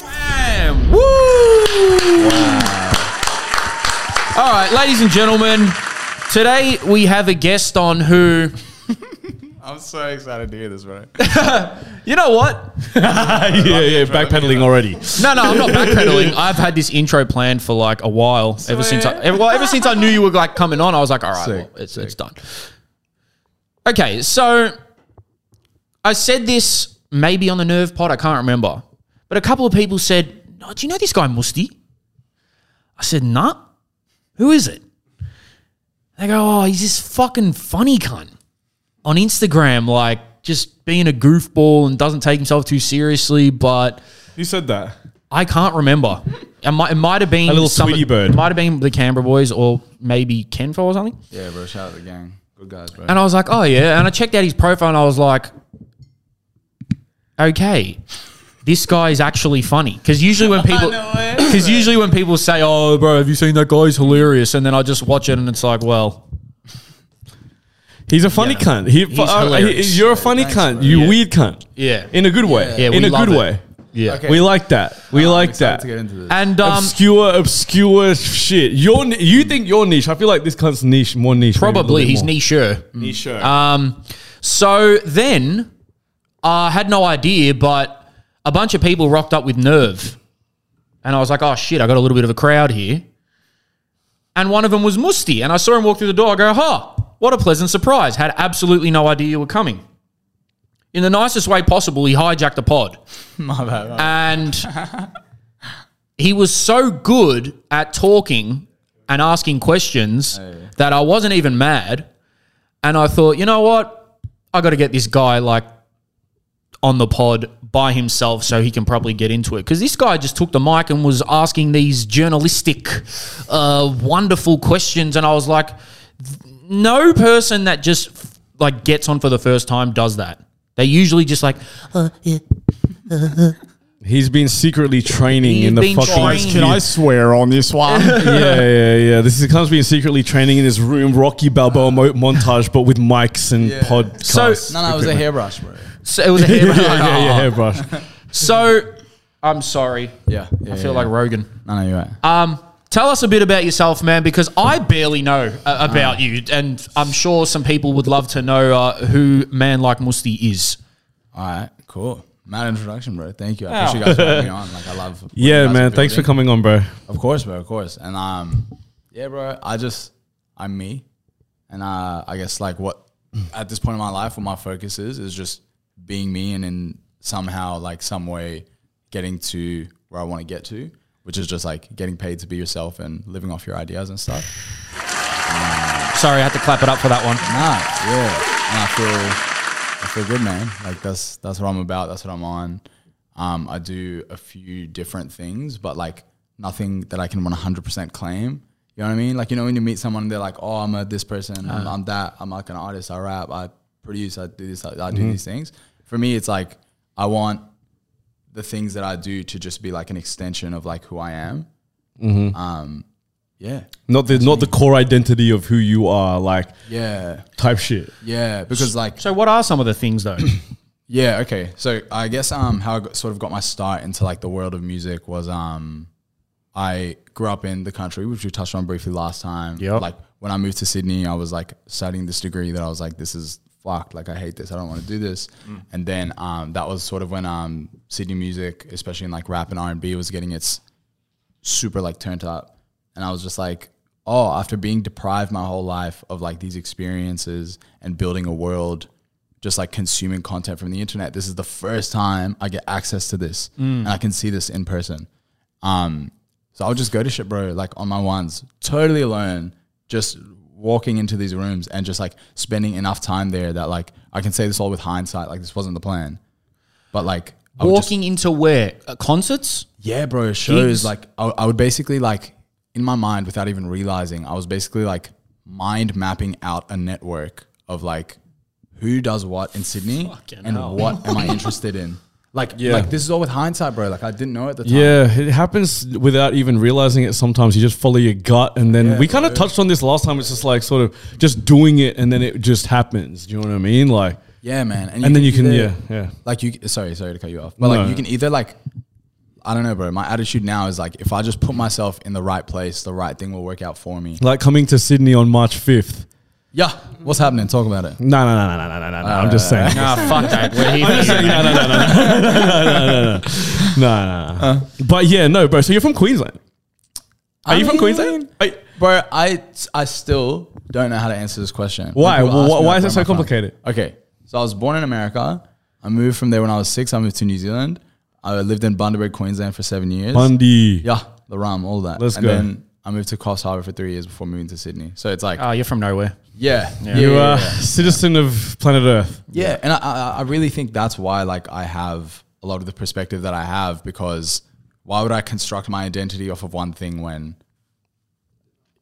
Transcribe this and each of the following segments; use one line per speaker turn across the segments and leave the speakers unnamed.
Bam! Woo! All right, ladies and gentlemen, today we have a guest on who,
I'm so excited to hear this, right?
you know what?
yeah, yeah, backpedaling already.
No, no, I'm not backpedaling. I've had this intro planned for like a while. ever since I, ever, well, ever since I knew you were like coming on, I was like, all right, well, it's, it's done. Okay, so I said this maybe on the Nerve Pod, I can't remember, but a couple of people said, "No, "Do you know this guy Musty?" I said, "Nah, who is it?" They go, "Oh, he's this fucking funny cunt on Instagram, like just being a goofball and doesn't take himself too seriously, but."
You said that.
I can't remember. It might, it might have been
A little
some-
Tweety Bird.
It might have been the Canberra boys or maybe Kenfo or something.
yeah, bro. Shout out to the gang. Good guys, bro.
And I was like, oh yeah. And I checked out his profile and I was like, okay, this guy is actually funny. Because usually when people, because usually when people say, oh bro, have you seen that guy? He's hilarious. And then I just watch it and it's like, well,
He's a funny cunt. He,
He's
uh,
hilarious.
he- you're a funny
Thanks,
cunt.
bro.
You weird cunt.
yeah,
In a good way.
Yeah, we
In a
love
good
it.
way.
yeah.
Okay.
We like that. We
I'm
like that.
excited Oh, to get into this.
And um,
obscure, obscure shit. Your, ni- you think your niche. I feel like this cunt's niche, more niche. maybe a little
probably
bit
he's
more.
niche.
Niche.
Uh,
Um, so then I had no idea, but a bunch of people rocked up with nerve. And I was like, oh shit, I got a little bit of a crowd here. And one of them was Musty. And I saw him walk through the door. I go, ha, what a pleasant surprise. Had absolutely no idea you were coming. In the nicest way possible, he hijacked the pod.
my bad. my bad.
And he was so good at talking and asking questions
Oh,
that I wasn't even mad. And I thought, you know what? I got to get this guy like on the pod by himself so he can probably get into it. Because this guy just took the mic and was asking these journalistic, uh, wonderful questions. And I was like, th- no person that just f- like gets on for the first time does that. They usually just like,
he's been secretly training
He's
in the
been
fucking.
trained. Can I
swear on this one? yeah, yeah, yeah. This is comes being secretly training in his room, Rocky Balboa mo- montage, but with mics and
Yeah.
podcasts.
So-
no, no, it was a hairbrush, bro.
so it was a
yeah,
hair.
yeah, yeah, yeah, hairbrush.
So I'm sorry.
Yeah,
I feel like Rogan.
no, no, you're right.
Uh,
Um, tell us a bit about yourself, man, because I barely know uh, about you, and I'm sure some people would love to know uh, who man like Musty is.
All right, cool. Mad introduction, bro. Thank you. I appreciate you guys for having me on. Like, I love.
yeah, man. Thanks for
coming.
coming on, bro.
Of course, bro. Of course. And um, yeah, bro. I just I'm me, and uh, I guess like what at this point in my life, what my focus is is just being me, and in somehow like some way getting to where I want to get to, which is just like getting paid to be yourself and living off your ideas and stuff.
Sorry, I had to clap it up for that one.
Nah, yeah. And I feel I feel good, man. Like that's that's what I'm about. That's what I'm on. Um, I do a few different things, but like nothing that I can 100% claim. You know what I mean? Like you know when you meet someone, they're like, "Oh, I'm a this person. I'm, I'm that. I'm like an artist. I rap. I produce. I do this. I, I do these things." For me, it's like I want the things that I do to just be like an extension of like who I am. Um, yeah,
Not the not the core identity of who you are, like
yeah,
type shit.
yeah. Because like
So, what are some of the things though?
Yeah. Okay. So I guess um how I got, sort of got my start into like the world of music was um I grew up in the country, which we touched on briefly last time.
Yep.
Like when I moved to Sydney, I was like studying this degree that I was like, this is fucked. Like I hate this. I don't want to do this. And then um that was sort of when um Sydney music, especially in like rap and R and B, was getting its super like turned up and i was just like oh after being deprived my whole life of like these experiences and building a world just like consuming content from the internet this is the first time i get access to this and i can see this in person um so i'll just go to shit bro like on my ones totally alone just walking into these rooms and just like spending enough time there that like i can say this all with hindsight like this wasn't the plan but like I would just-
Walking into where uh, concerts?
yeah, bro. Shows
Gigs?
like I, I would basically like in my mind without even realizing, I was basically like mind mapping out a network of like who does what in Sydney and what am I interested in. Like,
Yeah.
like this is all with hindsight, bro. Like I didn't know at the time.
Yeah, it happens without even realizing it sometimes. You just follow your gut. And then
Yeah,
we kind of
bro.
touched on this last time. It's just like sort of just doing it and then it just happens. Do you know what I mean? Like,
Yeah, man. And,
and then you can,
either-
yeah, yeah.
Like you, sorry, sorry to cut you off, but
No.
like you can either like, I don't know, bro. My attitude now is like, if I just put myself in the right place, the right thing will work out for me.
Like coming to Sydney on March 5th.
Yeah, what's happening? Talk about it.
No, no, no, no, no, no, no, no. I'm just saying.
Nah, fuck that. We're here.
I'm just saying, Uh, no, no, no, no, no, no, no, no, no, no, no, no. But yeah, no, bro. So you're from Queensland. Are
I
you from
mean-
Queensland? Are you-
Bro, I I still don't know how to answer this question.
Why?
When people
Wh-
ask me,
why
like,
is it
where
so
am I from?
complicated?
Okay, so I was born in America. I moved from there when I was six. I moved to New Zealand. I lived in Bundaberg, Queensland for seven years.
Bundy.
yeah, the rum, all that.
Let's
and
go.
then I moved to Coffs Harbour for three years before moving to Sydney. So it's like,
Ah.
Oh, you're from nowhere.
yeah, yeah,
You
yeah,
are
yeah.
citizen of planet Earth.
Yeah, and I, I I really think that's why like I have a lot of the perspective that I have because why would I construct my identity off of one thing when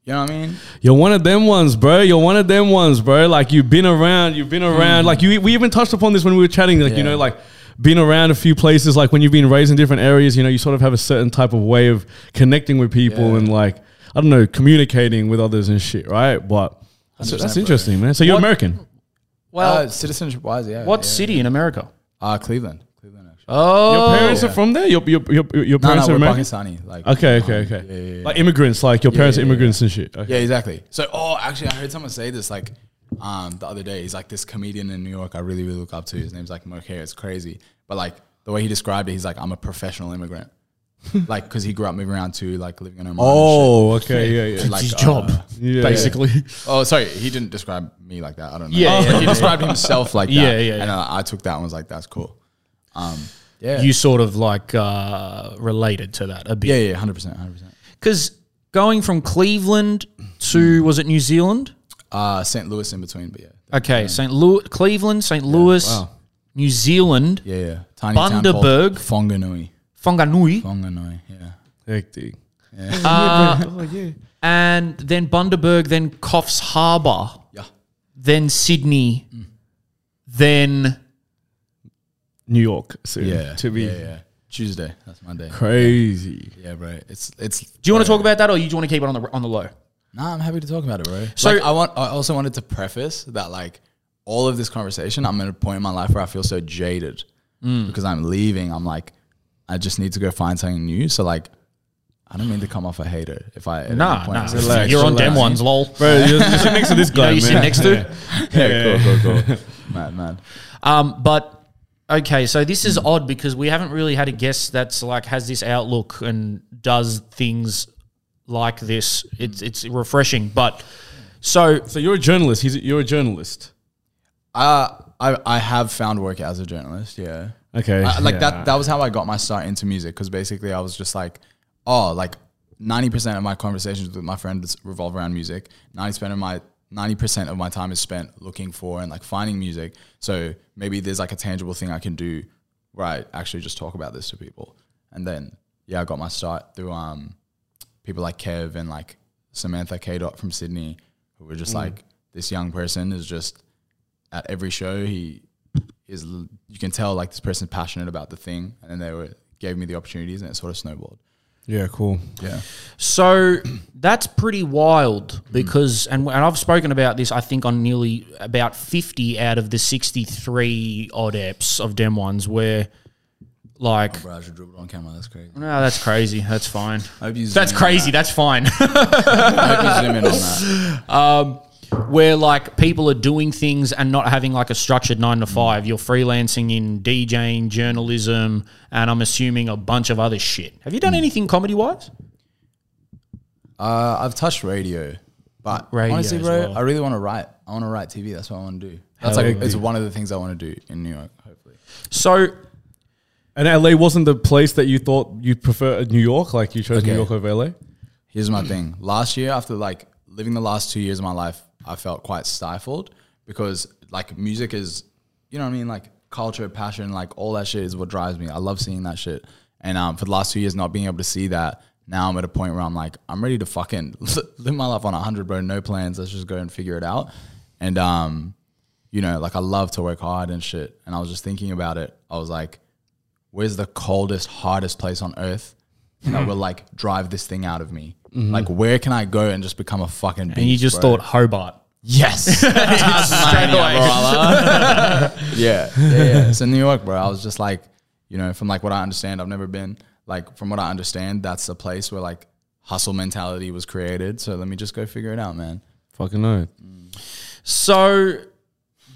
you know what I mean?
You're one of them ones, bro. You're one of them ones, bro. Like you've been around, you've been around. Like you, we even touched upon this when we were chatting. Like you
Mm. Yeah.
know, like being around a few places. Like when you've been raised in different areas, you know, you sort of have a certain type of way of connecting with people
Yeah.
and like I don't know, communicating with others and shit, right? But that's, that's
100%,
interesting, man. So you're
What-
American.
Well,
uh, citizenship wise, yeah.
what
yeah.
city in America?
Uh, Cleveland, Cleveland actually.
Oh,
Your parents are from there. Your your your, your your
no, no,
parents
we're
are American.
Pakistani. Like um,
Okay, okay, okay.
Yeah, yeah, yeah.
Like immigrants, like your parents
yeah,
are
yeah.
immigrants and shit. Okay.
Yeah, exactly. So, oh, actually, I heard someone say this like um, the other day. He's like this comedian in New York I really, really look up to. His name's like Moke. It's crazy, but like the way he described it, he's like, I'm a professional immigrant, like because he grew up moving around too, like living in Oman.
Oh, okay, yeah, yeah.
and shit. like
his
uh,
job.
yeah.
basically.
oh, sorry, he didn't describe me like that. I don't know.
Yeah,
But
yeah,
he
yeah,
described himself like that.
Yeah, yeah,
And uh, I took that and was like, that's cool. Um, yeah,
You sort of like uh, related to that a
yeah,
bit.
yeah, hundred percent, hundred percent.
Because going from Cleveland to, was it New Zealand?
Uh, St. Louis in between, but yeah,
Okay, St. Louis, Cleveland, St. Louis, New Zealand,
yeah, yeah. Tiny town called
Bundaberg.
Whanganui,
Whanganui,
Whanganui, yeah.
Hectic. oh yeah.
and then Bundaberg, then Coffs Harbour,
Yeah.
then Sydney,
Mm.
then
New York soon.
Yeah.
To be
yeah, yeah. Tuesday. That's my day.
crazy.
Yeah, bro. It's it's.
Do you want to talk about that, or you do want to keep it on the on the low?
Nah, I'm happy to talk about it, bro.
So-
So I want. I also wanted to preface that like all of this conversation, I'm at a point in my life where I feel so jaded
Mm.
because I'm leaving. I'm like, I just need to go find something new. So like, I don't mean to come off a hater if I. at any point-
relax,
you're on
relax.
dem ones, lol.
Bro, you're, you're sitting next to this guy. man.
you sit next to.
yeah, cool, cool, cool. man, man.
Um, but okay, so this is odd because we haven't really had a guest that's like has this outlook and does things like this. It's it's refreshing, but so
So you're a journalist. He's you're a journalist.
Uh, I I have found work as a journalist. Yeah.
Okay.
I- Uh, like
yeah.
that that was how I got my start into music because basically I was just like, oh, like ninety percent of my conversations with my friends revolve around music. Ninety percent of my ninety percent of my time is spent looking for and like finding music. So maybe there's like a tangible thing I can do where I actually just talk about this to people. And then yeah, I got my start through um people like Kev and like Samantha K dot from Sydney who were
Mm.
just like this young person is just at every show he is l- you can tell like this person's passionate about the thing and then they were gave me the opportunities and it sort of snowballed
Yeah. Cool.
yeah
So that's pretty wild because, and, and I've spoken about this, I think, on nearly about 50 out of the 63 odd eps of Dem ones where, like,
bro i should dribble on camera that's crazy
no, that's crazy. That's fine.
I hope you zoom
That's
in on
crazy. That's fine.
that. I hope you zoom in on that
where like people are doing things and not having like a structured nine to five. You're freelancing in DJing, journalism, and I'm assuming a bunch of other shit. Have you
Hmm.
done anything comedy wise?
uh, i've touched radio but
Radio
honestly
as
bro
well.
i really want to write i want to write tv that's what i want to do that's
Hell
like
yeah.
it's one of the things i want to do in new york hopefully
So
And LA wasn't the place that you thought you'd prefer. uh, New York, like you chose New
Okay.
York over LA.
here's my thing last year after like living the last two years of my life i felt quite stifled because like music is you know what i mean like culture passion like all that shit is what drives me i love seeing that shit and um, for the last two years not being able to see that now i'm at a point where i'm like i'm ready to fucking live my life on 100 bro no plans let's just go and figure it out and um you know like i love to work hard and shit and i was just thinking about it i was like where's the coldest, hardest place on earth that will like drive this thing out of me? Like, where can I go and just become a fucking beast?
Mm-hmm. And you just
bro?
thought Hobart.
yes, Tasmania,
away.
bro, I love- yeah, yeah, yeah. So New York, bro, I was just like, you know, from like what I understand, I've never been. Like from what I understand, that's the place where like hustle mentality was created. So let me just go figure it out, man.
Fucking no.
So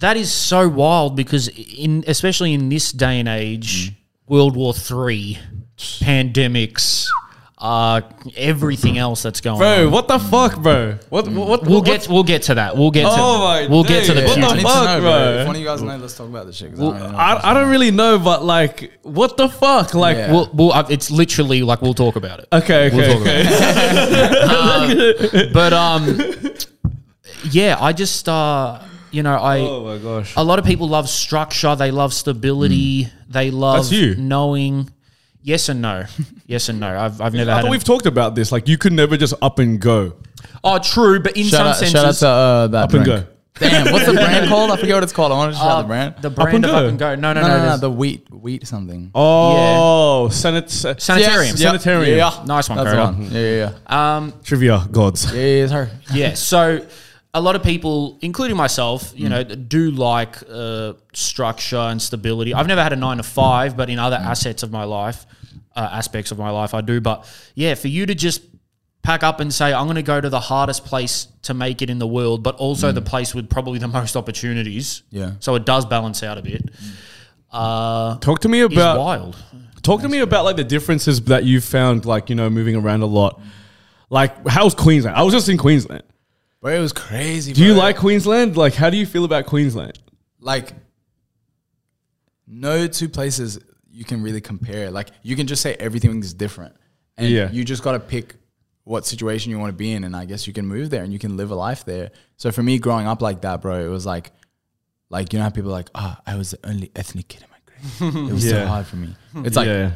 that is so wild because in especially in this day and age,
Hmm.
World War Three, pandemics, uh, everything else that's going on.
Bro, what the fuck, bro? What? What? what
We'll get we'll get to that. We'll get
Oh
to
my
we'll get to the
days.
I
future.
need to
fuck,
know,
bro?
If one of you guys know, let's talk about this shit. 'cause I, don't really know
I, I don't really know, but like, what the fuck? Like,
Yeah.
We'll, we'll, uh, it's literally like we'll talk about it.
okay, okay,
talk
okay.
But um, yeah, I just uh, you know, I
Oh my gosh.
a lot of people love structure. They love stability. They love
That's you.
knowing. Yes and no. Yes and no. I've, I've never
I
had.
thought
an-
we've talked about this. Like, you could never just up and go.
oh, true. But in some
Shout out,
senses,
shout out to uh, that
Up and
drink.
go.
Damn, what's the brand called? I forget what it's called. I want to shout out
uh,
the brand.
the brand
and
of
go.
up and go. No, no, no.
no, no, no,
there's-
the wheat, wheat something.
Oh, sanit-
Sanitarium.
Yep.
Sanitarium.
Yeah,
Nice one,
that's the
Corona.
one. Yeah, yeah, yeah.
Trivia gods.
yeah, yeah, it's her.
yeah. So a lot of people, including myself, you know, do like uh, structure and stability. I've never had a nine to five, but in other assets of my life, uh, aspects of my life, I do. But yeah, for you to just pack up and say, I'm going to go to the hardest place to make it in the world, but also the place with probably the most opportunities.
Yeah.
So it does balance out a bit. Uh,
Talk to me
is
about
wild.
Talk to me about like the differences that you found, like you know, moving around a lot. Like, how's Queensland? I was just in Queensland.
Bro, it was crazy.
Do you
bro.
like Queensland? Like, how do you feel about Queensland?
like no two places you can really compare. Like you can just say everything is different, and
Yeah.
you just got to pick what situation you want to be in, and I guess you can move there and you can live a life there. So for me, growing up like that, bro, it was like, like you know how people are like, ah, I was the only ethnic kid in my grade. It was so
Yeah.
hard for me. It's like
yeah,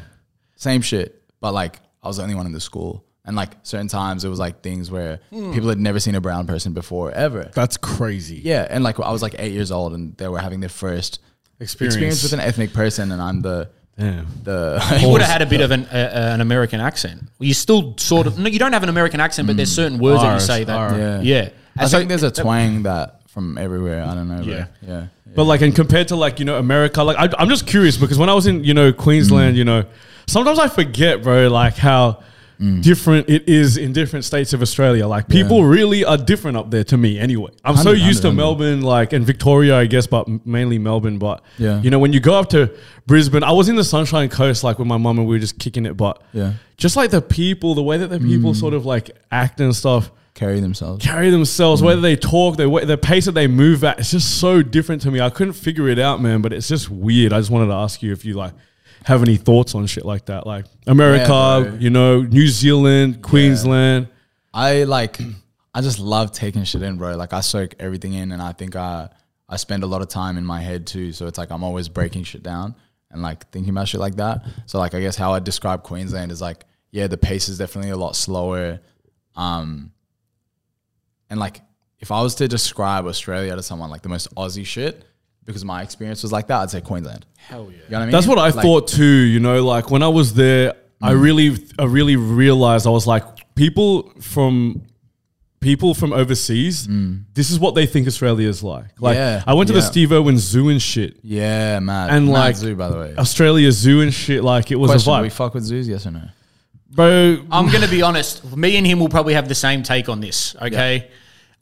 same shit, but like I was the only one in the school. And like certain times, it was like things where
Hmm.
people had never seen a brown person before ever.
that's crazy.
Yeah, and like I was like eight years old, and they were having their first
Experience.
experience with an ethnic person, and I'm the
Damn.
You
the
would have had a bit of an uh, uh, an American accent. You still sort of no, you don't have an American accent, but there's certain words
Ours,
that you say that
ours.
yeah
Yeah.
I think there's a twang that from everywhere. I don't know. Yeah,
Yeah.
yeah.
But like, and compared to like you know America, like I, I'm just curious because when I was in you know
Mm.
Queensland, you know, sometimes I forget, bro, like how
Mm.
different it is in different states of Australia. Like people really are different up there to me. Anyway, I'm so
100,
used to
100.
Melbourne, like and Victoria, I guess, but m- mainly Melbourne. But
Yeah.
you know, when you go up to Brisbane, I was in the Sunshine Coast, like with my mum, and we were just kicking it. But
Yeah. Mm.
just like the people, the way that the people sort of like act and stuff
Carry themselves.
carry themselves,
Mm.
whether they talk, they, the pace that they move at, it's just so different to me. I couldn't figure it out, man, but it's just weird. I just wanted to ask you if you like have any thoughts on shit like that, like America,
bro.
you know, New Zealand, Queensland.
I like, I just love taking shit in, bro. Like I soak everything in, and I think I I spend a lot of time in my head too. So it's like I'm always breaking shit down and like thinking about shit like that. So like I guess how I describe Queensland is like, yeah, the pace is definitely a lot slower. Um, and like if I was to describe Australia to someone, like the most Aussie shit, because my experience was like that, I'd say Queensland. Hell yeah, you know what I mean?
That's what I
Like, Mm.
thought too, you know, like when I was there, I really I really realized I was like people from people from overseas, this is what they think Australia is like. Like
Mm. Yeah,
I went to the
yeah.
Steve Irwin zoo and shit.
Yeah, man.
And,
Mad
like,
zoo, by the way.
Australia zoo and shit, like it was
Question:
a
Do we
vibe.
fuck with zoos? Yes or no?
Bro,
I'm going to be honest. Me and him will probably have the same take on this. Okay,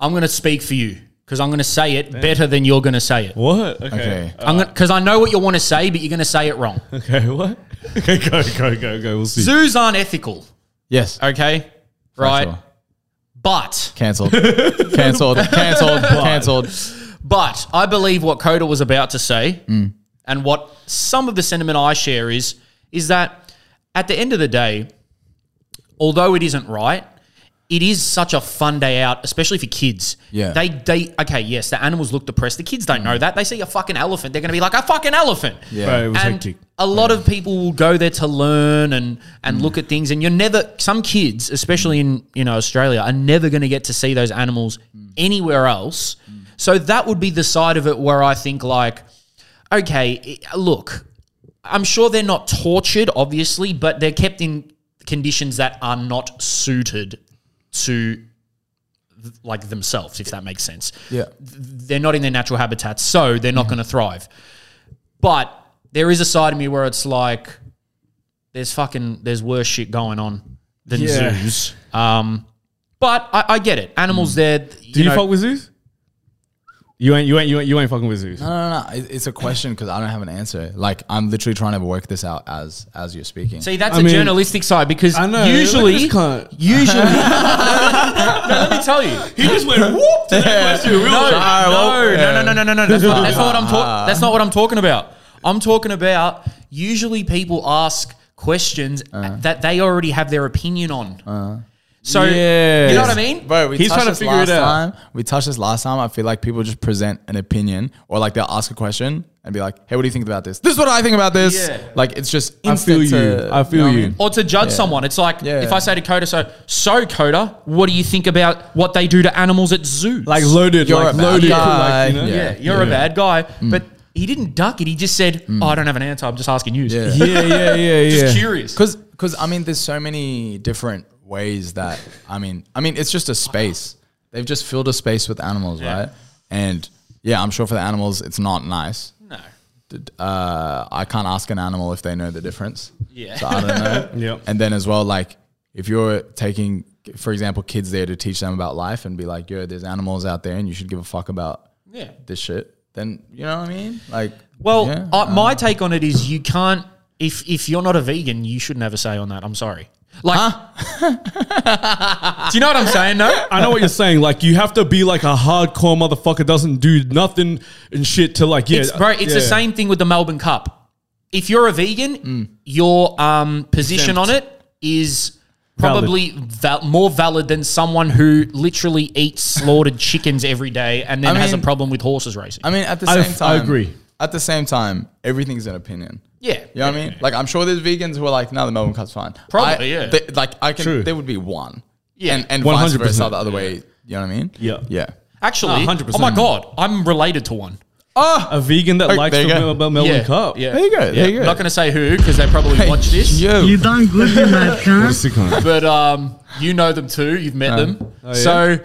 I'm going to speak for you because I'm going to say it better than you're going to say it.
What? Okay.
Okay.
I'm going because I know what you want to say, but you're going to say it wrong.
Okay, what? Okay, go, go, go, go. We'll see.
Zoos aren't ethical.
Yes.
Okay, right?
Sure.
But
Cancelled. Cancelled. Cancelled. Cancelled.
But I believe what Coda was about to say, and what some of the sentiment I share is, is that at the end of the day, although it isn't right, it is such a fun day out, especially for kids.
Yeah.
They they okay, yes, the animals look depressed. The kids don't know that. They see a fucking elephant, they're gonna be like, a fucking elephant.
Yeah.
Bro, it was
And
hectic.
a lot of people will go there to learn and and look at things. And you're never some kids, especially in you know Australia, are never going to get to see those animals anywhere else. So that would be the side of it where I think like, okay, i- look, I'm sure they're not tortured, obviously, but they're kept in conditions that are not suited to th- like themselves, if that makes sense.
Yeah.
They're not in their natural habitats, so they're not
Mm-hmm.
going to thrive. But there is a side of me where it's like, there's fucking, there's worse shit going on than
Yeah.
zoos. Um, but I, I get it. Animals there. Do
Mm. Do you, fuck with zoos? You ain't, you ain't, you ain't, you ain't fucking with zoos.
No, no, no. It- It's a question because I don't have an answer. Like I'm literally trying to work this out as as you're speaking.
See, that's
I
a
mean-
journalistic side because
I know, look
usually,
at this cunt.
usually. no, let me tell you.
He just went whoop to that question.
No, no, no, no, no, no, no, no. That's not, that's not what I'm talking. That's not what I'm talking about. I'm talking about usually people ask questions
Uh.
that they already have their opinion on. So you know what I mean?
Bro, we
He's
touched
trying to
this
figure
last
it out.
Time. We touched this last time. I feel like people just present an opinion or like they'll ask a question and be like, "Hey, what do you think about this? This is what I think about this."
Yeah.
Like it's just
I feel
instant
you.
to-
I feel
know what
you.
mean?
Or to judge someone, it's like
Yeah.
if I say to Coda, "So, so Coda, what do you think about what they do to animals at zoos?"
Like loaded,
You're
like
a bad
loaded.
guy.
like, you know?
Yeah. Mm.
yeah, you're a bad guy, but he didn't duck it. He just said, "Oh, I don't have an answer. I'm just asking you."
Yeah.
yeah, yeah, yeah, yeah.
Just curious.
Cause, cause I mean, there's so many different ways that I mean, I mean, it's just a space. They've just filled a space with animals, right? And yeah, I'm sure for the animals, it's not nice.
No.
D- Uh, I can't ask an animal if they know the difference.
Yeah.
so I don't know.
Yep.
And then as well, like if you're taking, for example, kids there to teach them about life and be like, yo, there's animals out there, and you should give a fuck about
Yeah.
this shit. Then you know what I mean? Like,
Well,
yeah, Um,
uh, my take on it is you can't if if you're not a vegan, you shouldn't have a say on that. I'm sorry. Like, do you know what I'm saying? No,
I know what you're saying. Like you have to be like a hardcore motherfucker doesn't do nothing and shit to like yeah,
it's, bro, it's the
yeah.
same thing with the Melbourne Cup. If you're a vegan,
Mm.
your um, position on it is probably val- more valid than someone who literally eats slaughtered chickens every day and then
I
has a
mean-
problem with horses racing.
I mean, at the
I-
same
I
time,
agree.
At the same time, everything's an opinion.
yeah,
You know what I mean? Like, I'm sure there's vegans who are like, no, the Melbourne Cup's fine.
Probably,
I-
yeah.
they- like, I can,
True.
there would be one.
Yeah.
And, and vice
100%.
versa, the other way. You know what I mean?
Yeah.
Yeah.
actually,
No, 100%.
oh my god, I'm related to one.
Oh,
A vegan that
Oh,
likes
there
the
you go.
Mel- Mel- Melbourne
yeah,
Cup.
Yeah,
there you go. There you
I'm
go.
not going to say who because they probably watch this.
Yo.
You done good, you mad cunt.
Just a second.
but um, you know them too. You've
Ah.
met them.
Oh,
yeah?
So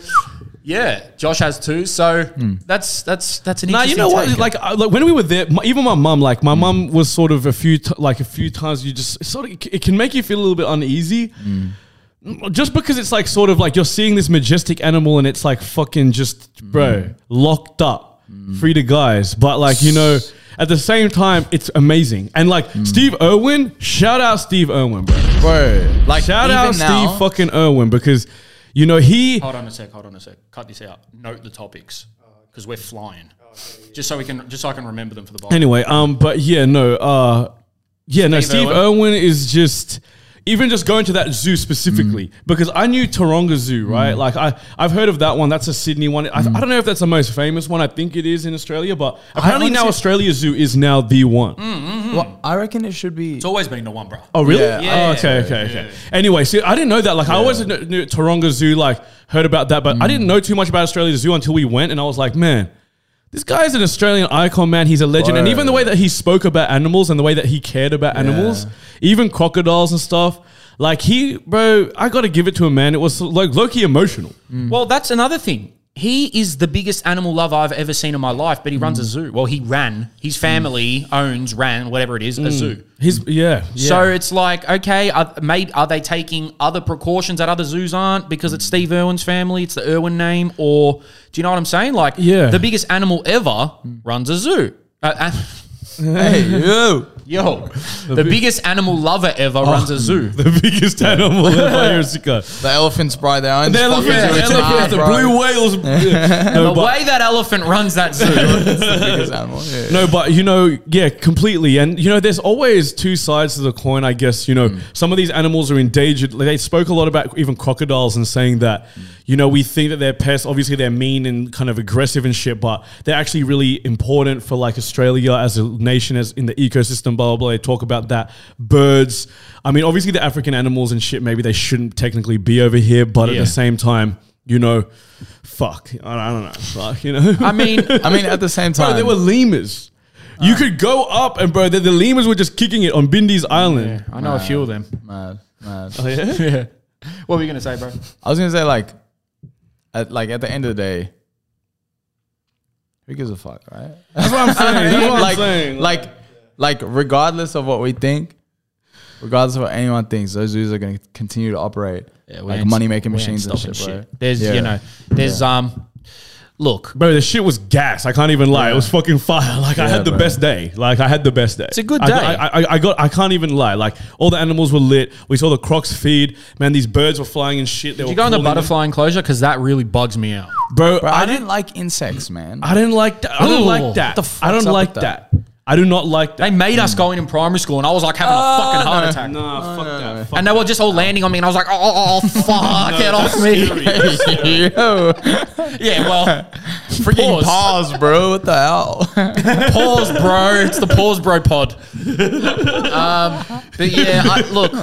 yeah, Josh has two. So
Hmm.
that's that's that's an.
Nah, you
interesting
know what?
take.
Like, I, like when we were there, my, even my mum, like my mum was sort of a few, t- like a few times. You just it sort of it can make you feel a little bit uneasy,
Mm.
just because it's like sort of like you're seeing this majestic animal and it's like fucking just bro
Mm.
locked up, free to guys. But like you know, at the same time, it's amazing. And like
Mm.
Steve Irwin, shout out Steve Irwin, bro.
Bro. Like,
Shout
even
out
now,
Steve fucking Irwin because you know he.
hold on a sec. Hold on a sec. Cut this out. Note the topics because we're flying.
Oh,
Just so we can, just so I can remember them for the bar.
Anyway, um, but yeah, no, uh, yeah, no,
Steve
Steve
Irwin.
Irwin. is just even just going to that zoo specifically because I knew Taronga Zoo, right? Like I, I've heard of that one. That's a Sydney one. I, I don't know if that's the most famous one. I think it is in Australia, but apparently now
honestly-
Australia Zoo is now the one.
well, I reckon it should be.
It's always been the one, bro.
Oh, really?
Yeah,
Yeah.
Oh, okay, okay, okay. Anyway, see, I didn't know that. Like, I always kn- knew Taronga Zoo, like, heard about that, but I
Mm.
didn't know too much about Australia Zoo until we went, and I was like, man, this guy is an Australian icon, man. He's a legend. And
Word.
even the way that he spoke about animals and the way that he cared about animals, even crocodiles and stuff, like, he, bro, I gotta give it to him, man. It was like low key emotional.
Well, that's another thing. He is the biggest animal lover I've ever seen in my life, but he runs
Mm.
a zoo. Well, he ran. His family owns, ran, whatever it is, a zoo.
His, yeah. Mm. yeah.
So it's like, okay, are, maybe are they taking other precautions that other zoos aren't because it's Steve Irwin's family, it's the Irwin name, or do you know what I'm saying? Like,
Yeah.
the biggest animal ever runs a zoo. Uh, uh,
Hey, yo.
yo, the, biggest animal lover ever
Oh.
runs a zoo.
the biggest animal ever. Here's the guy.
The elephants, bro. They own
The elephants,
yeah,
the
it's
elephants, the blue whales.
The
No, but-
way that elephant runs that zoo.
animal. Yeah.
No, but you know, yeah, completely. And you know, there's always two sides to the coin, I guess. You know, some of these animals are endangered. Like, They spoke a lot about even crocodiles and saying that, you know, we think that they're pests. Obviously, they're mean and kind of aggressive and shit, but they're actually really important for like Australia as a nation, as in the ecosystem. Blah blah. blah. They talk about that. Birds. I mean, obviously, the African animals and shit. Maybe they shouldn't technically be over here, but at
Yeah.
the same time, you know, fuck. I don't I don't know. Fuck. You know.
I mean,
I mean, at the same time,
Bro, they were lemurs. You could go up and bro, the, the lemurs were just kicking it on Bindi's Island.
I know a few of them.
Mad, mad.
Oh,
yeah. What were you gonna say, bro?
I was gonna say like, at, like at the end of the day, who gives a fuck, right?
That's what I'm saying. That's what I'm
like,
saying.
like, like, regardless of what we think, regardless of what anyone thinks, those zoos are gonna continue to operate
Yeah, we
like
ain't-
money making
we ain't
machines and
stopping
shit, bro.
There's
Yeah.
you know, there's um, look,
Bro, the shit was gas. I can't even lie. It was fucking fire. Like I
Yeah,
had the
bro.
best day. Like I had the best day. It's
a good day.
I, I, I got. I can't even lie. Like all the animals were lit. We saw the crocs feed. Man, these birds were flying and shit. They
did
were
you go on the
calling them.
butterfly enclosure? Because that really bugs me out.
bro.
Bro,
I,
I didn't like insects, man.
I didn't like that. I don't
Ooh,
like
what
that.
the fuck's
I don't
up
like
with
that.
that?
I do not like
They
that. Oh,
made us go in in primary school, and I was like having a fucking heart
Oh, no.
attack. Oh,
Nah, fuck that. Fuck
And they were just all landing on me, and I was like, "Oh, oh, oh fuck, get off me!"
Yo,
yeah, well,
freaking
Pause.
pause, bro. What the hell?
pause, bro. It's the pause, bro pod. um, but yeah, I, look,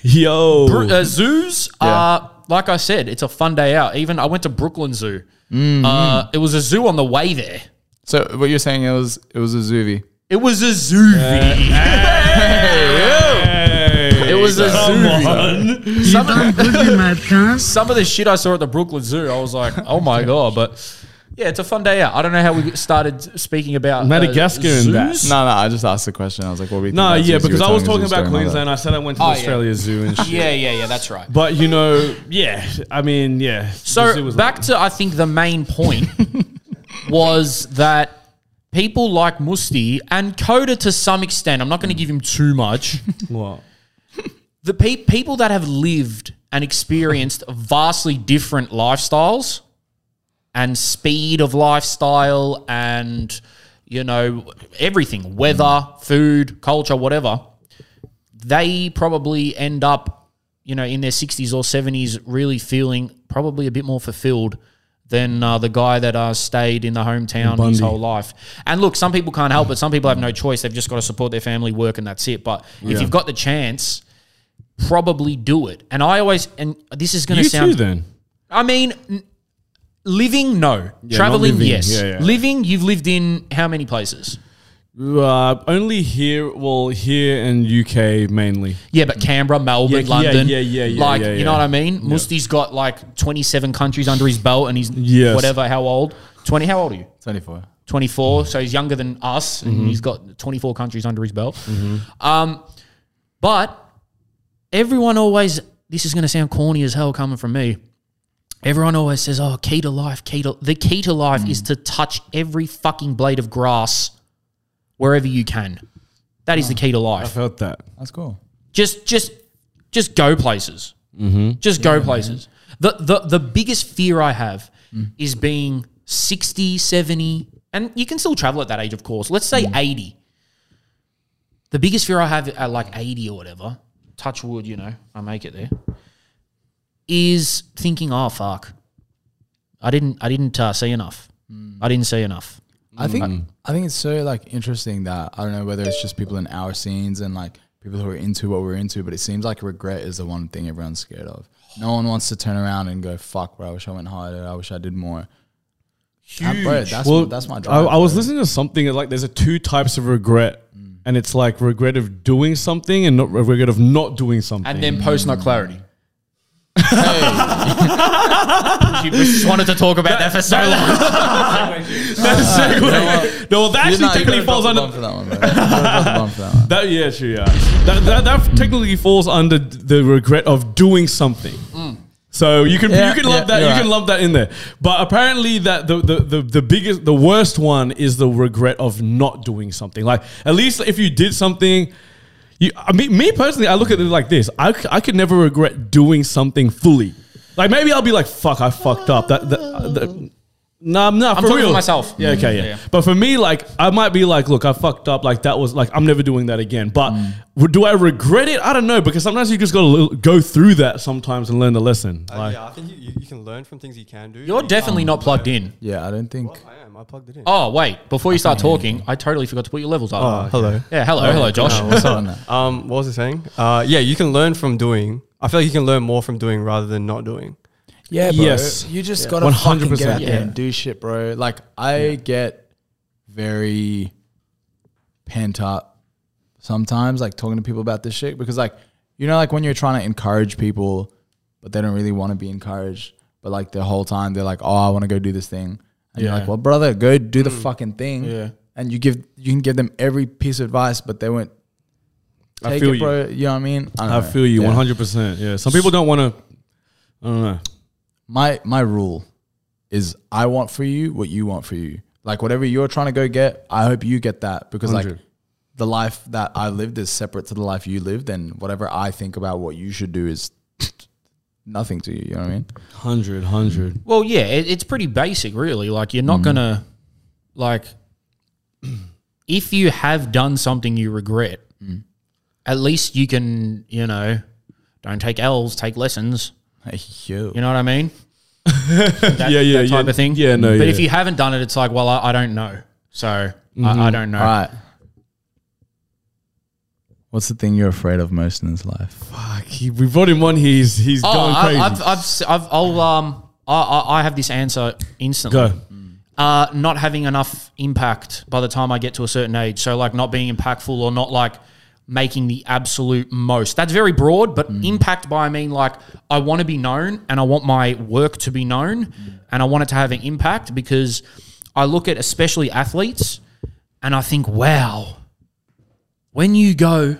Yo,
Bru- uh, zoos are like I said, it's a fun day out. Even I went to Brooklyn Zoo.
Mm-hmm.
Uh, it was a zoo on the way there.
so what you're saying it was it was a zoovie.
It was a zoo.
Hey.
It was a
Come
zoo.
on.
Some of,
Good in my pants.
some of the shit I saw at the Brooklyn Zoo, I was like, oh my god. But yeah, it's a fun day out. I don't know how we started speaking about uh,
Madagascar and that.
zoos.
No, no, I just asked the question. I was like, what we
Nah, yeah, because I was talking about Queensland. I said I went to the
Oh, yeah.
Australia Zoo and shit.
Yeah, yeah, yeah. That's right.
But you know, yeah, I mean, yeah. the zoo
So
was
back
like-
to I think the main point was that people like Musti and Coda to some extent. I'm not going to give him too much.
what?
The pe- people that have lived and experienced vastly different lifestyles and speed of lifestyle and you know everything weather food culture whatever they probably end up you know in their 60s or 70s really feeling probably a bit more fulfilled than uh, the guy that uh, stayed in the hometown his whole life and look some people can't help it some people have no choice they've just got to support their family work and that's it but if you've got the chance probably do it and i always and this is going
You
to sound
too, then.
I mean, n- living, no. Traveling,
living.
yes.
Yeah, yeah.
Living, you've lived in how many places?
Uh, only here, well, here in UK mainly.
Yeah, but Canberra, Melbourne,
Yeah, yeah,
London.
yeah, yeah, yeah,
Like,
yeah,
you know
yeah.
what I mean? Musti's got like 27 countries under his belt and he's
Yes.
whatever, how old? 20, how old are you?
24.
24. So he's younger than us and he's got 24 countries under his belt. Um, but everyone always, this is going to sound corny as hell coming from me. Everyone always says, oh, key to life, key to, the key to life is to touch every fucking blade of grass wherever you can. That is the key to life
Felt that.
That's cool.
just just just go places just go places the, the the biggest fear i have is being 60 70 and you can still travel at that age of course let's say 80 the biggest fear i have at like 80 or whatever touch wood you know i make it there is thinking oh fuck i didn't i didn't uh, see enough i didn't see enough
I think
Mm-hmm.
I think it's so like interesting that I don't know whether it's just people in our scenes and like people who are into what we're into, but it seems like regret is the one thing everyone's scared of. No one wants to turn around and go, "Fuck, bro! I wish I went harder. I wish I did more." Huge. that's
Well,
that's my
I,
drive.
I was listening to something like there's a two types of regret, and it's like regret of doing something and not regret of not doing something.
and then post not clarity you just wanted to talk about that for so long
That's a segue. No, well, that
You're
actually
not- you
technically
gotta drop
falls
the
under
bomb for that one, bro. You gotta drop the bomb for that one.
that. Yeah, true. Yeah, that, that, that technically falls under the regret of doing something. So you can
Yeah,
you can
yeah,
lump that you
you're
can
right.
lump that in there. But apparently that the, the the the biggest the worst one is the regret of not doing something. Like at least if you did something. You, I mean, me personally, I look at it like this. I, c- I could never regret doing something fully. Like maybe I'll be like, "Fuck, I fucked up." That, that, that no, I'm not.
I'm
for
talking to
real.
myself.
Yeah, okay, yeah.
Yeah, yeah.
But for me, like, I might be like, look, I fucked up. Like that was like, I'm never doing that again. But w- do I regret it? I don't know because sometimes you just got to go through that sometimes and learn the lesson.
Uh,
Like,
yeah, I think you, you, you can learn from things you can do.
You're definitely not plugged in.
Yeah, I don't think.
I am. I plugged it in.
Oh wait, before you start talking, I totally forgot to put your levels up.
hello.
yeah, Oh, hello, hello, Josh.
Um, what was I saying? Uh, yeah, you can learn from doing. I feel like you can learn more from doing rather than not doing.
Yeah,
bro. Yes.
You just gotta
100%,
fucking get out there
yeah.
and do shit, bro. Like I get very pent up sometimes, like talking to people about this shit. Because like you know, like when you're trying to encourage people, but they don't really want to be encouraged. But like the whole time they're like, Oh, I want to go do this thing. And you're
Yeah.
like, Well, brother, go do the fucking thing.
Yeah.
And you give you can give them every piece of advice, but they won't
I
take
feel
it,
you.
bro. You know what I mean? don't
I
know.
feel you
Yeah.
100%. Yeah. Some people don't want to, I don't know.
my my rule is I want for you what you want for you. Like whatever you're trying to go get, I hope you get that because like
100.
the life that I lived is separate to the life you lived, and whatever I think about what you should do is nothing to you. You know what I mean?
100, 100.
Well, yeah, it, it's pretty basic, really. Like, you're not gonna, like, if you have done something you regret, at least you can, you know, don't take L's, take lessons.
Hey, yo.
You know what I mean? that,
Yeah, yeah,
that type
yeah.
of thing.
Yeah, no,
But
yeah.
if you haven't done it, it's like, well, I, I don't know, so
Mm-hmm.
I, I don't know.
All right. What's the thing you're afraid of most in this life?
Fuck, he, we brought him on. He's he's
Oh,
going crazy.
I, I've, I've, s- I've, I'll, um, I, I, I have this answer instantly.
Go.
uh, not having enough impact by the time I get to a certain age. So like not being impactful or not like making the absolute most. That's very broad, but impact by I mean like I want to be known and I want my work to be known and I want it to have an impact because I look at especially athletes and I think, wow, when you go,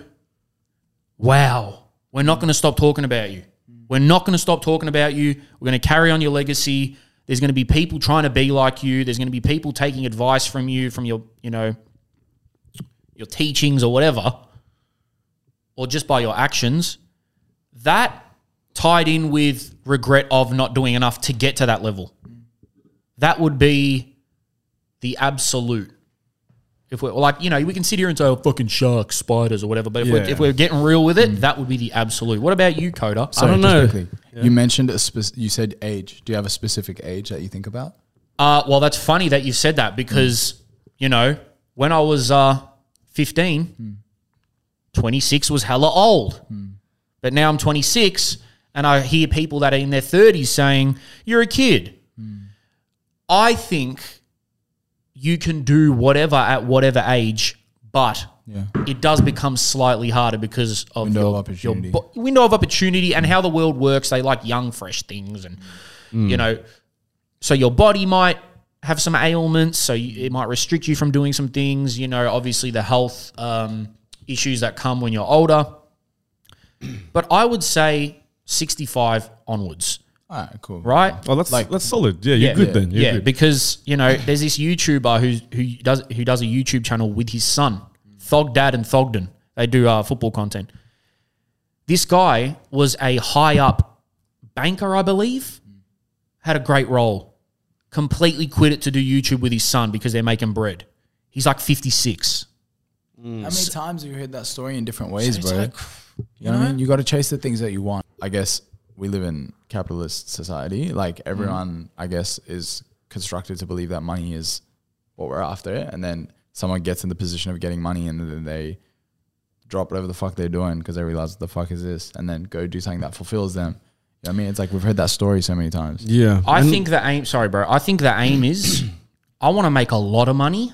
wow, we're not going to stop talking about you. We're not going to stop talking about you. We're going to carry on your legacy. There's going to be people trying to be like you. There's going to be people taking advice from you, from your, you know, your teachings or whatever, or just by your actions. That tied in with regret of not doing enough to get to that level. That would be the absolute. If we're like, you know, we can sit here and say, oh, fucking sharks, spiders, or whatever, but if, we're,
Yeah.
if we're getting real with it, that would be the absolute. What about you, Coda?
Sorry,
don't
just
know.
quickly. You mentioned a spec- you said age. Do you have a specific age that you think about?
Uh, well, that's funny that you said that because, you know, when I was uh, 15, 26 was hella old. But now I'm 26 and I hear people that are in their 30s saying, You're a kid. I think you can do whatever at whatever age, but
Yeah.
it does become slightly harder because of
Window
your,
of
your
opportunity.
bo- window of opportunity and how the world works. They like young, fresh things, and you
Mm.
know, so your body might have some ailments, so you, it might restrict you from doing some things. You know, obviously the health um, issues that come when you're older. But I would say 65 onwards,
All right, cool.
right?
Oh, that's
Like-
that's solid. Yeah, you're
Yeah.
good then. You're
yeah,
good.
because you know, there's this YouTuber who who does who does a YouTube channel with his son, Thog Dad and Thogden. They do uh, football content. This guy was a high up banker, I believe. Had a great role. Completely quit it to do YouTube with his son because they're making bread. He's like 56.
How many times have you heard that story in different ways,
It's
bro?
like,
You know what I mean? You got to chase the things that you want. I guess we live in capitalist society. Like
Mm-hmm.
everyone, I guess, is constructed to believe that money is what we're after, and then someone gets in the position of getting money, and then they drop whatever the fuck they're doing because they realize what the fuck is this, and then go do something that fulfills them. You know what I mean? It's like we've heard that story so many times.
yeah.
I
And-
think the aim. Sorry, bro. I think the aim is I want to make a lot of money,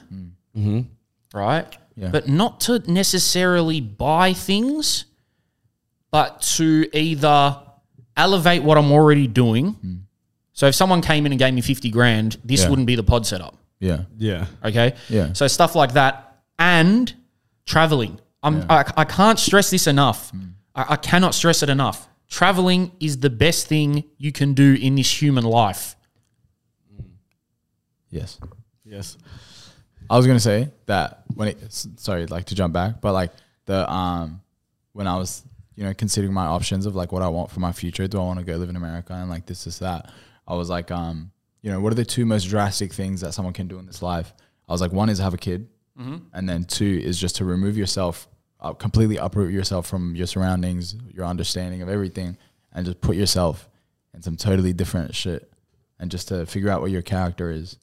right?
Mm-hmm. Yeah.
But not to necessarily buy things, but to either elevate what I'm already doing. So if someone came in and gave me fifty grand, this
Mm. Yeah.
wouldn't be the pod setup.
Yeah,
yeah.
Okay.
Yeah.
So stuff like that and traveling. I'm, I, I can't stress this enough.
Mm.
I, I cannot stress it enough. Traveling is the best thing you can do in this human life.
yes.
Yes.
I was gonna say that when it s- sorry, like to jump back, but like the um when I was you know considering my options of like what I want for my future, do I want to go live in America and like this is that, I was like um you know what are the two most drastic things that someone can do in this life? I was like one is have a kid, and then two is just to remove yourself, uh, completely uproot yourself from your surroundings, your understanding of everything, and just put yourself in some totally different shit, and just to figure out what your character is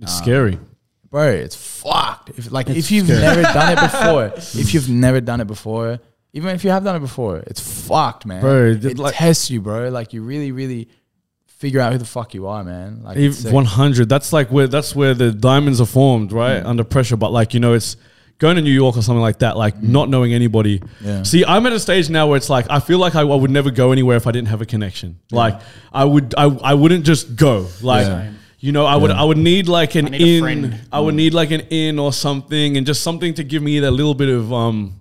It's scary.
bro, it's fucked. If like if you've never done it before, if you've never done it before, even if you have done it before, it's fucked, man.
Bro,
it,
it, like-
tests you, bro. Like you really, really figure out who the fuck you are, man. Like it's
If
sick. Mm.
100. That's like where that's where the diamonds are formed, right? Under pressure, but like you know, it's going to New York or something like that, like not knowing anybody.
Mm. Yeah.
See, I'm at a stage now where it's like I feel like I, I would never go anywhere if I didn't have a connection. Like I would, I, I wouldn't just go. Like
Yeah. Mm.
you know, I would, I would need like an
need a friend.
in. I would need like an in or something, and just something to give me that little bit of um.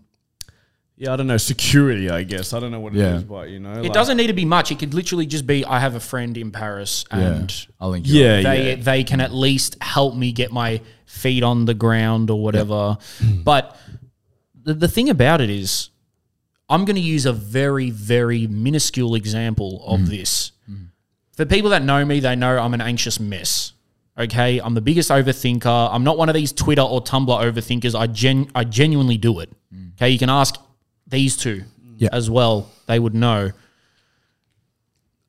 Yeah, I don't know security. I guess I don't know what it is,
Yeah.
but you know,
It doesn't need to be much. It could literally just be I have a friend in Paris
Yeah.
and
I'll link you.
Yeah, yeah.
they they can at least help me get my feet on the ground or whatever. But the, the thing about it is, I'm going to use a very very minuscule example
Mm.
of this. For people that know me, they know I'm an anxious mess. Okay, I'm the biggest overthinker. I'm not one of these Twitter or Tumblr overthinkers. I gen I genuinely do it. Okay, you can ask these two
Mm. Yeah.
as well. They would know.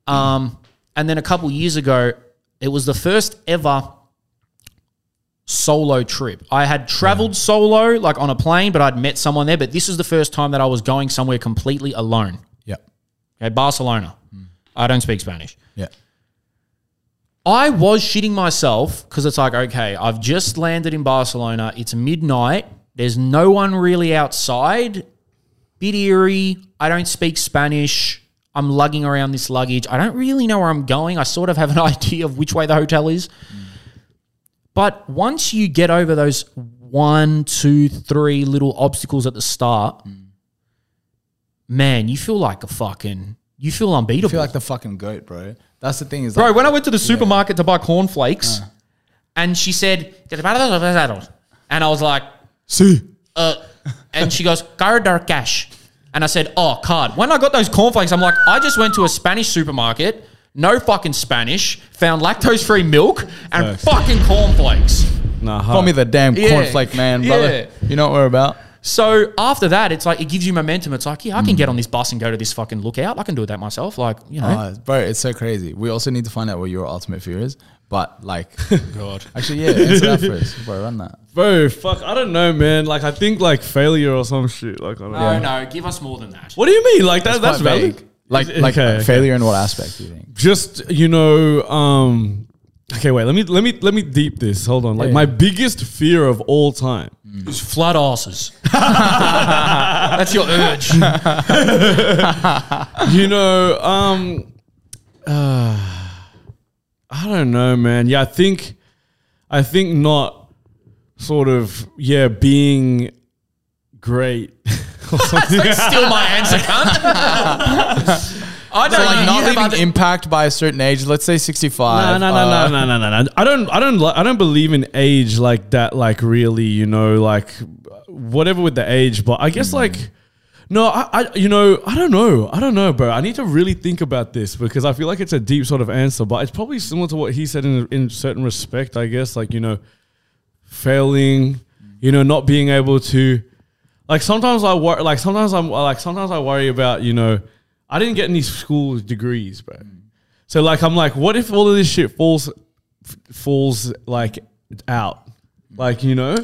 Um, and then a couple years ago, it was the first ever solo trip. I had traveled solo, like on a plane, but I'd met someone there. But this is the first time that I was going somewhere completely alone.
Yeah.
Okay, Barcelona. I don't speak Spanish.
Yeah.
I was shitting myself because it's like, okay, I've just landed in Barcelona. It's midnight. There's no one really outside. Bit eerie. I don't speak Spanish. I'm lugging around this luggage. I don't really know where I'm going. I sort of have an idea of which way the hotel is. But once you get over those one, two, three little obstacles at the start, man, you feel like a fucking, you feel unbeatable.
I feel like the fucking goat, bro. That's the thing is
Bro,
like,
when I went to the supermarket to buy cornflakes, and she said, and I was like,
see,
uh, and she goes, card or cash? And I said, oh, card. When I got those cornflakes, I'm like, I just went to a Spanish supermarket, no fucking Spanish, found lactose free milk and
Facts.
fucking cornflakes.
Nah,
call me
hard.
the damn
Yeah.
cornflake man, brother. You know what we're about.
So after that, it's like, it gives you momentum. It's like, yeah, I can get on this bus and go to this fucking lookout. I can do that myself. Like, you know.
Uh, bro, it's so crazy. We also need to find out what your ultimate fear is. But like, God, actually, yeah, answer that first. Bro, run that.
bro. Fuck, I don't know, man. Like I think like failure or some shit. Like I don't know.
no, give us more than that.
What do you mean? Like that, that's
Quite vague.
valid.
Like,
Is-
like
okay, okay.
failure in what aspect? Do you think?
Just you know. um Okay, wait. Let me let me let me deep this. Hold on. Like
Yeah.
my biggest fear of all time.
It's flood asses. That's your urge.
you know. Um. uh, I don't know, man. Yeah, I think, I think not. Sort of, yeah, being great. or something.
Still my answer, cunt. I don't
So
know,
like not
you have
leaving
other-
impact by a certain age. Let's say sixty-five.
No, no, no,
uh,
no, no, no, no, no. I don't, I don't, li- I don't believe in age like that. Like really, you know, like whatever with the age. But I guess like, no, I, I, you know, I don't know, I don't know, bro. I need to really think about this because I feel like it's a deep sort of answer, but it's probably similar to what he said in in certain respect. I guess like you know, failing, you know, not being able to. Like sometimes I worry. Like sometimes I'm like sometimes I worry about you know I didn't get any school degrees, bro. So like I'm like, what if all of this shit falls f- falls like out? Like you know,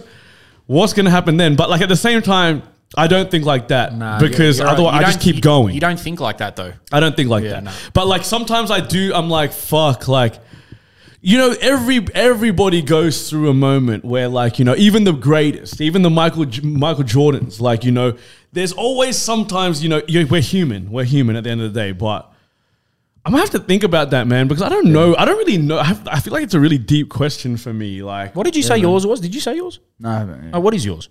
what's gonna happen then? But like at the same time, I don't think like that because
You're right.
otherwise
You
I just
don't-
keep
you-
going.
You don't think like that though.
I don't think like that.
no.
But like sometimes I do. I'm like, fuck, like. You know, every everybody goes through a moment where, like, you know, even the greatest, even the Michael J- Michael Jordans, like, you know, there's always sometimes, you know, you we're human, we're human at the end of the day. But I'm gonna have to think about that, man, because I don't know, I don't really know. I, have, I feel like it's a really deep question for me. Like,
What did you say yours was? Did you say yours?
No, I haven't. yeah.
Oh, what is yours?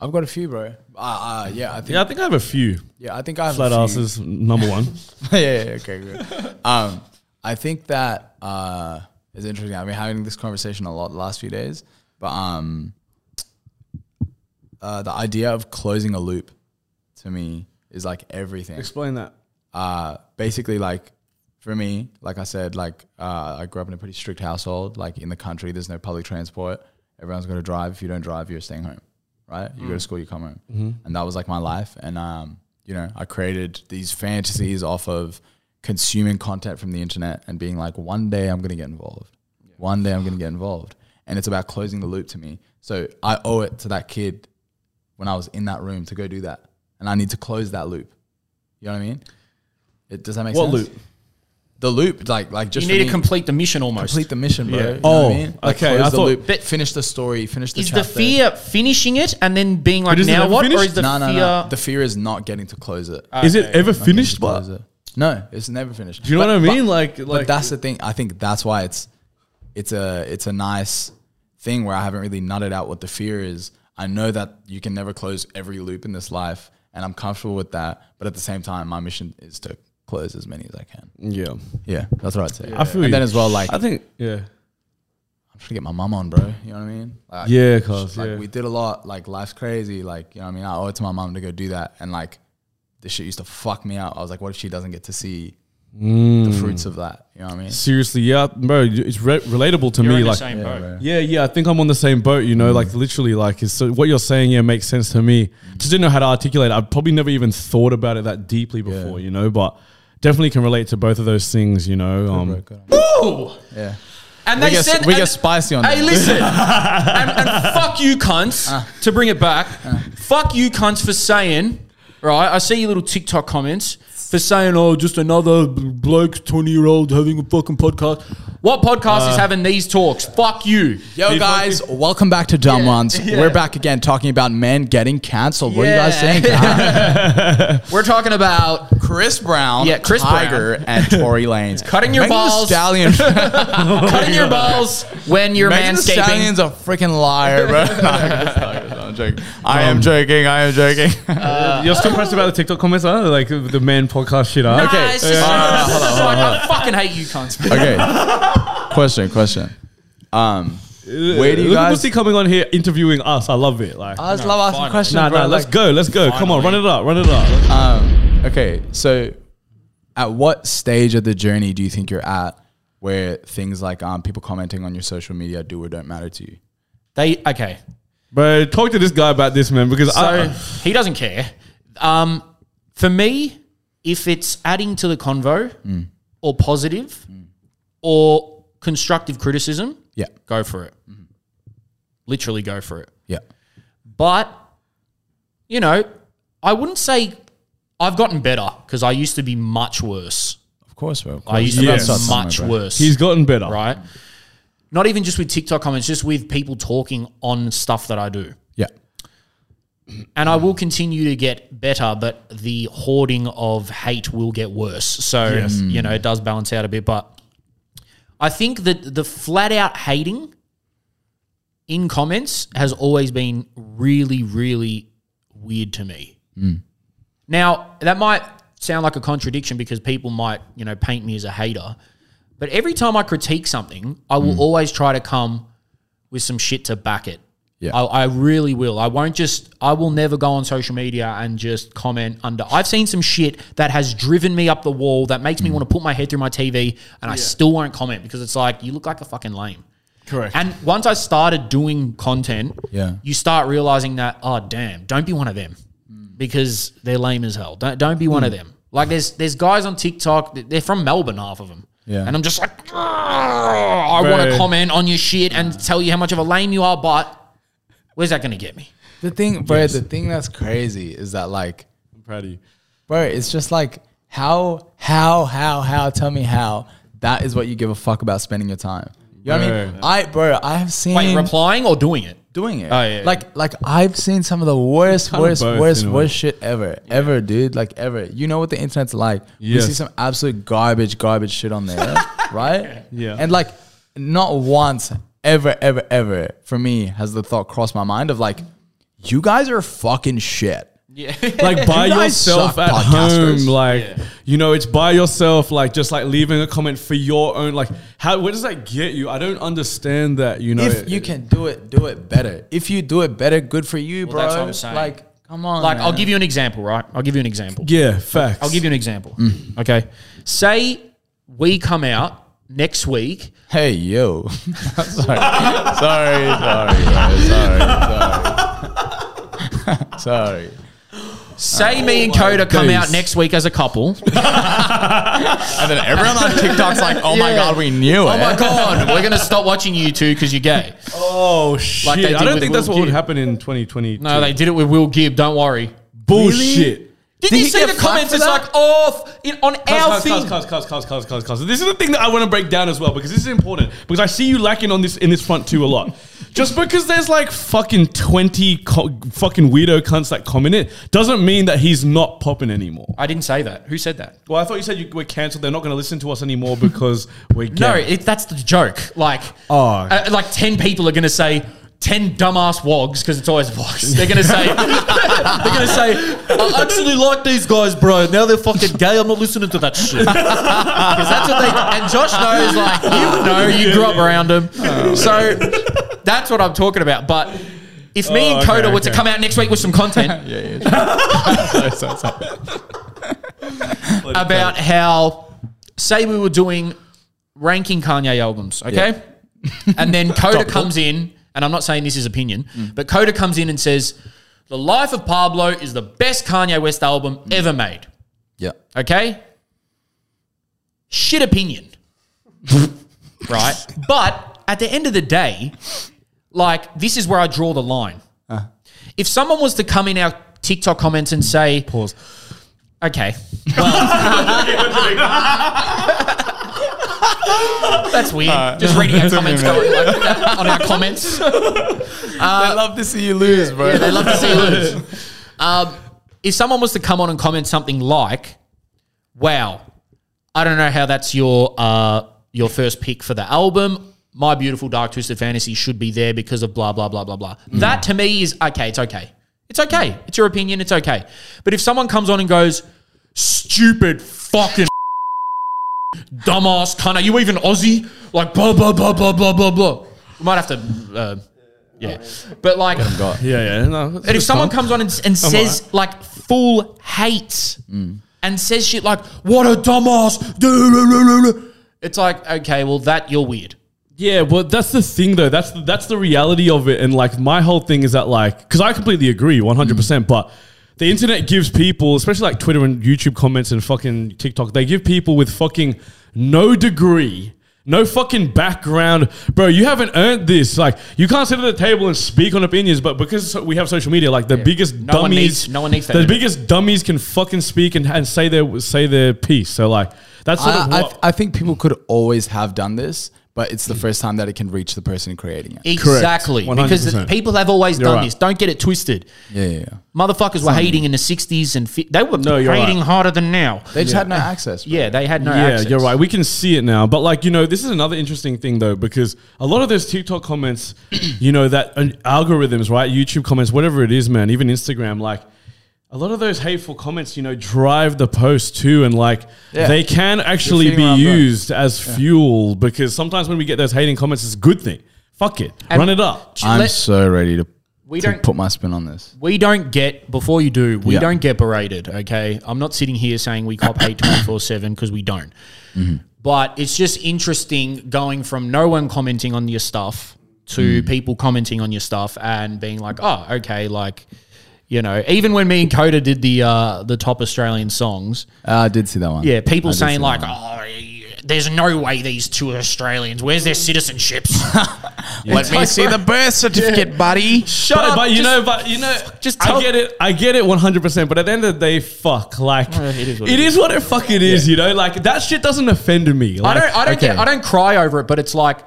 I've got a few, bro. Ah, uh, yeah, I think.
Yeah, I think I have a few.
Yeah, I think I have
Flat
a few.
ass is number one.
yeah, yeah, yeah, okay, good. Um, I think that uh, is interesting. I've been having this conversation a lot the last few days, but um, uh, the idea of closing a loop to me is like everything.
Explain that.
uh, basically like for me, like I said, like uh, I grew up in a pretty strict household. Like in the country, there's no public transport. Everyone's got to drive. If you don't drive, you're staying home, right? You go to school, you come home, and that was like my life. And um, you know, I created these fantasies off of consuming content from the internet and being like, one day I'm gonna get involved. One day I'm gonna get involved, and it's about closing the loop to me. So I owe it to that kid when I was in that room to go do that, and I need to close that loop. You know what I mean? It, does that make
What
sense?
loop?
the loop, like like just
You
for
need to
me,
complete the mission almost.
complete the mission, bro.
Yeah.
You know what
Oh,
I mean? Like,
okay,
close
I
the
thought-
loop,
But-
finish the story, finish the
is the
chapter.
fear finishing it and then being like,
But is it
now
never
what? Or
finished?
is the
no, no,
fear? Uh,
no. The fear is not getting to close it.
Is it ever finished?
Not
But
getting to close it. no, it's never finished.
do you know
But-
what I
but-
mean? Like, like
but that's the thing. I think that's why it's it's a it's a nice thing where I haven't really nutted out what the fear is. I know that you can never close every loop in this life, and I'm comfortable with that. But at the same time, my mission is to close as many as I can.
yeah.
Yeah, that's what I'd say.
I feel
and
you.
then as well, like
I think yeah,
I'm trying to get my mum on, bro. You know what I mean? Like,
Yeah, cuz,
like
yeah.
we did a lot. Like life's crazy. Like you know what I mean? I owe it to my mum to go do that. And like this shit used to fuck me out. I was like, what if she doesn't get to see
Mm.
the fruits of that? You know what I mean?
seriously, yeah, bro. It's re- relatable to
You're
me.
in the
like,
same boat.
Yeah, yeah, I think I'm on the same boat. You know,
Mm.
like literally, like it's, so what you're saying here makes sense to me. Just didn't know how to articulate. it. I probably never even thought about it that deeply before. You know, but definitely can relate to both of those things. You know, um,
Yeah.
And
We
they
get,
said,
we
and-
get spicy on
Hey,
that. Ah.
listen, and, and fuck you, cunts. to bring it back, fuck you, cunts, for saying. Right, I see your little TikTok comments for saying, "Oh, just another b- bloke, twenty-year-old having a fucking podcast." What podcast
Uh.
is having these talks? Fuck you.
Yo, guys, welcome back to Dumb Ones.
yeah.
We're back again talking about men getting canceled. What are you guys
Yeah.
saying? guys?
We're talking about
Chris Brown,
Yeah, Chris
Tiger, and Tory Lanez.
Cutting your
Megan Thee
balls.
Stallion.
cutting your balls when you're
Megan Thee
manscaping.
Stallion's a freaking liar, bro. No, I'm joking. I am joking. I am joking.
Uh, you're still pressed about the TikTok comments, huh? like the man podcast shit. Huh?
Nah, Ah, it's just like-
Uh,
it's just like, I fucking hate you, cunts.
okay. Question. Question. Um, where do you
Look at Pussy
guys?
coming on here interviewing us. I love it. Like,
I just love asking
finally.
questions,
nah,
bro.
nah, let's
Like,
go, let's go. Come on, run it up, run it up.
Um, okay, so at what stage of the journey do you think you're at where things like um, people commenting on your social media do or don't matter to you?
They okay.
Bro, talk to this guy about this man because
So
I,
he doesn't care. Um, for me, if it's adding to the convo
Mm.
or positive or constructive criticism,
Yeah,
go for it.
Mm-hmm.
Literally go for it.
yeah,
But, you know, I wouldn't say I've gotten better because I used to be much worse.
of course, bro. Of
I
course.
used to
Yes.
be
Start
somewhere,
much
bro.
worse.
he's gotten better.
right? Not even just with TikTok comments, just with people talking on stuff that I do.
Yeah,
and I will continue to get better, but the hoarding of hate will get worse. So you know it does balance out a bit, but I think that the flat out hating in comments has always been really, really weird to me. Now that might sound like a contradiction because people might you know paint me as a hater, but every time I critique something, I
Mm.
will always try to come with some shit to back it.
Yeah.
I, I really will. I won't just. I will never go on social media and just comment under. I've seen some shit that has driven me up the wall that makes me
Mm.
want to put my head through my TV, and I still won't comment because it's like you look like a fucking lame.
Correct.
And once I started doing content,
Yeah.
you start realizing that oh damn, don't be one of them
Hmm.
because they're lame as hell. Don't don't be one of them. Like there's there's guys on TikTok, th- they're from Melbourne, half of them.
Yeah.
And I'm just like, "Grr, I want to
Bro. Hmm.
comment on your shit and tell you how much of a lame you are, but where's that going to get me?
the thing, bro. The thing that's crazy is that like,
I'm proud of you.
bro, it's just like how, how, how, how. Tell me how. That is what you give a fuck about spending your time. You know what I mean?
Bro.
I, bro, I have seen.
Wait, replying or doing it?
doing it.
Oh, yeah, yeah.
Like like I've seen some of the worst,
Kind of
worst,
both,
worst,
in a way.
worst shit ever, ever, dude. Like ever. You know what the internet's like.
Yes.
We see some absolute garbage, garbage shit on there, right?
Yeah.
And like, not once, ever, ever, ever, for me has the thought crossed my mind of like, you guys are fucking shit.
like by
You guys
yourself
suck,
at home
podcasters.
like you know it's by yourself like just like leaving a comment for your own like how where does that get you i don't understand that you know
if you can do it, do it better. If you do it better, good for you, bro.
that's what I'm saying.
Like, come on.
Like, I'll
man.
give you an example, right? I'll give you an example.
Oh, yeah facts Hmm.
I'll give you an example. Okay. Say we come out next week
Hey yo. sorry. sorry, sorry, bro. sorry, sorry. sorry.
Say me and Coda come
days.
out next week as a couple.
And then everyone on TikTok's like, oh my
Yeah.
god, we knew it.
Oh my god, we're gonna stop watching you two because you're gay.
oh shit
they did
i don't
with
think that's
Will
what would
Gibb.
happen in 2020
No, they did it with Will Gibb. Don't worry.
bullshit
Did,
Did
you
he
see
get
the
flack
comments?
for
It's
that?
like, oh, in, on our
Cuz,
thing.
cuz, cuz, cuz, cuz, cuz, cuz, cuz. This is the thing that I want to break down as well because this is important because I see you lacking on this in this front too a lot. Just because there's like fucking 20 co- fucking weirdo cunts that comment it doesn't mean that he's not popping anymore.
I didn't say that. Who said that?
Well, I thought you said you were cancelled. They're not going to listen to us anymore because we're gay.
No, it, that's the joke. Like,
Oh.
uh, like ten people are going to say. 10 dumbass wogs because it's always wogs. They're going to say, they're going to say, I actually like these guys, bro. Now they're fucking gay. I'm not listening to that shit. Because that's what they, and Josh knows, like, you would know, you grew up around them.
Oh,
So that's what I'm talking about. But if me
Oh,
and Coda
okay,
were to
okay.
come out next week with some content, about how, say, we were doing ranking Kanye albums, okay? And then Coda comes in, and I'm not saying this is opinion, but Coda comes in and says, The Life of Pablo is the best Kanye West album
Mm.
ever made,
yeah.
okay? Shit opinion, right? But at the end of the day, like, this is where I draw the line. If someone was to come in our TikTok comments and say,
Pause.
Okay. Well, that's weird. Just reading our comments going like that on our comments.
I love to see you lose, bro.
They love to see you lose. Um, if someone was to come on and comment something like, "Wow, I don't know how that's your uh, your first pick for the album." My beautiful dark twisted fantasy should be there because of blah blah blah blah blah. That to me is okay. It's okay. It's okay. It's your opinion. It's okay. But if someone comes on and goes, "Stupid fucking dumbass cunt, are you even Aussie?" Like blah blah blah blah blah blah blah. We might have to, uh, yeah. But like,
Yeah, yeah. No,
and if someone comes on and, and says like full hate
Mm.
and says shit like "What a dumbass," it's like okay, well that you're weird.
Yeah, well, that's the thing though. That's that's the reality of it. And like my whole thing is that like, because I completely agree, one hundred
Mm.
percent. But the internet gives people, especially like Twitter and YouTube comments and fucking TikTok, they give people with fucking no degree. No fucking background, bro. You haven't earned this. Like, you can't sit at the table and speak on opinions, but because we have social media, like the biggest
No one
dummies,
needs- no one needs that
the
anymore.
biggest dummies can fucking speak and, and say their say their piece. So like, that's sort of
I,
what,
I, I think people could always have done this, but it's the first time that it can reach the person creating it.
Exactly, because the
100%.
people have always
You're
done
right.
this. Don't get it twisted.
Yeah, yeah, yeah.
Motherfuckers were hating in the '60s and fi- they were
No, you're
hating
right.
harder than now.
They just had no access. Bro.
Yeah, they had no.
yeah,
access.
you're right. We can see it now. But like, you know, this is another interesting thing though, because a lot of those TikTok comments, you know, that uh, algorithms, right? YouTube comments, whatever it is, man, even Instagram, like a lot of those hateful comments, you know, drive the post too. And like,
Yeah.
they can actually
seeing
be
where I'm going.
used as fuel because sometimes when we get those hating comments, it's a good thing. Fuck it.
And-
Run it up.
J-
I'm
let-
so ready to,
We
to
don't-
put my spin on this.
We don't get before you do. We
Yeah.
don't get berated. Okay, I'm not sitting here saying we cop hate 24 seven because we don't.
Mm-hmm.
But it's just interesting going from no one commenting on your stuff to
Mm.
people commenting on your stuff and being like, oh, okay, like. You know, even when me and Coda did the uh, the top Australian songs,
Uh, I did see that one.
yeah, people
I did see
saying
that
like,
one.
"Oh, there's no way these two are Australians. Where's their citizenships?" Let me see the
birth certificate, buddy.
Shut but, But you know, but you know,
just
just
tell-
I get it. I get it 100%. But at the end of the day, fuck. Like, it
it is
is
what
what
it
it, is. fucking is, you know? Like, that shit doesn't offend me.
I
Like,
don't. I don't
okay.
get. I don't cry over it, but it's like.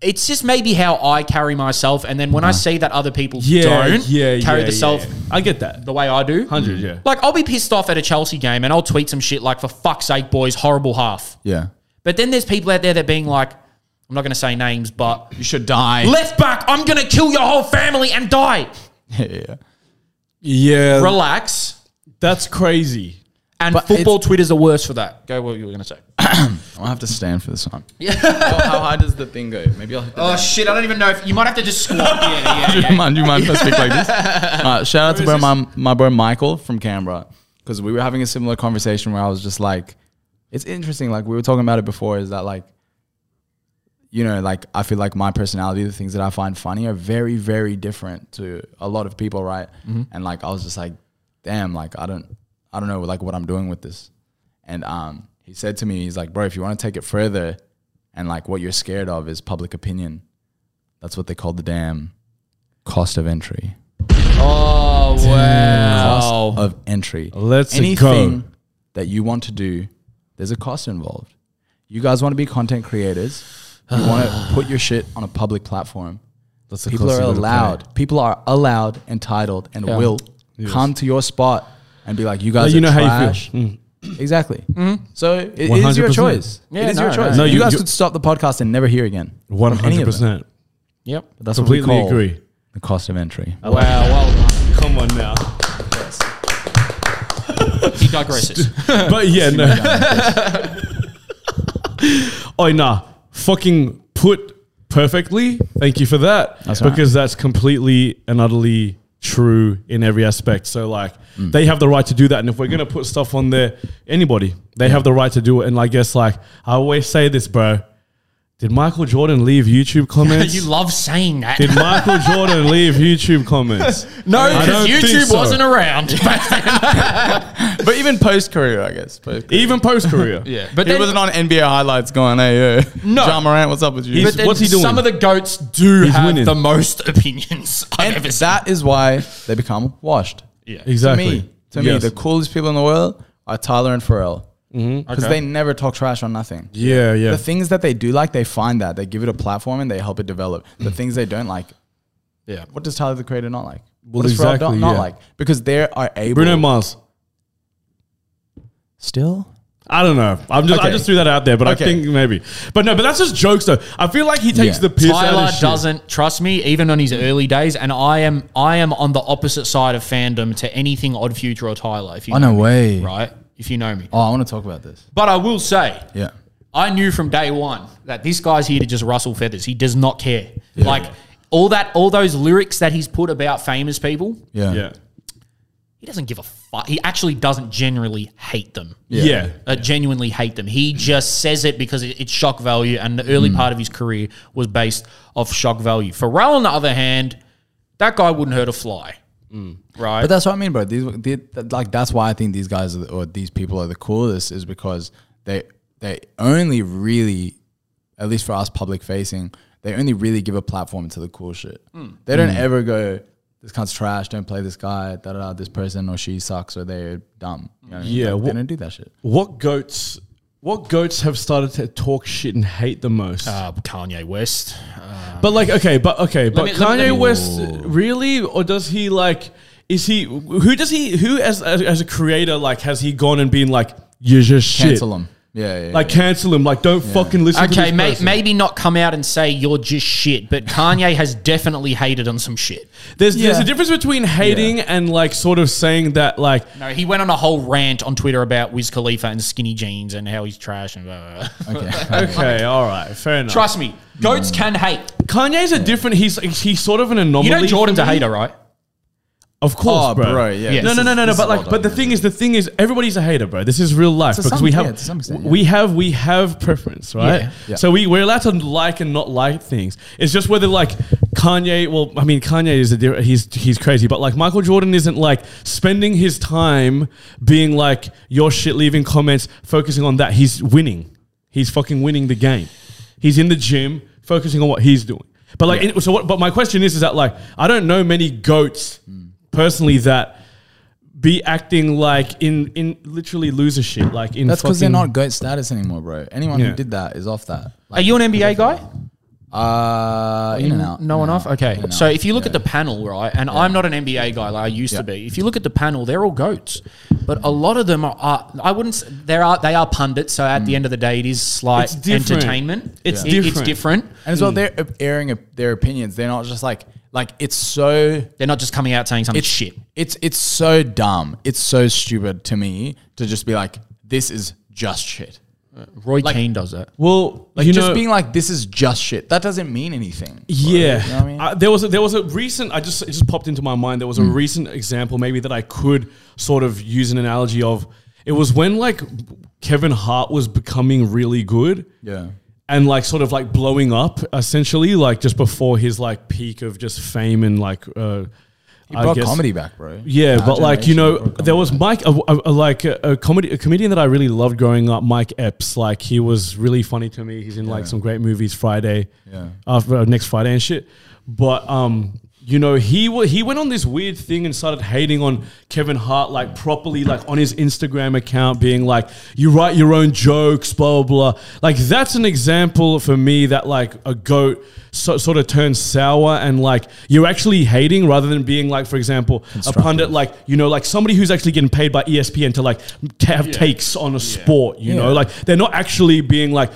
It's just maybe how I carry myself, and then when
Uh-huh.
I see that other people don't carry the self
I get that. Mm.
the way I do,
100, yeah.
Like I'll be pissed off at a Chelsea game, and I'll tweet some shit like, "For fuck's sake, boys, horrible half."
Yeah.
But then there's people out there that being like, "I'm not going to say names, but
You should die.
left back, I'm going to kill your whole family and die."
yeah, yeah.
Yeah.
Relax.
that's crazy.
And
But
football
it's-
Twitter's the worst for that. Go what you were going to say.
I'll have to stand for this one. Yeah. how, how high does the thing go? Maybe I'll hit the
Oh shit! I don't even know if you might have to just squat. yeah, yeah, yeah.
do you mind, do you mind if I speak like this? Uh, shout out to bro, my, my bro Michael from Canberra because we were having a similar conversation where I was just like, it's interesting. Like we were talking about it before, is that like, you know, like I feel like my personality, the things that I find funny, are very, very different to a lot of people, right?
Mm-hmm.
And like I was just like, damn, like I don't, I don't know, like what I'm doing with this. And um, he said to me, he's like, bro, if you want to take it further, and like what you're scared of is public opinion. That's what they call the damn cost of entry.
Oh Wow.
Cost of entry.
Let's go.
Anything that you want to do, there's a cost involved. You guys want to be content creators. You want to put your shit on a public platform.
That's the
People
cost
are
you gotta pay.
allowed. People are allowed, entitled, and will come to your spot and be like, "You guys,
Let you
are
know how you feel. Mm.
trash. Exactly. So it- it is your
100%.
choice. it is
no,
your
no,
choice.
no,
you,
you-
guys
you-
could stop the podcast and never hear again.
One
from any
hundred
of it.
percent.
Yep.
That's what we
Completely
call
agree.
The cost of entry.
Wow. Well done.
Come on now.
He digresses.
but yeah, no. oh nah, fucking put perfectly. Thank you for that
That's all right.
because that's completely and utterly true in every aspect. So like,
Mm.
they have the right to do that, and if we're gonna put stuff on there, anybody they have the right to do it. And I guess like I always say this, bro. Did Michael Jordan leave YouTube comments?
you love saying that.
Did Michael Jordan leave YouTube comments?
no,
I
because
don't think
YouTube
so.
wasn't around.
But even post career, I guess.
Even post career.
yeah. But
he
then,
wasn't on NBA highlights going, hey, yeah.
No.
John Morant, what's up with you?
but then
what's he doing?
some of the goats do
He's
have
winning.
the most opinions I've
and
ever seen.
that is why they become washed.
Exactly.
To me, to
Yes.
me, the coolest people in the world are Tyler and Pharrell because they never talk trash on nothing.
yeah, yeah.
The things that they do like, they find that they give it a platform and they help it develop.
Mm.
The things they don't like,
Yeah.
what does Tyler the Creator not like?
Well,
what does Pharrell
exactly,
don't, not
yeah.
like? Because they are able
Bruno Mars.
still.
I don't know. I'm just I
Okay.
just threw that out there, but
Okay.
I think maybe. But no, but that's just jokes though. I feel like he takes
Yeah.
the piss out
Tyler
of shit.
doesn't trust me, even on his early days, and I am I am on the opposite side of fandom to anything Odd Future or Tyler. If you
Oh
know
no way!
me, right? If you know me,
Oh, I want to talk about this.
but I will say,
Yeah.
I knew from day one that this guy's here to just rustle feathers. He does not care. Like all that, all those lyrics that he's put about famous people,
Yeah.
Yeah.
he doesn't give a fuck. He actually doesn't generally hate them.
Yeah.
Uh, genuinely hate them. He just says it because it, it's shock value, and the early part of his career was based off shock value. Pharrell, on the other hand, that guy wouldn't hurt a fly, right?
But that's what I mean, bro. These the- th- like that's why I think these guys are the, or these people are the coolest is because they they only really, at least for us public facing, they only really give a platform to the cool shit.
Hmm.
They don't ever go this cunt's trash. Don't play this guy. Da da da. This person or she sucks or they're dumb. You know what I mean?
Yeah,
Like,
wha-
they don't do that shit.
What goats what goats have started to talk shit and hate the most?
uh, Kanye West.
Ah. but like okay, but okay, but
me-
Kanye
let me- let me-
West really or does he like is he who does he who as as, as a creator like has he gone and been like you're just shit.
Cancel them. Yeah, yeah.
Like cancel him. Like don't fucking listen to
Okay,
this
may,
person.
maybe not come out and say you're just shit, but Kanye has definitely hated on some shit.
There's there's
Yeah.
a difference between hating and like sort of saying that like
No, he went on a whole rant on Twitter about Wiz Khalifa and skinny jeans and how he's trash and blah, blah, blah.
yeah. okay.
okay, all right, fair enough.
Trust me, goats can hate.
Kanye's a different. He's he's sort of an anomaly.
You know Jordan's
for
a
me.
hater, right?
of course,
Oh,
bro.
bro, yeah,
Yeah.
No,
this
no, no,
is-
no, no.
this
But like,
is well done,
but the thing is, the thing is, everybody's a hater, bro. This is real life
To
because
some-
we
yeah,
have
to some extent, yeah.
we have we have preference, right?
Yeah.
Yeah.
So we we're allowed to like and not like things. It's just whether like Kanye. Well, I mean, Kanye is a di- he's he's crazy, but like Michael Jordan isn't like spending his time being like your shit, leaving comments, focusing on that. He's winning. He's fucking winning the game. He's in the gym focusing on what he's doing. But like, in- so what? But my question is, is that like I don't know many goats personally that be acting like in in literally loser shit. Like in
That's because they're
fucking-
not goat status anymore, bro. Anyone
Yeah.
who did that is off that.
Are
Like,
you an NBA guy?
uh, in and out.
No one off? Okay.
In and
So
out.
if you look at the panel, right, and I'm not an NBA guy like I used to be. If you look at the panel, they're all goats. But a lot of them are, are I wouldn't s- there are they are pundits, so at the end of the day it is
It's
slight
different.
entertainment.
It's
It-
different.
It's different.
And
Hmm.
as well, they're airing op- their opinions. They're not just like like it's so
They're not just coming out saying something
it's
shit.
It's it's so dumb. It's so stupid to me to just be like this is just shit.
Roy Keane does that.
well,
Like
you
just
know,
being like this is just shit. That doesn't mean anything.
Yeah,
know what I mean? Mm.
Uh, there was a, there was a recent. I just it just popped into my mind. There was a recent example, maybe that I could sort of use an analogy of. It was when like Kevin Hart was becoming really good,
Yeah.
and like sort of like blowing up essentially, like just before his like peak of just fame and like. Uh,
He brought comedy back, bro.
yeah,
Our
but like you
generation
know,
brought comedy
there was
back.
Mike, a, a, a- like a, a comedy, a comedian that I really loved growing up, Mike Epps. Like he was really funny to me. He's in like some great movies, uh, Friday,
Yeah.
after uh, next Friday and shit. But um, you know, he wa he went on this weird thing and started hating on Kevin Hart like properly, like on his Instagram account, being like, "You write your own jokes, blah blah." blah. Like that's an example for me that like a goat so, sort of turns sour and like you're actually hating rather than being like, for example, a pundit like you know like somebody who's actually getting paid by E ESPN to like t- have takes on a sport. You know, like they're not actually being like.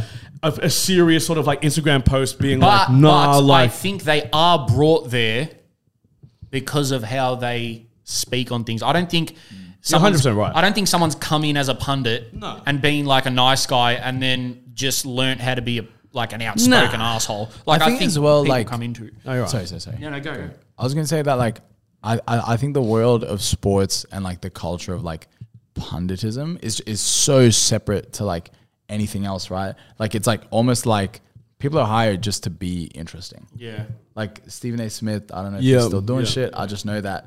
A, a serious sort of like Instagram post being
But,
like, nah,
but
like,
I think they are brought there because of how they speak on things. I don't think. someone's-
100% right.
I don't think someone's come in as a pundit and being like a nice guy and then just learnt how to be a, like an outspoken asshole. Like I think,
think as well,
people
like-
come into.
Sorry, sorry, sorry.
Yeah, no, go.
I was gonna say that like I, I I think the world of sports and like the culture of like punditism is is so separate to like anything else, right? Like it's like almost like people are hired just to be interesting.
Yeah.
Like Stephen A. Smith, I don't know if
Yeah,
he's still doing
yeah.
shit. I just know that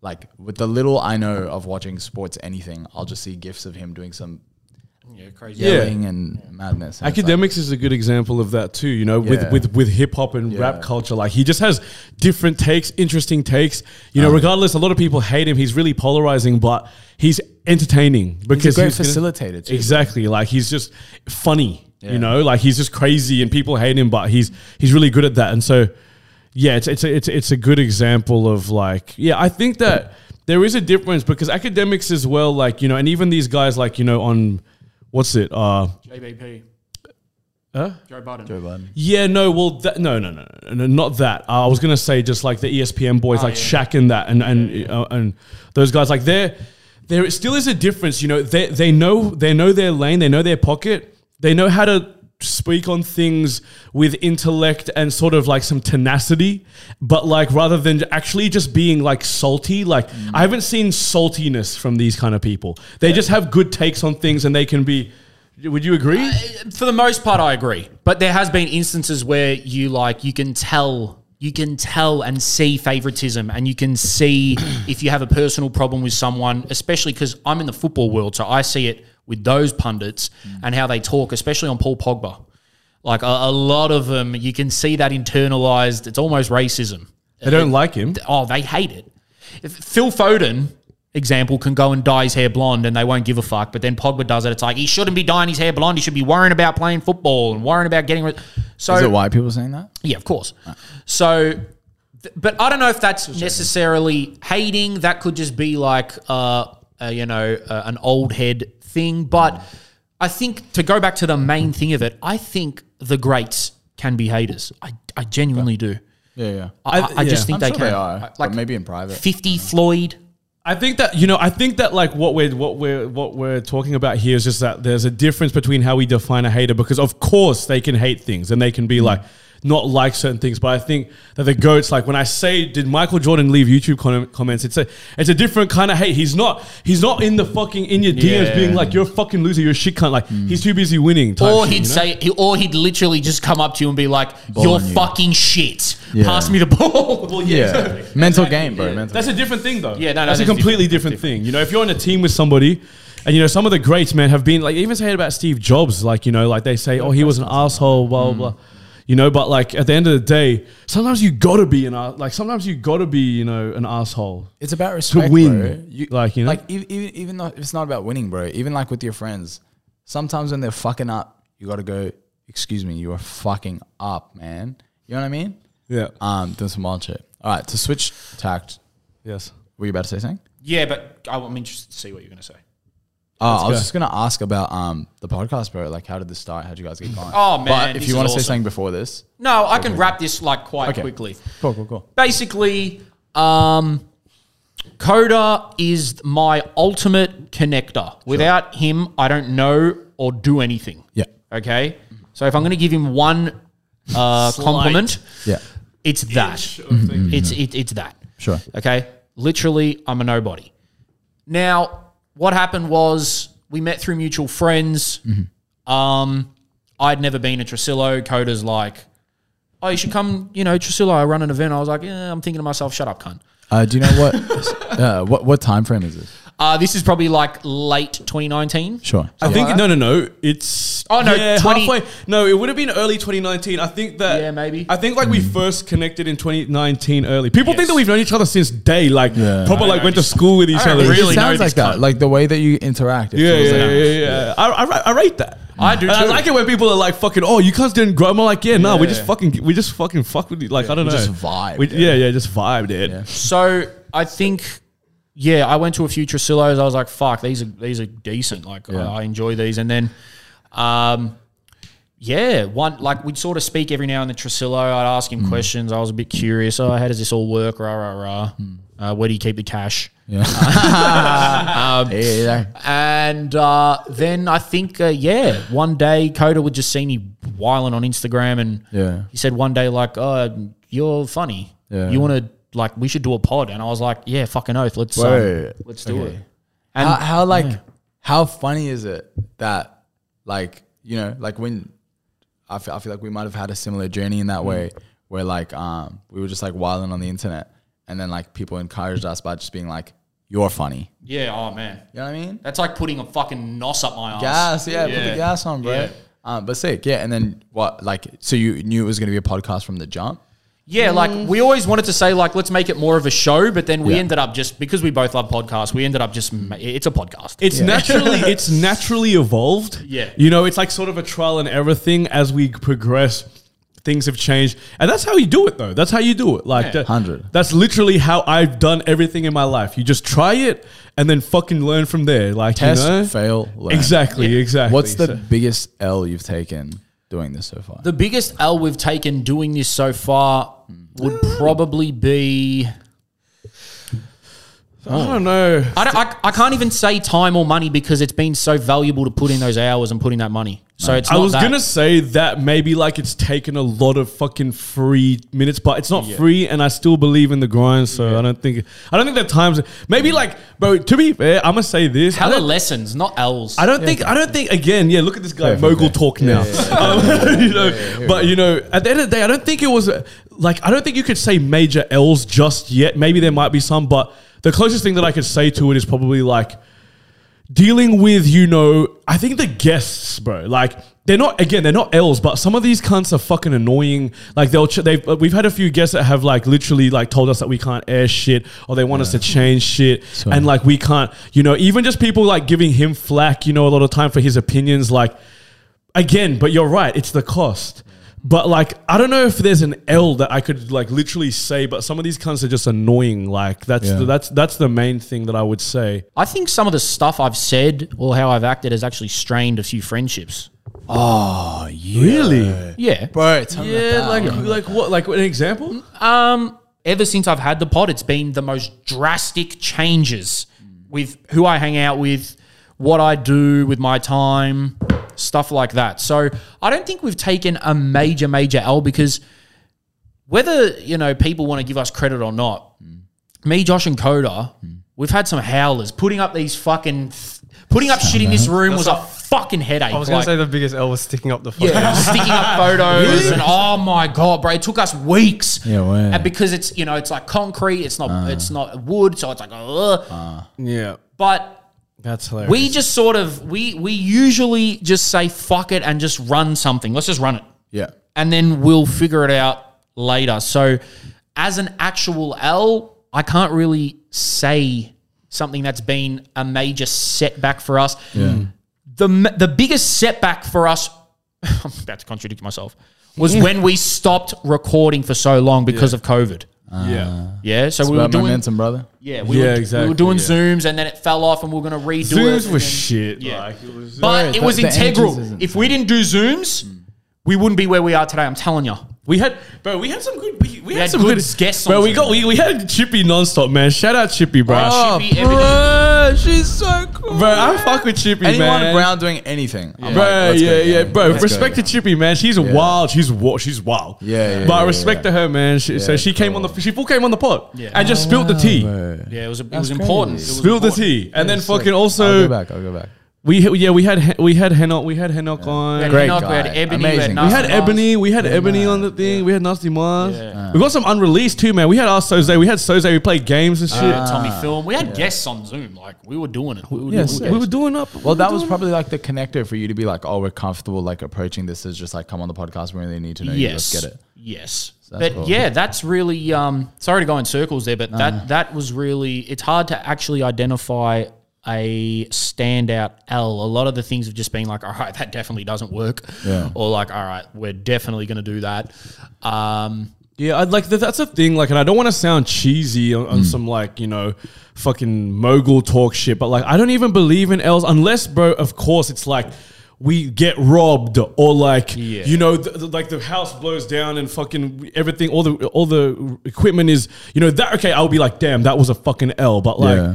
like with the little I know of watching sports anything, I'll just see gifs of him doing some
Yeah, crazy.
yelling and madness. And it's like-
Academics is a good example of that too. You know,
Yeah.
with with with hip hop and rap
Yeah.
culture, like he just has different takes, interesting takes. You
Uh-huh.
know, regardless, a lot of people hate him. He's really polarizing, but he's entertaining because
great
gonna-
facilitator too.
Exactly, like he's just funny. You
Yeah.
know, like he's just crazy, and people hate him, but he's he's really good at that. And so, yeah, it's it's a, it's it's a good example of like, yeah, I think that there is a difference because academics as well, like you know, and even these guys, like you know, on what's it, uh,
JBP. Huh? Joe Biden.
yeah, no, well, that, no, no, no, no, no, not that. Uh, I was gonna say just like the E ESPN boys, like Shaq and that, and and Uh, and those guys, like there, there still is a difference. You know, they they know they know their lane, they know their pocket, they know how to speak on things with intellect and sort of like some tenacity, but like rather than actually just being like salty, like I haven't seen saltiness from these kind of people. They just have good takes on things, and they can be. Would you agree?
for the most part, I agree. But there has been instances where you like you can tell, you can tell and see favoritism, and you can see if you have a personal problem with someone, especially because I'm in the football world, so I see it with those pundits and how they talk, especially on Paul Pogba. Like a, a lot of them, you can see that internalized. It's almost racism.
they don't like him.
Oh, they hate it. If Phil Foden, example, can go and dye his hair blonde and they won't give a fuck. But then Pogba does it. It's like he shouldn't be dyeing his hair blonde. He should be worrying about playing football and worrying about getting. Rid- so
Is it white people saying that?
yeah, of course. So, th- but I don't know if that's necessarily hating. That could just be like, uh, uh, you know, uh, an old head thing. But I think to go back to the main thing of it, I think the greats can be haters. I, I genuinely do.
Yeah, yeah.
I, I
yeah.
just think
I'm
they
sure
can.
they are,
Like
but maybe in private.
50 Floyd.
I think that you know, I think that like what we're what we're what we're talking about here is just that there's a difference between how we define a hater because of course they can hate things and they can
Mm.
be like not like certain things, but I think that the goats like when I say did Michael Jordan leave YouTube com- comments, it's a it's a different kind of hate. He's not he's not in the fucking in your DMs being like you're a fucking loser, you're a shit cunt. Like he's too busy winning. Type
Mm. Or
shit,
he'd
you know?
say, he- or he'd literally just come up to you and be like, "You're
on you."
fucking shit.
Yeah.
Pass me the ball." well,
Yeah, mental game, bro. Mental.
That's a different thing, though.
Yeah, no, no,
that's a
that's
completely different,
different,
thing. You know, if you're on a team with somebody, and you know, some of the greats, man, have been like even saying about Steve Jobs, like you know, like they say, oh, he was an asshole, blah blah. blah. You know, but like at the end of the day, sometimes you gotta be an ar- like sometimes you gotta be you know an asshole.
It's about respect,
win.
bro. You,
Like, you know?
like even even, even though it's not about winning, bro. Even like with your friends, sometimes when they're fucking up, you got to go. Excuse me, you are fucking up, man. You know what I mean?
Yeah.
Um, doing some wild shit. All right, to switch tact.
Yes.
Were you about to say something?
yeah, but I- I'm interested to see what you're going to say.
Oh, I was
go.
just gonna ask about um the podcast, bro. Like, how did this start? How would you guys get going?
Oh, man,
But
this
if you
is
want to
awesome.
say something before this,
No, I can wrap this like quite
Okay.
quickly.
cool, cool, cool.
Basically, um, Coda is my ultimate connector. Without him, I don't know or do anything.
Yeah,
Okay. So if I'm going to give him one uh, compliment,
yeah,
it's that. It's
Mm-hmm.
it, it's that.
sure.
Okay. Literally, I'm a nobody. Now, what happened was we met through mutual friends. Um, I'd never been at Tresillo. Coda's like, oh, you should come, you know, Tresillo, I run an event. I was like, yeah, I'm thinking to myself, shut up, cunt.
Uh, do you know what? uh, what what time frame is this?
Uh, this is probably like late 2019.
Sure.
I think no, no, no. It's
Oh, no,
yeah,
20
halfway. No, it would have been early 2019. I think that
Yeah, maybe.
I think like we
Mm.
first connected in 2019 early. People think
Yes.
that we've known each other since day, like proper, like went to school with each
don't
other.
really
it
know
sounds
this
like that.
cunt.
Like the way that you interact. it
Yeah,
feels
yeah,
like- "Ah,
yeah, yeah, yeah. I, I, ri- I rate that.
I do
And I
too.
like it when people are like, "Fucking, oh, you guys didn't grow." I'm like, "Yeah, no, we just fucking, we just fucking fuck with you." Like, I don't
we
know,
just vibe,
We- yeah,
yeah.
yeah, just vibe, dude.
So I think, yeah, I went to a few Trasillos. I was like, fuck, these are these are decent. Like I, I enjoy these. And then, um, yeah, one like we'd sort of speak every now and then Trasillo. I'd ask him
Hmm.
questions. I was a bit curious. Oh, how does this all work? Rah rah rah.
Hmm.
Uh, where do you keep the cash?
Yeah, yeah, yeah.
And uh, then I think, uh, yeah, one day Coda would just see me whiling on Instagram, and
Yeah.
he said one day like, "Oh, you're funny.
Yeah.
You want to like, we should do a pod." And I was like, "Yeah, fucking oath, let's um,
Word.
let's do
Okay.
it."
how, how like how funny is it that like you know like when I feel, I feel like we might have had a similar journey in that way where like um we were just like wilding on the internet and then like people encouraged us by just being like you're funny
Yeah. Oh man,
you know what I mean
that's like putting a fucking nos up my ass.
gas yeah, put
Yeah.
the gas on bro
Yeah.
um but sick yeah and then what like so you knew it was gonna be a podcast from the jump
Yeah, like we always wanted to say like let's make it more of a show, but then we ended up just because we both love podcasts, we ended up just ma- it's a podcast.
It's naturally it's naturally evolved.
Yeah.
You know, it's like sort of a trial and error thing as we progress. Things have changed, and that's how you do it, though. That's how you do it. Like, that-
100.
That's literally how I've done everything in my life. You just try it, and then fucking learn from there. Like,
test
you know,
fail learn.
exactly, exactly.
what's the
So-
biggest L you've taken doing this so far
The biggest L we've taken doing this so far would probably be
Oh.
I don't know.
I, don't, I, I can't even say time or money because it's been so valuable to put in those hours and put in that money. So it's
I
not
was
that.
gonna say that maybe like it's taken a lot of fucking free minutes, but it's not free, and I still believe in the grind. So I don't think I don't think that times maybe like bro. To be fair, I'm gonna say this. I
hella
don't,
lessons, not L's.
I don't think I don't think again. Yeah, look at this guy mogul talk now. Um, you know, but you know, at the end of the day, I don't think it was uh, like I don't think you could say major L's just yet. Maybe there might be some, but the closest thing that I could say to it is probably like dealing with, you know, I think the guests, bro. Like they're not again, they're not L's, but some of these cunts are fucking annoying. Like they'll ch- they've we've had a few guests that have like literally like told us that we can't air shit or they want us to change shit and like we can't, you know, even just people like giving him flack, you know, a lot of time for his opinions like again, but you're right, it's the cost. But like I don't know if there's an L that I could like literally say, but some of these cunts are just annoying. Like that's
Yeah.
the, that's that's the main thing that I would say.
I think some of the stuff I've said or how I've acted has actually strained a few friendships.
Really?
Yeah.
bro tell me about
Yeah,
that.
like like what? Like an example?
Um, ever since I've had the pod, it's been the most drastic changes with who I hang out with, what I do with my time, stuff like that. So I don't think we've taken a major, major L because whether, you know, people want to give us credit or not, me, Josh, and Coda, we've had some howlers. Putting up these fucking, putting up shit in this room was a fucking headache.
I was gonna
Like,
say the biggest L was sticking up the phone.
yeah, sticking up photos and oh my god, bro, it took us weeks.
Yeah, wow. Ah.
and because it's you know it's like concrete, it's not it's not wood, so it's like ugh.
yeah.
But
That's hilarious.
we just sort of we we usually just say fuck it and just run something. Let's just run it,
yeah
and then we'll figure it out later. So as an actual L, I can't really say something that's been a major setback for us
Mm.
the the biggest setback for us. I'm about to contradict myself. Was when we stopped recording for so long because of COVID.
yeah.
Yeah, so we were
about
doing
momentum brother
yeah, we,
Yeah,
were, we
exactly,
were doing
yeah.
zooms and then it fell off and we were are gonna redo it.
Zooms
and
were
then-
shit.
Yeah.
Like it was.
but it
the-
was
the energies
integral.
isn't
If we didn't do zooms, we wouldn't be where we are today. I'm telling you.
we had, bro. We had some good. We, we, had,
had
some
good
good,
guests
Bro,
on
we
some-
got we, we had Chippy nonstop, man. Shout out Chippy, bro.
Oh, Chippy, everything.
bro, she's so cool.
bro, I fuck with Chippy,
Anyone
man.
Brown doing anything? I'm
Bro,
like, let's
yeah,
go,
yeah, bro.
Let's go,
respect to Chippy, man. She's wild. She's wild. She's wild.
Yeah, yeah,
But
yeah,
respect
yeah.
to her, man. She, so
Yeah, Ah,
she came on the. She full came on the pot
Yeah.
and just spilled the tea.
Bro.
Yeah, it was it was important. It was
Spilled the
important.
tea, and then
Sick.
fucking
I'll
also
go back. I'll go back.
we yeah we had Hen- we had Henok we had Henok on.
had
Great
Enoch, we had
guy.
Ebony,
Amazing.
we
We
had,
We had
Nasty Nas.
Ebony. We had Ebony on the thing. We had Nasty Mars. We got some unreleased too, man. We had our Soze. We had Soze. We played games and shit.
Uh, Tommy Film. We had guests on Zoom. Like we were doing it. We were
yes,
doing
we were doing up.
Well, that was probably like the connector for you to be like, oh, we're comfortable like approaching this as just like come on the podcast. We really need to know you. Let's
yes,
get it.
Yes,
that's
but
cool.
yeah, that's really. Um, sorry to go in circles there, but that that was really. It's hard to actually identify a standout L. A lot of the things have just been like, all right, that definitely doesn't work,
Yeah.
or like, all right, we're definitely going to do that. Um,
Yeah, I'd like that, that's a thing. Like, and I don't want to sound cheesy on,
Mm.
on some like you know fucking mogul talk shit, but like I don't even believe in L's unless, bro. Of course, it's like we get robbed or like
Yeah.
you know th- th- like the house blows down and fucking everything all the all the equipment is you know that okay i'll be like damn that was a fucking l but like
Yeah.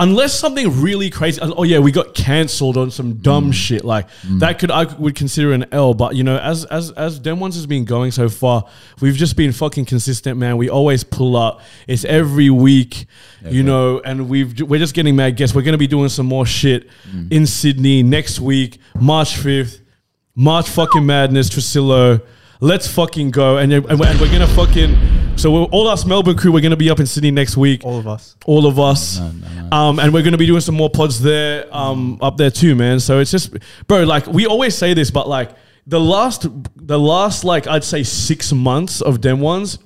unless something really crazy oh yeah we got cancelled on some dumb shit like that could i would consider an l but you know as as as dem ones has been going so far we've just been fucking consistent man we always pull up it's every week you know and we've ju- we're just getting mad guests we're going to be doing some more shit in sydney next week march 5th march fucking madness Trussillo. let's fucking go and, and we're, and we're gonna fucking so we're, all us melbourne crew we're gonna be up in sydney next week
All of us.
all of us. Um, and we're going to be doing some more pods there, um, up there too, man. So it's just, bro, like we always say this, but like the last, the last, like I'd say six months of Dem ones,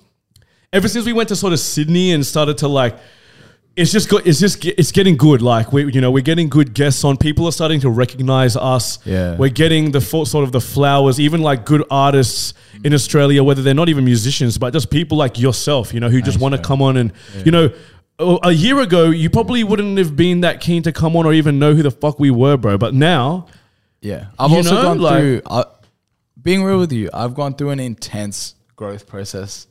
ever since we went to sort of Sydney and started to like, it's just got, it's just, it's getting good. Like we, you know, we're getting good guests on. People are starting to recognize us.
Yeah.
We're getting the full, sort of the flowers, even like good artists in Australia, whether they're not even musicians, but just people like yourself, you know, who just want to come on and, you know, a a year ago, you probably wouldn't have been that keen to come on or even know who the fuck we were, bro. But now,
Yeah. I've
You
also
know,
gone
like-
through, I, being real with you, I've gone through an intense growth process,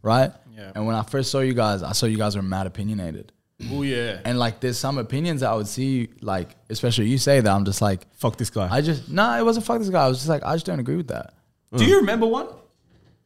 right? Yeah. And when I first saw you guys, I saw you guys were mad opinionated.
oh yeah,
And like, there's some opinions I would see, like, especially you say that I'm just like,
fuck this guy.
I just, no, it wasn't fuck this guy. I was just like, I just don't agree with that.
do you remember one?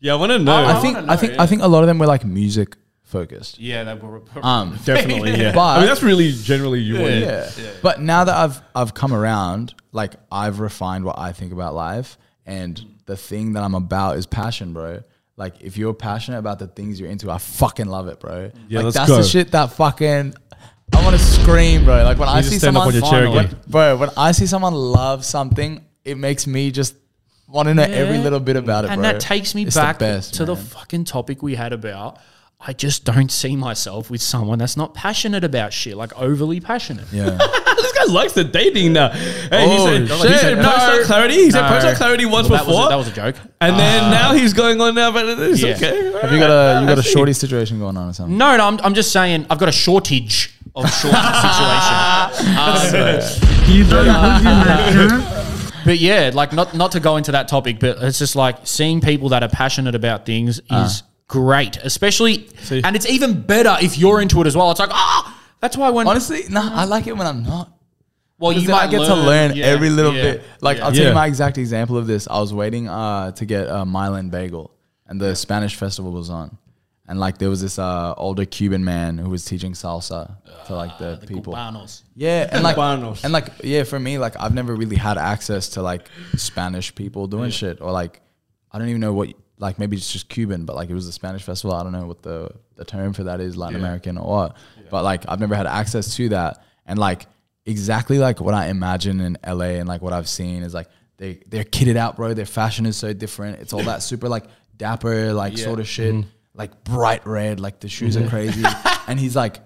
yeah, I want to know.
I think, I think, I think a lot of them were like music focused.
Yeah, they were.
Um,
definitely, yeah.
But-
I mean, that's really generally you. Yeah.
yeah. But now that I've I've come around, like I've refined what I think about life, and the thing that I'm about is passion, bro. Like if you're passionate about the things you're into, I fucking love it, bro.
Yeah,
like
let's
that's
go.
the shit that fucking I want to scream, bro. Like when I
just
see
stand up
someone,
on your chair
Final.
again.
bro. When I see someone love something, it makes me just want to know every
Yeah.
little bit about it,
and
bro.
that takes me
It's the
back
best,
to the
man.
fucking topic we had about. I just don't see myself with someone that's not passionate about shit, like overly passionate.
yeah.
this guy likes the dating now. Hey, he
Oh,
said, he
shit.
said
No.
post on clarity. He said
No.
post on clarity once
Well, that, was
before,
a, that was a joke. Uh,
and then now he's going on now. But it's
Yeah.
okay.
Have you got a you got a shorty situation going on or something?
No, no, I'm, I'm just saying I've got a shortage of shortage situation. Um,
You don't love him like that.
but yeah, like not not to go into that topic, but it's just like seeing people that are passionate about things is
Uh.
great, especially, and it's even better if you're into it as well. It's like ah, that's why when
Honestly, no. I like it when I'm not.
well
Because
you
then
might
I get
learn,
to learn
yeah,
every little
yeah,
bit. Like
yeah.
I'll tell
Yeah.
you my exact example of this. I was waiting uh, to get a Milan bagel, and the Spanish festival was on, and like there was this uh, older Cuban man who was teaching salsa to like Ah, the, people.
Cubanos.
Yeah, and like
Cubanos.
and like yeah, for me, like I've never really had access to like Spanish people doing shit, or like I don't even know what like maybe it's just Cuban, but like it was the Spanish festival. I don't know what the the term for that is, Latin American or what. But like I've never had access to that, and like exactly like what I imagine in LA and like what I've seen is like they they're kitted out, bro. Their fashion is so different. It's all that super like dapper like sort of shit, like bright red, like the shoes are crazy, and he's like.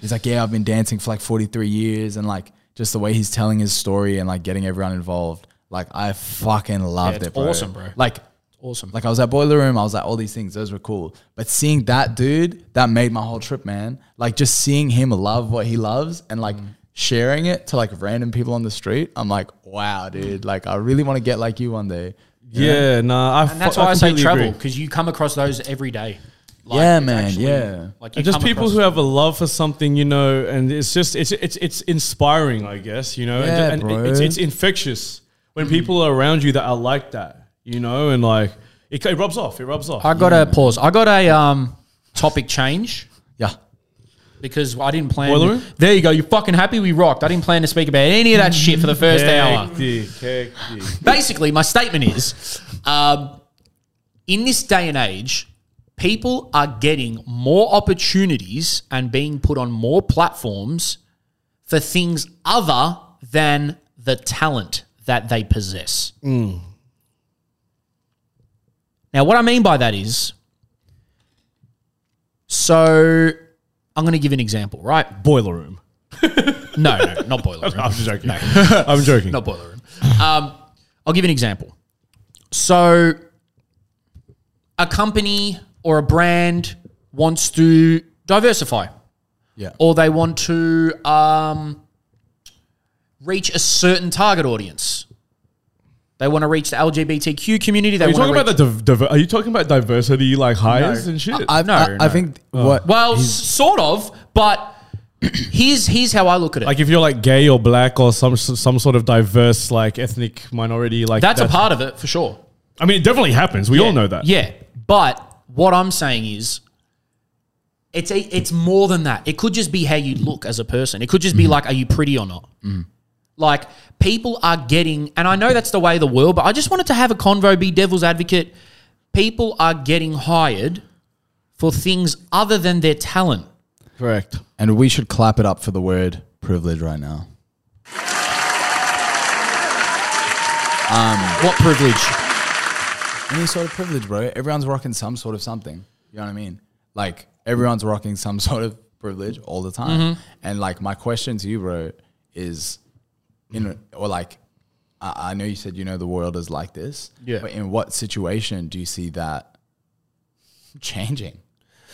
He's like, yeah, I've been dancing for like 43 years, and like just the way he's telling his story and like getting everyone involved. Like I fucking loved
it's
it, bro.
awesome, bro.
Like
Awesome.
like I was at Boiler Room, I was like, all these things, those were cool. But seeing that dude, that made my whole trip, man. Like just seeing him love what he loves and like
Mm.
sharing it to like random people on the street. I'm like, wow, dude. Like I really want to get like you one day.
Yeah, nah. I
And that's
fu-
why I, say
completely
travel
agree.
because you come across those every day. Like,
yeah,
it's
man.
actually-
yeah.
Like you
And just
come
people
across-
who have a love for something, you know, and it's just it's it's it's inspiring, I guess, you know,
Yeah,
and, ju-
bro.
and it's it's infectious when
Mm-hmm.
people are around you that are like that, you know, and like it, it rubs off, it rubs off.
I got a pause. I got a um topic change.
Yeah.
because I didn't plan.
Boiler room?
There you go. You're fucking happy we rocked. I didn't plan to speak about any of that shit for the first hour.
Hectic, hectic.
Basically, my statement is um, in this day and age, people are getting more opportunities and being put on more platforms for things other than the talent that they possess. Now, what I mean by that is so I'm going to give an example, right?
Boiler room.
No, no, not boiler room.
I'm just joking. I'm joking.
Not boiler room. Um, I'll give you an example. So, a company or a brand wants to diversify,
Yeah.
or they want to um, reach a certain target audience. They want to reach the LGBTQ community. They
Are you
want
talking
to
about the div- div- Are you talking about diversity like hires and shit?
I,
No,
I, I
no. Oh,
think what
well, s- sort of, but here's here's how I look at it.
like if you're like gay or black or some some sort of diverse like ethnic minority, like
that's, a part of it for sure.
I mean, it definitely happens. We all know that.
Yeah, but what I'm saying is, it's a, it's more than that. It could just be how you look as a person. It could just be
Mm.
like, are you pretty or not? Like people are getting, and I know that's the way of the world, but I just wanted to have a convo, be devil's advocate. People are getting hired for things other than their talent.
correct.
and we should clap it up for the word privilege right now.
What privilege?
Any sort of privilege, bro. Everyone's rocking some sort of something. You know what I mean? Like everyone's rocking some sort of privilege all the time. And like my question to you, bro, is, you know, or like, I, I know you said you know the world is like this.
Yeah.
But in what situation do you see that changing?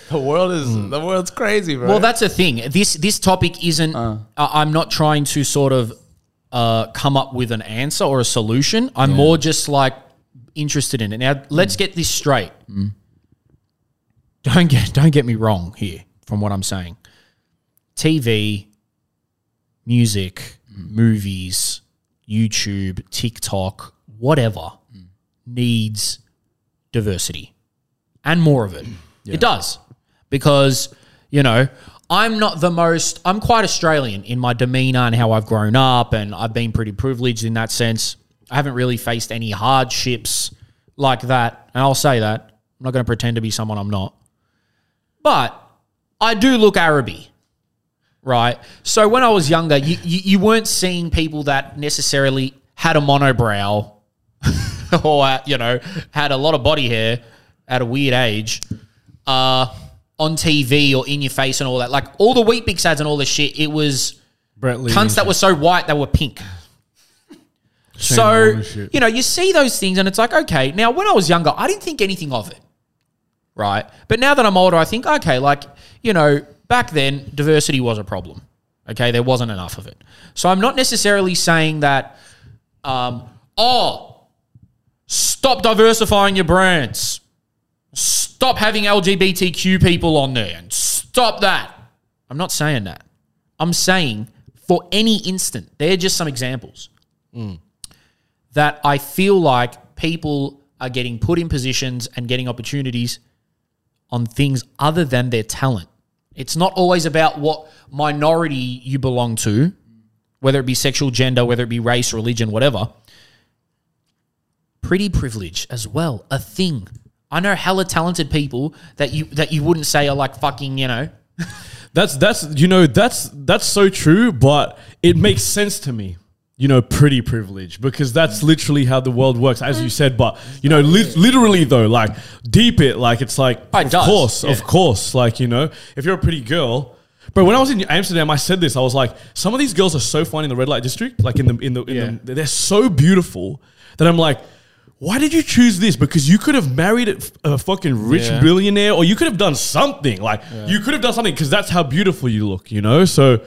The world is
The world's crazy, bro.
Well, that's the thing. This this topic isn't. I- I'm not trying to sort of uh, come up with an answer or a solution. I'm more just like interested in it. Now, let's get this straight. Don't get don't get me wrong here from what I'm saying. TV, music, movies, YouTube, TikTok, whatever needs diversity and more of it. It does because you know I'm not the most. I'm quite Australian in my demeanor and how I've grown up, and I've been pretty privileged in that sense. I haven't really faced any hardships like that, and I'll say that I'm not going to pretend to be someone I'm not. But I do look Araby, right? So when I was younger, you you, you weren't seeing people that necessarily had a monobrow or uh, you know had a lot of body hair at a weird age uh, on TV or in your face and all that. Like all the wheat bix ads and all this shit, it was
Brentley.
cunts that were so white they were pink.
Shame on
So
this shit.
you know you see those things and it's like okay. Now when I was younger, I didn't think anything of it, right? But now that I'm older, I think okay, like you know back then diversity was a problem. Okay, there wasn't enough of it. So I'm not necessarily saying that. Um, oh, stop diversifying your brands. Stop having LGBTQ people on there and stop that. I'm not saying that. I'm saying for any instant, they're just some examples that I feel like people are getting put in positions and getting opportunities on things other than their talent. It's not always about what minority you belong to, whether it be sexual, gender, whether it be race, religion, whatever. Pretty privilege as well, a thing. I know hella talented people that you that you wouldn't say are like fucking, you know,
That's that's you know that's that's so true, but it makes sense to me. You know, pretty privilege because that's literally how the world works, as
Mm.
you said. But you know, li- literally though, like deep it, like it's like
Oh, it
of
does,
course,
yeah.
of course, like you know, if you're a pretty girl. But when I was in Amsterdam, I said this. I was like, some of these girls are so fine in the red light district, like in the in the, in the they're so beautiful that I'm like, why did you choose this? Because you could have married a f- a fucking rich
Yeah.
billionaire, or you could have done something. Like you could have done something because that's how beautiful you look, you know. So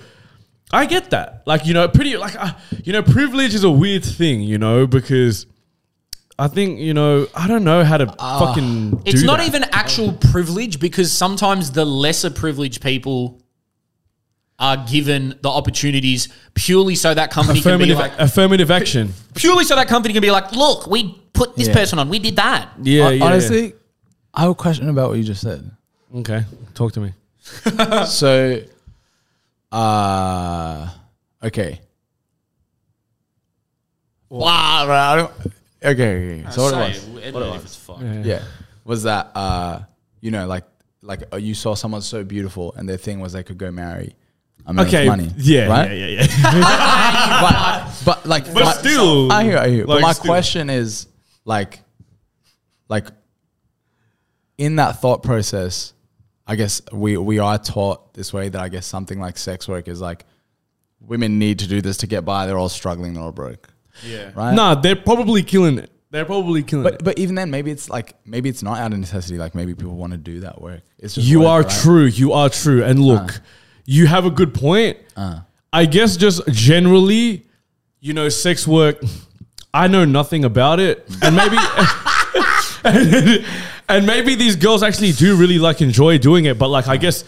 I get that. Like you know, pretty like uh, you know, privilege is a weird thing, you know, because I think you know I don't know how to fucking.
Ah, It's
do
not
that.
even actual privilege because sometimes the lesser privileged people are given the opportunities purely so that company can be
affirmative
like
affirmative action.
purely so that company can be like, look, we put this
Yeah.
person on, we did that.
Yeah,
Hon-
yeah.
honestly, I have a question about what you just said.
okay, talk to me.
So Uh, okay. Wow, bro. I don't- okay, okay. So what it was? yeah was that uh you know like like uh, you saw someone so beautiful and their thing was they could go marry a man
Okay.
with money
Yeah,
right
yeah. Yeah. Yeah.
But, but like
But
my-
still,
I hear I hear but
like,
my
still.
question is like like in that thought process I guess we we are taught this way that I guess something like sex work is like women need to do this to get by they're all struggling they're all broke yeah right
Nah, they're probably killing it. They're probably killing
but
it.
but even then, maybe it's like maybe it's not out of necessity. Like maybe people want to do that work. It's just
You
work,
are
right?
true. You are true. And look, you have a good point. I guess just generally, you know, sex work. I know nothing about it, and maybe. and maybe these girls actually do really like enjoy doing it, but like I guess,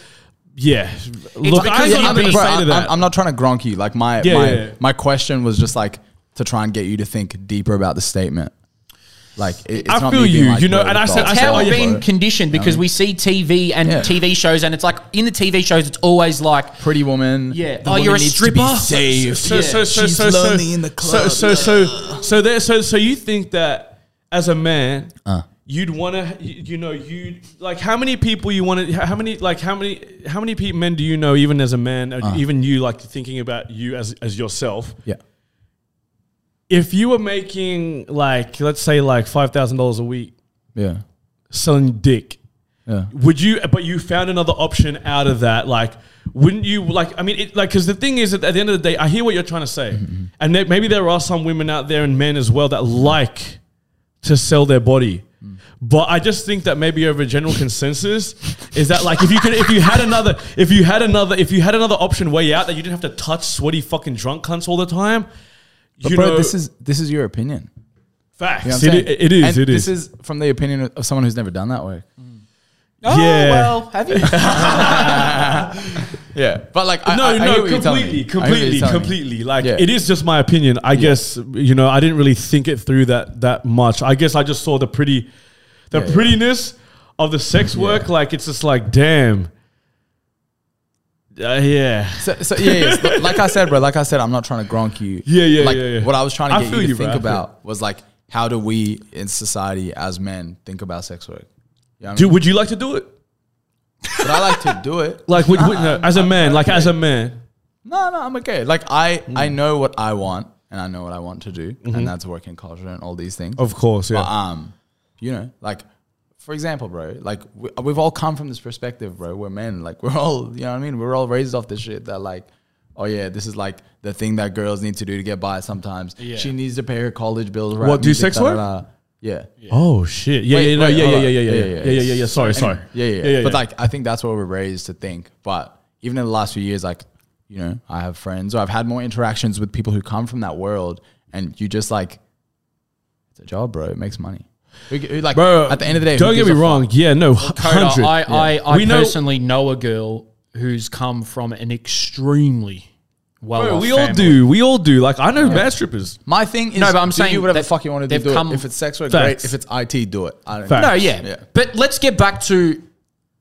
yeah. Look, I
because
have
you're
nothing to
being-
Bro,
say
I,
to that.
am not trying to gronk you. Like my
Yeah,
my
yeah, yeah.
my question was just like to try and get you to think deeper about the statement. Like it, it's
I
not
feel
me being
you,
like,
you know,
bro,
and I
bro,
said- I
bro,
said,
bro,
oh,
How we've
yeah,
been
bro.
conditioned because we see TV and
Yeah.
TV shows, and it's like in the TV shows, it's always like,
pretty woman.
yeah,
The
oh,
woman
you're a
needs to
stripper.
be saved.
so, so, so,
She's
so, so,
lonely in the club.
So, so, so, so, there, so, so you think that as a man, you'd want to, you, you know, you like how many people you want to, how many, like how many, how many pe- men do you know, even as a man, uh. even you, like thinking about you as as yourself.
Yeah.
If you were making like, let's say, like five thousand dollars a week
Yeah.
selling dick,
Yeah.
would you but you found another option out of that like wouldn't you like i mean it, like because the thing is that at the end of the day i hear what you're trying to say
Mm-hmm,
and that maybe there are some women out there and men as well that like to sell their body
Mm.
but i just think that maybe over a general consensus is that like if you could if you had another if you had another if you had another option way out that you didn't have to touch sweaty fucking drunk cunts all the time
But
you
bro,
know
this is this is your opinion. You know
facts
what I'm
it,
saying?
it is
And
it is
This is from the opinion of- of someone who's never done that work.
Oh,
Yeah.
well, have you?
Yeah, but like I,
no,
I, I hear
no,
what you're telling me.
completely,
I hear
completely,
what you're telling me.
completely. Like
Yeah.
it is just my opinion. I guess you know I didn't really think it through that that much. I guess I just saw the pretty, the
yeah.
prettiness of the sex work. Like it's just like damn. Uh, yeah,
So, so yeah, yeah, so, like I said, bro. Like I said, I'm not trying to gronk you.
Yeah, yeah,
like,
yeah, yeah.
What I was trying to
I
get
feel
you to
you, bro,
think
I feel
about was like, how do we in society as men think about sex work? You know what I
Dude,
mean?
would you like to do it?
but I like to do it.
Like, would, would, no,
Uh-uh.
as a man, like as a man.
No, no, I'm okay. Like I, I
Mm.
know what I want, and I know what I want to do,
Mm-hmm.
and that's work in culture and all these things.
Of course, yeah.
But, um, you know, like for example, bro, like we, we've all come from this perspective, bro. We're men, like we're all, you know what I mean? We're all raised off this shit that like, oh yeah, this is like the thing that girls need to do to get by sometimes. She needs to pay her college bills. Rap,
What, do sex work?
Yeah. Yeah.
oh shit! Yeah,
Wait,
yeah, no,
wait,
yeah,
hold
yeah,
on.
yeah, yeah, yeah, yeah,
Yeah, yeah,
yeah, yeah, yeah, yeah. Sorry, sorry.
Yeah, yeah, But like, I think that's what we're raised to think. But even in the last few years, like, you know, I have friends or I've had more interactions with people who come from that world, and you just like, it's a job, bro. It makes money. Who g- who, like,
bro.
at the end of the day, who
don't get
gives
me
a fuck?
wrong. Yeah, no,
Coda,
hundred.
I, I, I
We know-
personally know, a girl who's come from an extremely well.
Bro, we all do. We all do. Like I know bad strippers.
My thing is,
No, but I'm
do
saying
you whatever the
that
fuck you want to do.
they've
do
come-
it. If it's sex work,
Facts.
great. If it's IT, do it. I don't
Facts.
No,
know
yeah.
Yeah.
but let's get back to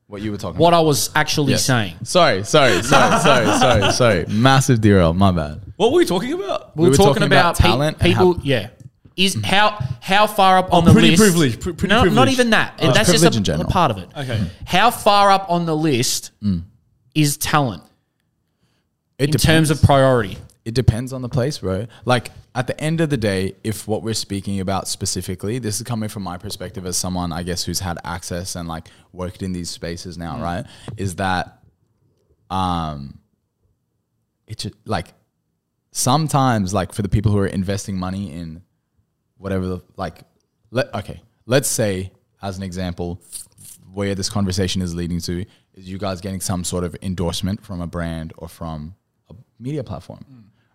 what you were talking.
what
about.
I was actually
Yes.
saying.
Sorry, sorry, sorry, sorry, sorry, sorry. Massive derail. My bad.
What were we talking about?
We were,
were
talking,
talking
about,
about
pe-
talent and
people.
how-
yeah, is how how far up on the
pretty
list?
privileged, pr- pretty
no, not
privileged.
even that.
Oh.
That's
Privilege in
just a, a
general.
part of it.
Okay.
How far up on the list is talent
It
in terms of priority?
it depends on the place, bro. Like at the end of the day, if what we're speaking about specifically, this is coming from my perspective as someone I guess who's had access and like worked in these spaces now, right? Is that um it's ju- like sometimes like for the people who are investing money in whatever the like let okay, let's say as an example where this conversation is leading to is you guys getting some sort of endorsement from a brand or from a media platform,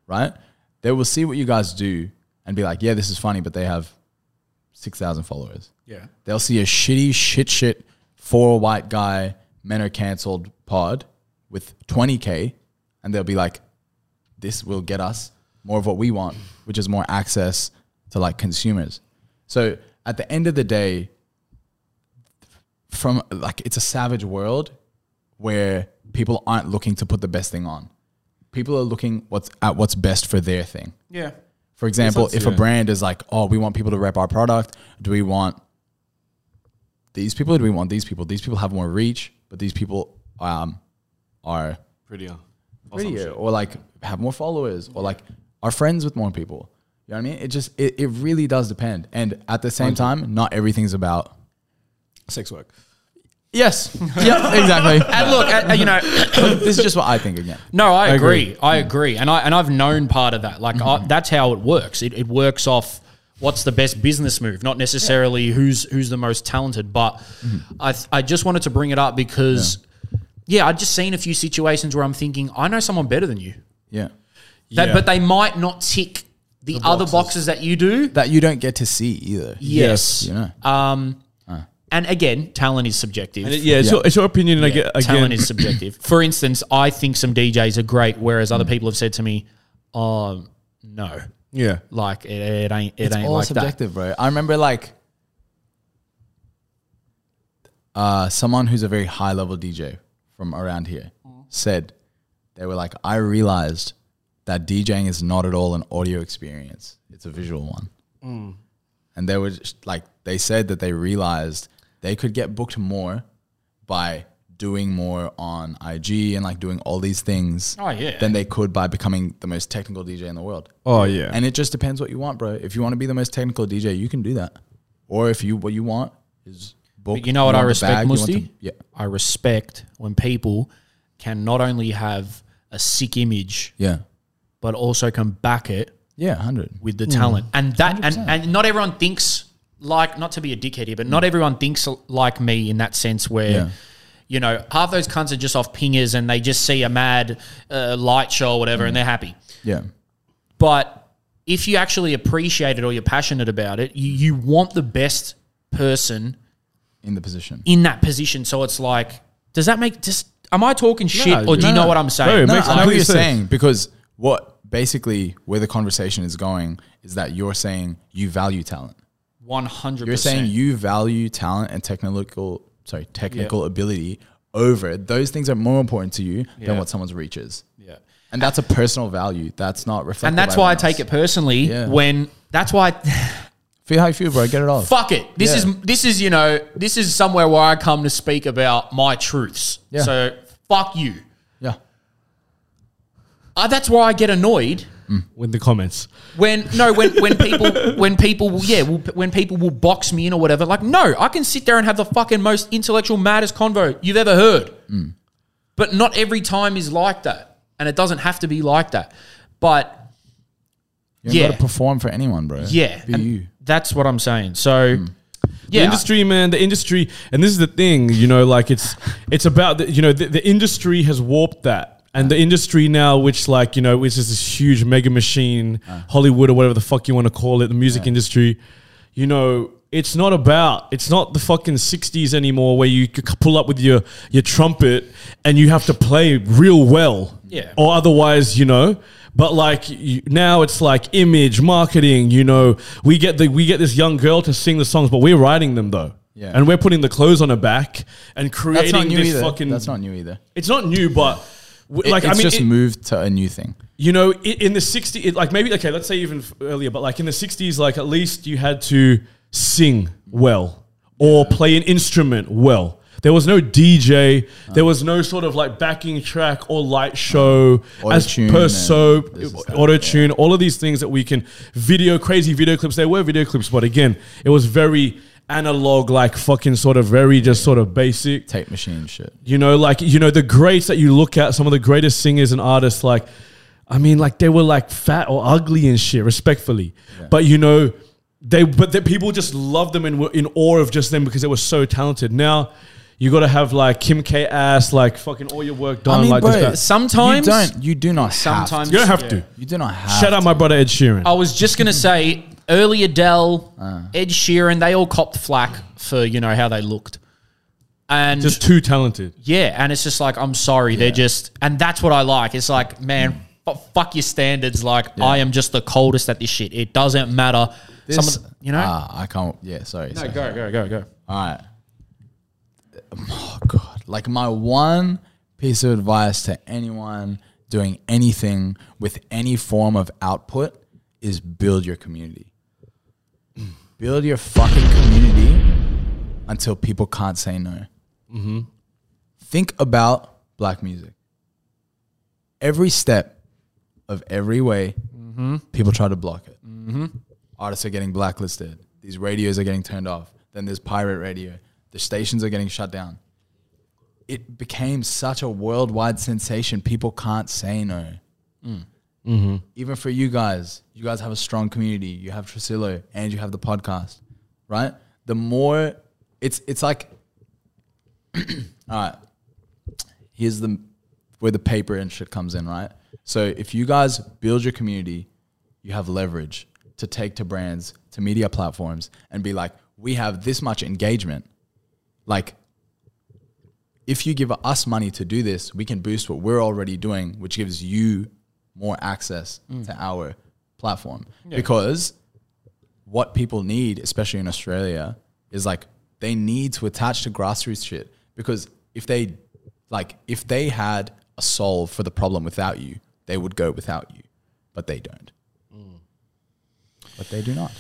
right? They will see what you guys do and be like, yeah, this is funny, but they have 6,000 followers. Yeah. They'll see a shitty, shit, shit, four white guy, men are canceled pod with 20K, and they'll be like, this will get us more of what we want, which is more access to like consumers. So at the end of the day, from like it's a savage world where people aren't looking to put the best thing on. people are looking what's at what's best for their thing.
Yeah.
For example,
sense,
if a
yeah.
brand is like, oh, we want people to rep our product, do we want these people or do we want these people? These people have more reach, but these people um, are
Prettier.
prettier or like have more followers or like are friends with more people. You know what I mean? It just, it, it really does depend. And at the same time, not everything's about.
Sex work.
Yes. yeah, exactly.
And look, and- and, you know,
this is just what I think again.
No, I agree. Mm-hmm. I agree, and I and I've known part of that. Like I, that's how it works. It, it works off what's the best business move, not necessarily who's who's the most talented. But I th- I just wanted to bring it up because Mm-hmm. yeah, I've just seen a few situations where I'm thinking I know someone better than you,
Yeah.
that,
Yeah.
but they might not tick the, other boxes that you do.
That you don't get to see either.
yes.
You know?
Um, and again, talent is subjective.
And it- yeah, it's, Your, it's your opinion. And I get again.
talent is subjective. For instance, I think some DJs are great, whereas
Mm.
other people have said to me, "Um, no,
yeah.
like it, it ain't, it
it's
ain't
all
like
subjective, bro. I remember like uh, someone who's a very high level DJ from around here said they were like, I realized that DJing is not at all an audio experience; it's a visual one.
Mm.
And they were just, like, they said that they realized they could get booked more by doing more on IG and like doing all these things
Oh, yeah.
than they could by becoming the most technical DJ in the world.
Oh yeah.
And it just depends what you want, bro. If you want to be the most technical DJ, you can do that. Or if you what you want is book.
But you know what I
want the
respect,
bag, you want
Musti?
the- yeah.
I respect when people can not only have a sick image,
Yeah.
but also can back it
Yeah, 100.
with the talent. And that, and, and not everyone thinks like, not to be a dickhead here, but not everyone thinks like me in that sense where.
Mm. Yeah.
You know, half those cunts are just off pingers and they just see a mad uh, light show or
Mm.
whatever and they're happy.
Yeah.
But if you actually appreciate it or you're passionate about it, you, you want the best person
In the position.
in that position. So it's like, does that make just? Am I talking shit, or do you know
no, no.
what I'm
No,
saying?
it
No,
makes-
I
I
know
know
what you're
what you're
saying because what basically where the conversation is going is that you're saying you value talent.
One hundred.
You're saying
percent.
you value talent and technical sorry, technical ability over it. Those things are more important to you than what someone's reach is.
Yeah.
And that's a personal value. That's not reflected.
and that's
by
why I
everyone
take
else.
it personally.
Yeah.
When that's why,
Feel how you feel, bro. Get it off.
fuck it. This
Yeah.
is this is you know this is somewhere where I come to speak about my truths.
Yeah.
So fuck you.
Yeah.
Uh, that's why I get annoyed
With the comments.
when no when when people when people will, yeah will, when people will box me in or whatever like no i can sit there and have the fucking most intellectual maddest convo you've ever heard but not every time is like that and it doesn't have to be like that but
You yeah.
Yeah.
got to perform for anyone, bro.
yeah
Be
and
you.
that's what i'm saying so yeah
the industry, man, the industry, and this is the thing, you know, like it's it's about the, you know the, the industry has warped that, and the industry now, which like you know, which is this huge mega machine,
Ah.
Hollywood or whatever the fuck you want to call it, the music industry, you know. It's not about. It's not the fucking '60s anymore, where you could pull up with your your trumpet and you have to play real well,
Yeah.
or otherwise, you know. But like you, now, it's like image marketing. You know, we get the we get this young girl to sing the songs, but we're writing them though,
Yeah.
and we're putting the clothes on her back and
That's not
creating
new
this
either.
fucking.
That's not new either.
It's not new, but. w-
It-
Like
it's
I mean,
just
it-
moved to a new thing.
you know, i- in the 60s, it- like maybe, okay, let's say even f- earlier, but like in the 60s, like at least you had to sing well or play an instrument well. There was no DJ.
Uh-huh.
There was no sort of like backing track or light show as
Uh-huh. Auto-tune
per
and
soap,
this is that,
auto tune, all of these things that we can video, crazy video clips. There were video clips, but again, it was very analog, like fucking sort of very just sort of basic.
Tape machine shit.
You know, like you know the greats that you look at, some of the greatest singers and artists. Like, I mean, like they were like fat or ugly and shit, respectfully. But you know, they but the people just loved them and were in awe of just them because they were so talented. Now. You got to have like Kim K ass, like fucking all your work done,
I mean,
like
bro,
this.
sometimes
you don't. You do not.
sometimes
Sometimes
That. You don't have to.
you do not have.
Shout out my brother Ed Sheeran.
i was just gonna say early adele ed sheeran they all copped flack for you know how they looked and
Just too talented.
Yeah, and it's just like I'm sorry, they're just, and that's what I like. It's like, man, fu- fuck your standards. Like I am just the coldest at this shit. It doesn't matter. Some
This,
of the- you know,
Ah, I can't. Yeah, sorry. sorry.
go go go go.
All right. Oh God! Like my one piece of advice to anyone doing anything with any form of output is build your community. build your fucking community until people can't say no. Think about black music. Every step of every way, people try to block it. Artists are getting blacklisted. These radios are getting turned off. Then there's pirate radio. The stations are getting shut down. It became such a worldwide sensation. People can't say no. Even for you guys, you guys have a strong community. You have Trasillo and you have the podcast, right? The more it's it's like all right. Here's the where the paper and shit comes in, right? So if you guys build your community, you have leverage to take to brands, to media platforms, and be like, we have this much engagement. Like, if you give us money to do this, we can boost what we're already doing, which gives you more access to our platform. Because what people need, especially in Australia, is like they need to attach to grassroots shit because if they like if they had a solve for the problem without you, they would go without you, but they don't.
Mm.
But they do not.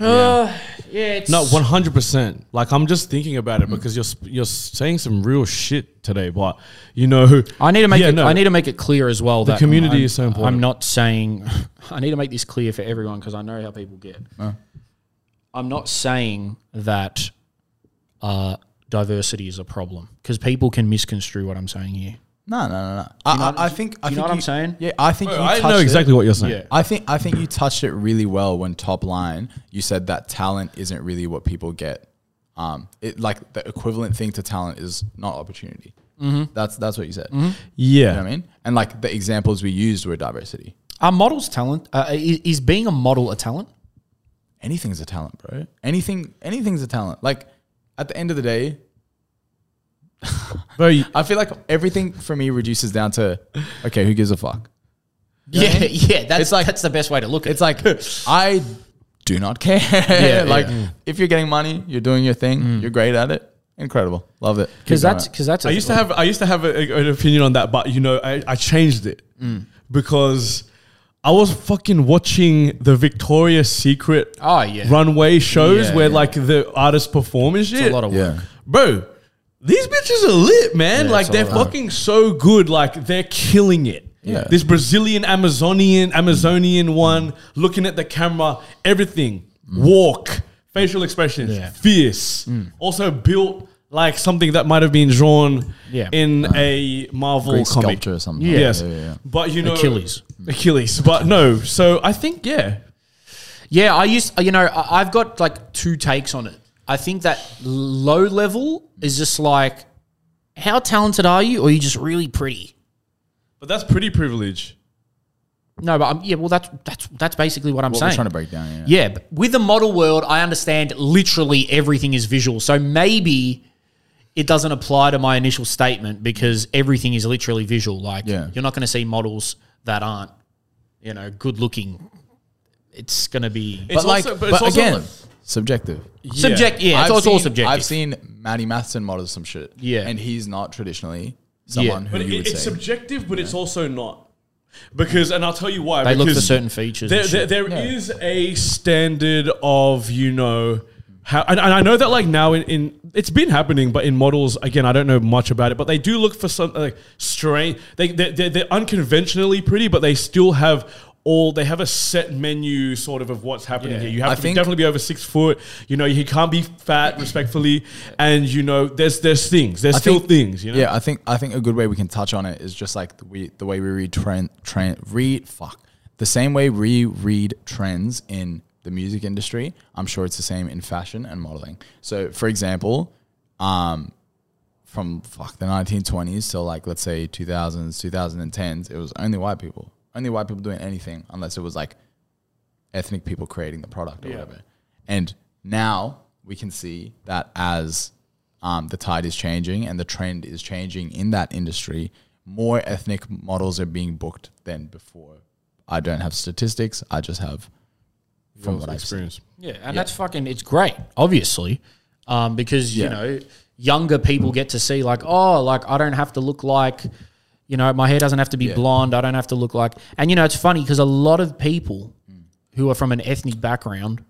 Yeah, it's
No, one hundred percent. Like I'm just thinking about it because you're sp- you're saying some real shit today, but you know,
I need to make
Yeah,
it,
no.
I need to make it clear as well that
community
I'm-
is so important.
I'm not saying I need to make this clear for everyone because I know how people get. I'm not saying that uh, diversity is a problem because people can misconstrue what I'm saying here.
No, no, no, no. I,
know
I-
what
I
I'm-
think
do you
I think
know what I'm saying?
Yeah, I think you
I
touched
know
it.
exactly what you're saying.
Yeah.
I think I think you touched it really well when top line you said that talent isn't really what people get. Um, it like the equivalent thing to talent is not opportunity.
Mm-hmm.
That's that's what you said.
Yeah.
You know what I mean, and like the examples we used were diversity.
Are models talent? Uh, is, is being a model a talent?
Anything's a talent, bro. Anything anything's a talent. Like at the end of the day,
Bro, you-
I feel like everything for me reduces down to okay, who gives a fuck?
Yeah, yeah. That's
It's like-
that's the best way to look at
It's like I do not care. like if you're getting money, you're doing your thing, you're great at it. Incredible. Love it.
because
Keep doing
that's
it.
because that's.
I used to have I used to have a, a- an opinion on that, but you know, I, I changed it
Mm.
because I was fucking watching the Victoria's Secret
Oh, yeah.
runway shows
Yeah,
where
yeah.
like the artists perform and shit.
a lot of work.
yeah.
bro. These bitches are lit, man. like
it's
they're
all right.
fucking so good. Like they're killing it.
Yeah.
This Brazilian Amazonian Amazonian one looking at the camera, everything,
Mm.
walk, facial expressions, fierce. Also built like something that might have been drawn
Yeah.
in a Marvel
Uh, Greek
comic.
sculpture or something.
Yeah.
Yes.
yeah, yeah.
But you know
Achilles.
Achilles. But no, so I think yeah.
Yeah, I used you know I- I've got like two takes on it. I think that low level is just like, how talented are you, or are you just really pretty?
But that's pretty privilege.
No, but I'm, yeah, well that's that's that's basically what I'm
What
saying.
we're trying to break down. Yeah.
yeah, but with the model world, I understand literally everything is visual. So maybe it doesn't apply to my initial statement because everything is literally visual. Like
Yeah.
you're not going to see models that aren't, you know, good looking. It's going to be
But like,
also-
but,
it's also
again,
like-
subjective.
subject. Yeah, it's,
I've
it's all
seen-
subjective.
I've seen Maddie Matheson models some shit.
Yeah.
And he's not traditionally someone who
But
you
it,
would
it's
say.
subjective, but it's also not. Because, and I'll tell you why.
They look for
because
certain features.
There,
and
there,
shit.
there is a standard of, you know, how, and, and I know that like now in, in, it's been happening, but in models, again, I don't know much about it, but they do look for some like strange, they, they, they're, they're unconventionally pretty, but they still have all, they have a set menu sort of of what's happening here. You have
I
to be-
think-
definitely be over six foot, you know, he can't be fat respectfully. And you know, there's, there's things, there's
I
still
think-
things, you know?
Yeah, I think I think a good way we can touch on it is just like the we the way we read trend trend read fuck the same way we read trends in the music industry. I'm sure it's the same in fashion and modeling. So, for example, um, from fuck the 1920s till like let's say 2000s, 2010s, it was only white people, only white people doing anything unless it was like ethnic people creating the product or whatever. And now we can see that as um, the tide is changing and the trend is changing in that industry, more ethnic models are being booked than before. I don't have statistics. I just have from what I've seen.
Experience.
Yeah, and that's fucking. It's great, obviously, um, because you know younger people get to see like, oh, like I don't have to look like, You know, my hair doesn't have to be blonde. I don't have to look like. And you know, it's funny because a lot of people who are from an ethnic background,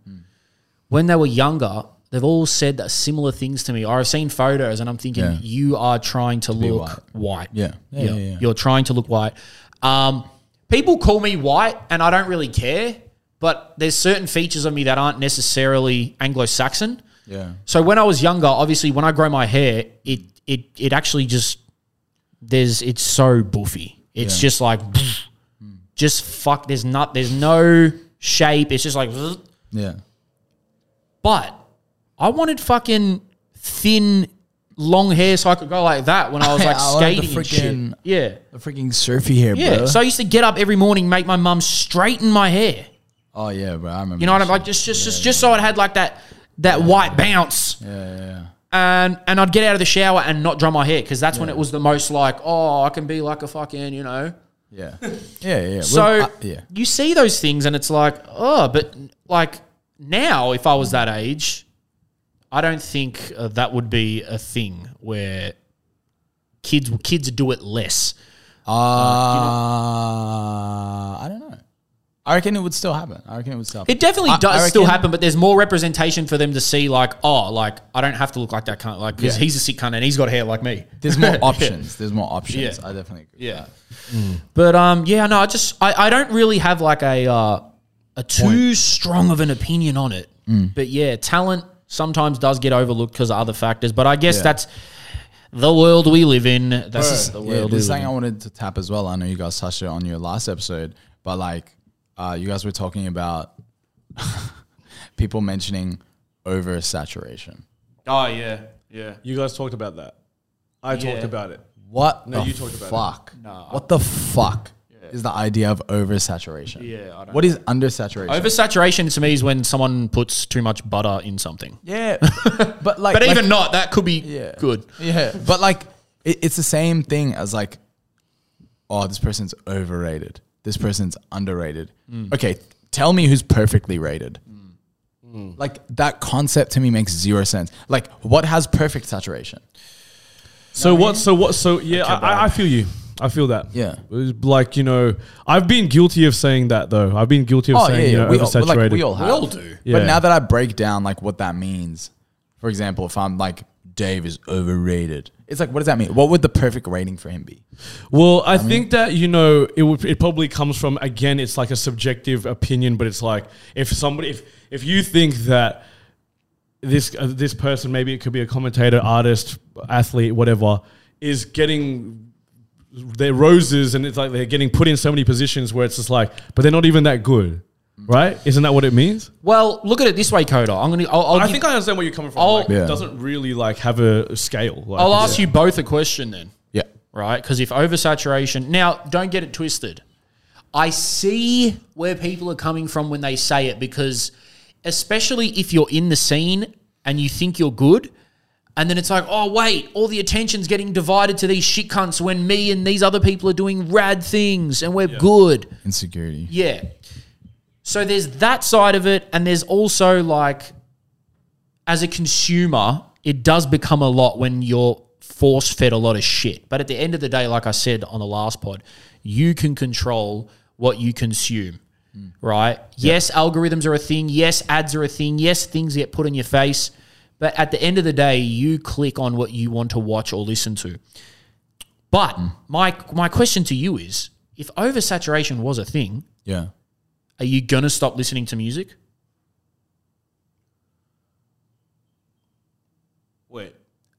when they were younger, they've all said that similar things to me. Or I've seen photos and I'm thinking,
Yeah.
you are trying to, look white.
Yeah. Yeah, yeah, yeah.
You're trying to look white. Um, people call me white and I don't really care, but there's certain features of me that aren't necessarily Anglo Saxon.
Yeah.
So when I was younger, obviously when I grow my hair, it it it actually just there's it's so boofy. It's
Yeah.
just like just fuck there's not there's no shape. It's just like
Yeah.
but I wanted fucking thin long hair so I could go like that when I was like
I wanted the
skating and shit.
freaking-
Yeah.
The freaking surfy hair,
Yeah. So I used to get up every morning, make my mum straighten my hair.
oh yeah, bro. I remember.
You know what
that
I'm like? Just just just, just so it had like that that white bounce.
shit. Yeah, yeah, yeah.
and and I'd get out of the shower and not dry my hair because that's when it was the most like, oh, I can be like a fucking, you know.
Yeah, yeah, yeah.
So
Well, I- yeah,
you see those things and it's like, oh, but like now, if I was that age, I don't think uh, that would be a thing where kids kids do it less.
uh, I don't know. I reckon it would still happen. I reckon it would still. Happen.
It definitely
I- I
does still
reckon-
happen, but there's more representation for them to see. Like, oh, like I don't have to look like that cunt, like because
Yeah.
he's a sick cunt and he's got hair like me.
There's more options. There's more options.
Yeah.
I definitely. Agree.
Yeah. But um, yeah, no, I just I, I don't really have like a uh, a too strong of an opinion on it.
Mm.
But yeah, talent sometimes does get overlooked because of other factors. But I guess
Yeah.
that's the world we live in. That's just the
Yeah,
world we
There's
live
something I
in.
wanted to tap as well. I know you guys touched it on your last episode, but like, uh, you guys were talking about people mentioning oversaturation.
Oh yeah, yeah. You guys talked about that. I talked
Yeah.
about it.
What
No,
the
you talked about it.
fuck? What the fuck is the idea of oversaturation?
Yeah, I don't
What is undersaturation?
Oversaturation to me is when someone puts too much butter in something.
yeah, but like,
But
like-
even not, that could be good.
Yeah, but like it, it's the same thing as like, oh, this person's overrated. This person's underrated.
Mm.
Okay, tell me who's perfectly rated. Like that concept to me makes zero sense. Like, what has perfect saturation?
So what? So what? So yeah, I, I- I feel you. I feel that.
Yeah.
It was like you know, I've been guilty of saying that though. I've been guilty of
Oh yeah,
saying
yeah.
you
We
know
all, but,
oversaturated.
like, we all have.
Yeah.
But now that I break down like what that means, for example, if I'm like Dave is overrated, it's like what does that mean? What would the perfect rating for him be?
Well, I, think that you know it would. It probably comes from again. It's like a subjective opinion, but it's like if somebody, if if you think that this uh, this person, maybe it could be a commentator, artist, athlete, whatever, is getting their roses, and it's like they're getting put in so many positions where it's just like, but they're not even that good,
Mm.
right? Isn't that what it means?
Well, look at it this way, Coda. I'm gonna. I'll, I'll
I
give-
think I understand where you're coming from.
I'll-
like,
Yeah.
It doesn't really like have a scale. Like,
I'll
it's-
ask you both a question then.
Yeah.
right? Because if oversaturation, now don't get it twisted. I see where people are coming from when they say it because, especially if you're in the scene and you think you're good, and then it's like, oh, wait, all the attention's getting divided to these shit cunts when me and these other people are doing rad things and we're good.
Insecurity.
Yeah. So there's that side of it, and there's also like, as a consumer, it does become a lot when you're force fed a lot of shit. But at the end of the day, like I said on the last pod, you can control what you consume, right? Yes, algorithms are a thing. Yes, ads are a thing. Yes, things get put in your face. But at the end of the day, you click on what you want to watch or listen to. But my my question to you is if oversaturation was a thing,
Yeah.
are you gonna stop listening to music?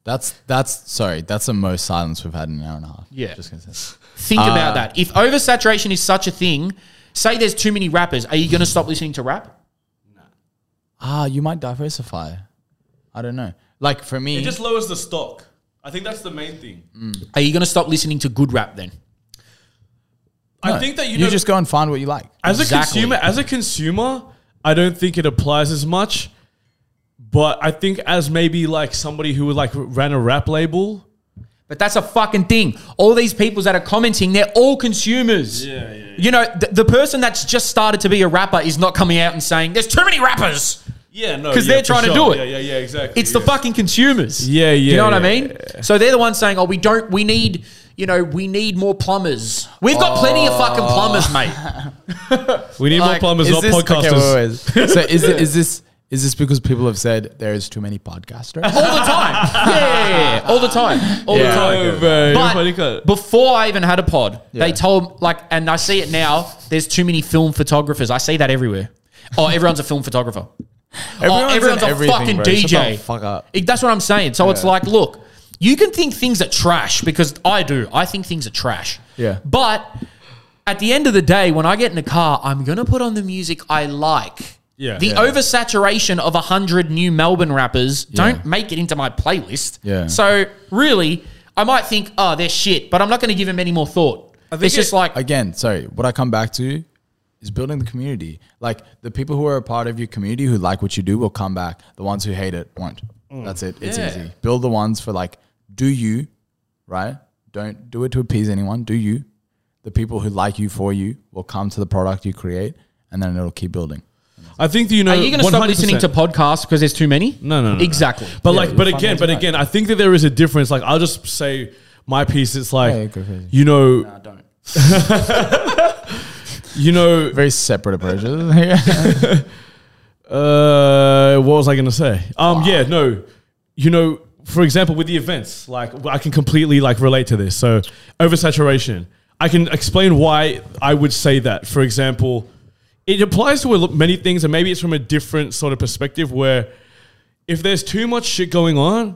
That's that's sorry. That's the most silence we've had in an hour and a half.
Yeah.
Just gonna say.
Think
Ah.
about that. If oversaturation is such a thing, say there's too many rappers, are you gonna stop listening to rap?
Ah, you might diversify. I don't know. Like for me,
It just lowers the stock. I think that's the main thing.
Are you gonna stop listening to good rap then?
I
no,
think that you,
you
know,
just go and find what you like.
as
Exactly.
a consumer, as a consumer, I don't think it applies as much. But I think as maybe like somebody who like ran a rap label,
But that's a fucking thing. All these people that are commenting, they're all consumers. Yeah, yeah, You know, th- the person that's just started to be a rapper is not coming out and saying, there's too many rappers.
yeah, no,
'Cause they're
for
trying to do it.
Yeah, yeah, yeah, exactly.
It's the fucking consumers.
Yeah,
Do you
yeah,
know what I
yeah,
mean? So they're the ones saying, "Oh, we don't. We need you know, we need more plumbers. We've got plenty of fucking
Ah.
plumbers, mate.
We need
Like,
more plumbers,
is
not
this- okay,
podcasters.
wait, wait. so is it, is this is this because people have said there is too many podcasters?
All the time. Yeah, yeah, yeah, yeah. all the time. All the
Yeah.
time.
No, bro. Nobody
But
got-
before I even had a pod, they
Yeah.
told like, and I see it now. There's too many film photographers. I see that everywhere. Oh, everyone's a film photographer.
Everyone's
oh,
in
everyone's a
everything,
fucking
bro. Shut
DJ.
the fuck up.
It- that's what I'm saying. So it's like, look, you can think things are trash because I do. I think things are trash.
Yeah.
But at the end of the day, when I get in the car, I'm gonna put on the music I like.
Yeah.
The
Yeah.
oversaturation of hundred new Melbourne rappers don't make it into my playlist.
Yeah.
So really, I might think, oh, they're shit, but I'm not gonna give them any more thought.
think
It's just
it-
like
Again, sorry. What I come back to is building the community. Like the people who are a part of your community who like what you do will come back. The ones who hate it won't. That's it. It's
Yeah.
easy. Build the ones for like, do you, right? Don't do it to appease anyone. Do you? The people who like you for you will come to the product you create, and then it'll keep building.
I think that you know.
are you gonna stop
100%.
listening to podcasts because there's too many?
No, no, no, no.
Exactly.
But like, but
you're
again, but
fundamentally
again, I think that there is a difference. Like, I'll just say my piece. It's like,
Yeah, go crazy.
you know,
I don't.
you know,
Very separate approaches. yeah.
uh, what was I gonna say? Um, yeah, no, you know, for example, with the events, like I can completely like relate to this. So oversaturation, I can explain why I would say that. For example, it applies to a lo- many things, and maybe it's from a different sort of perspective where if there's too much shit going on,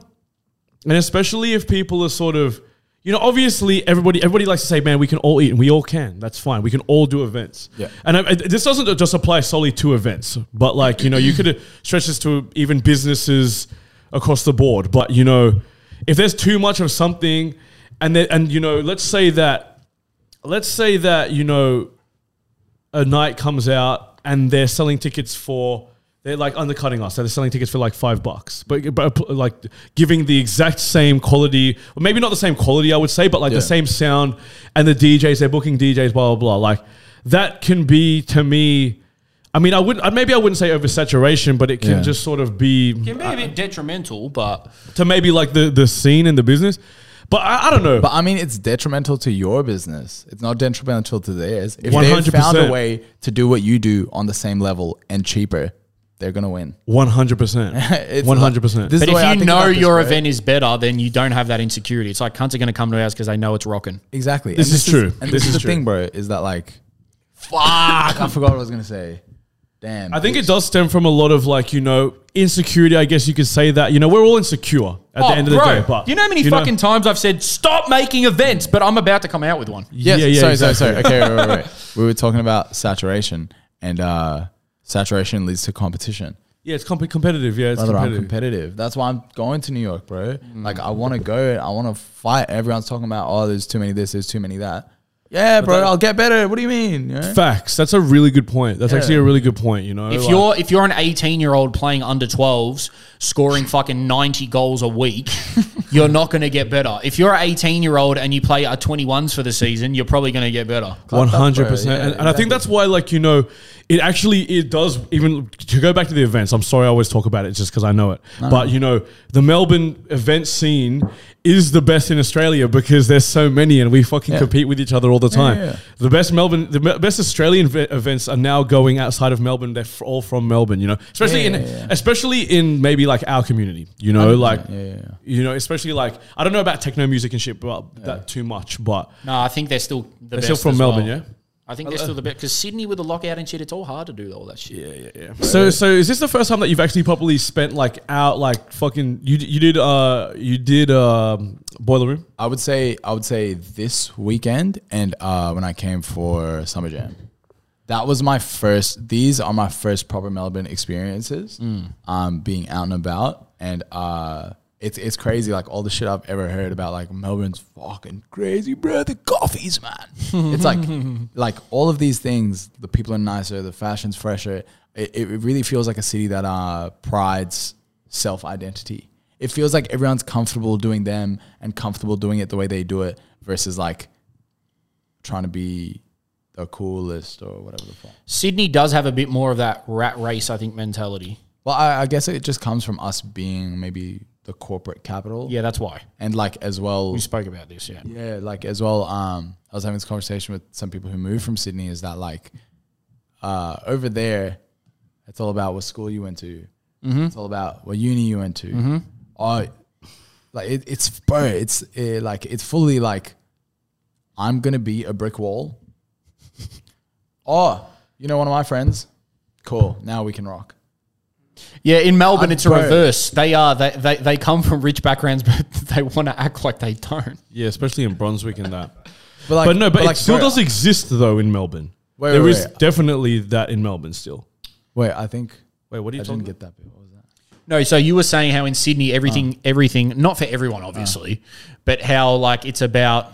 and especially if people are sort of you know obviously everybody everybody likes to say man we can all eat and we all can that's fine we can all do events
Yeah.
and I, I- this doesn't just apply solely to events but like you know you could stretch this to even businesses across the board but you know if there's too much of something and then and you know let's say that let's say that you know a night comes out and they're selling tickets for they're like undercutting us. So they're selling tickets for like five bucks, but, but like giving the exact same quality, or maybe not the same quality, I would say, but like
Yeah.
the same sound and the DJs. They're booking DJs, blah blah blah. Like that can be to me. I mean, I wouldn't. I- Maybe I wouldn't say oversaturation, but it can
Yeah.
just sort of be
It may be a bit detrimental, but
to maybe like the the scene and the business. But I, I don't know.
But I mean, it's detrimental to your business. It's not detrimental to theirs. If they
100%.
found a way to do what you do on the same level and cheaper, they're gonna win.
One hundred percent.
It's
One hundred
like-
percent.
this is
But
the way I
if you
think
know
about this,
your
right?
event is better, then you don't have that insecurity. It's like cunts are going to come to ours because they know it's rocking.
exactly. And
This is true. This
And this,
is
is the
true.
thing, bro. Is that like, fuck? I forgot what I was gonna say. Damn.
I think it does stem from a lot of like you know insecurity. I guess you could say that. You know, we're all insecure at the end of the day. But
Oh, you know how many fucking times I've said stop making events, but I'm about to come out with one.
Yes,
Yeah, yeah,
sorry,
exactly.
sorry, sorry. Okay, right, right, right. we were talking about saturation, and uh, saturation leads to competition.
yeah, it's comp- competitive. Yeah, it's
Brother,
competitive.
I'm competitive. Mm. That's why I'm going to New York, bro. Like I want to go. I want to fight. Everyone's talking about, oh, there's too many this, there's too many that. Yeah, bro, I'll get better. What do you mean? You know?
Facts. That's a really good point. That's actually a really good point. You know,
If
like-
you're if you're an 18 year old playing under 12s, scoring fucking 90 goals a week, you're not going to get better. If you're an 18 year old and you play a 21s for the season, you're probably going to get better.
One
Like that, bro.
hundred percent,
Yeah,
and and I think
exactly.
that's why, like you know, it actually it does even to go back to the events. I'm sorry, I always talk about it just because I know it, but you know, the Melbourne event scene is the best in Australia because there's so many, and we fucking
Yeah.
compete with each other all the time.
yeah.
The best Melbourne, the me- best Australian ve- events are now going outside of Melbourne. They're f- all from Melbourne, you know, especially
Yeah,
in
yeah, yeah.
especially in maybe like our community, you know, like
yeah, yeah, yeah.
you know, especially like I don't know about techno music and shit, but that too much, but.
No, I think they're still the
They're still
best
from
as
Melbourne,
well.
yeah?
I think they're still the best because Sydney with the lockout and shit, it's all hard to do all that shit.
So, so is this the first time that you've actually properly spent like out, like fucking? You you did uh you did um boiler room.
I would say I would say this weekend and uh, when I came for Summer Jam. That was my first. These are my first proper Melbourne experiences. Um, being out and about, and uh, it's it's crazy. Like all the shit I've ever heard about, like Melbourne's fucking crazy, bro. The coffees, man. it's like like all of these things. The people are nicer. The fashion's fresher. It, it really feels like a city that uh, prides self identity. It feels like everyone's comfortable doing them and comfortable doing it the way they do it versus like trying to be the coolest or whatever the fuck.
Sydney does have a bit more of that rat race, I think, mentality.
Well, I, I guess it just comes from us being maybe the corporate capital.
Yeah, that's why.
And like as well,
We spoke about this, yeah.
yeah, like as well. Um, I was having this conversation with some people who moved from Sydney. Is that like uh, over there? It's all about what school you went to.
Mm-hmm.
It's all about what uni you went to. Oh, like it, it's bro. It's eh, like it's fully like I'm gonna be a brick wall. oh, you know one of my friends. Cool. Now we can rock.
Yeah, in Melbourne,
I'm
it's a
broke.
reverse. They are, they, they, they come from rich backgrounds, but they want to act like they don't.
Yeah, especially in Brunswick and that.
But like,
but no, but, it still
bro,
does exist though in Melbourne.
Wait,
There
wait,
is
wait.
definitely that in Melbourne still.
Wait, I think
Wait, what are you
I
talking?
didn't get that bit. What was that?
No, so you were saying how in Sydney everything everything not for everyone obviously, but how like it's about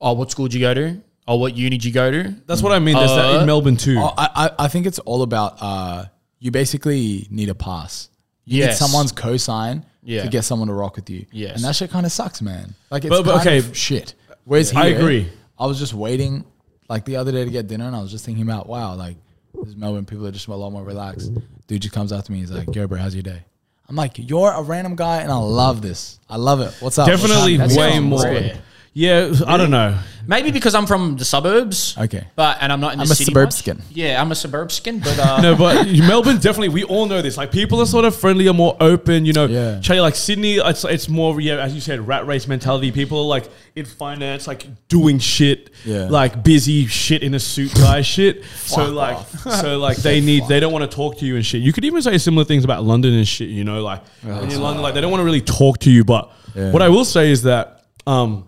oh what school did you go to? Oh what uni did you go to?
That's what I mean. There's that
Uh,
in Melbourne too.
Oh, I, I I think it's all about uh, you basically need a pass. You
Yes.
need someone's cosign
Yeah.
to get someone to rock with you.
Yes.
And that shit kind of sucks, man. Like it's
But- but
kind
okay.
of shit. Whereas
I
here,
agree.
I was just waiting like the other day to get dinner and I was just thinking about wow, like this Melbourne people are just a lot more relaxed. Dude just comes up to me, he's like, Yo bro, how's your day? I'm like, You're a random guy and I love this. I love it. What's up? What's
definitely
happening?"
way
That's
more.
rare.
Yeah, I don't know.
Maybe because I'm from the suburbs.
Okay.
But and I'm not in
I'm
the
a
city.
suburb
much.
skin.
Yeah, I'm a suburb skin, but uh,
No, but Melbourne definitely. We all know this. Like people are sort of friendlier, more open. You know,
Yeah.
Chay, like Sydney, it's it's more yeah, as you said, rat race mentality. People are like in finance, like doing shit,
Yeah.
like busy shit in a suit guy shit. so like, so like they need, they don't want to talk to you and shit. You could even say similar things about London and shit. You know, like when you're in London, like they don't want to really talk to you. But
Yeah.
what I will say is that. um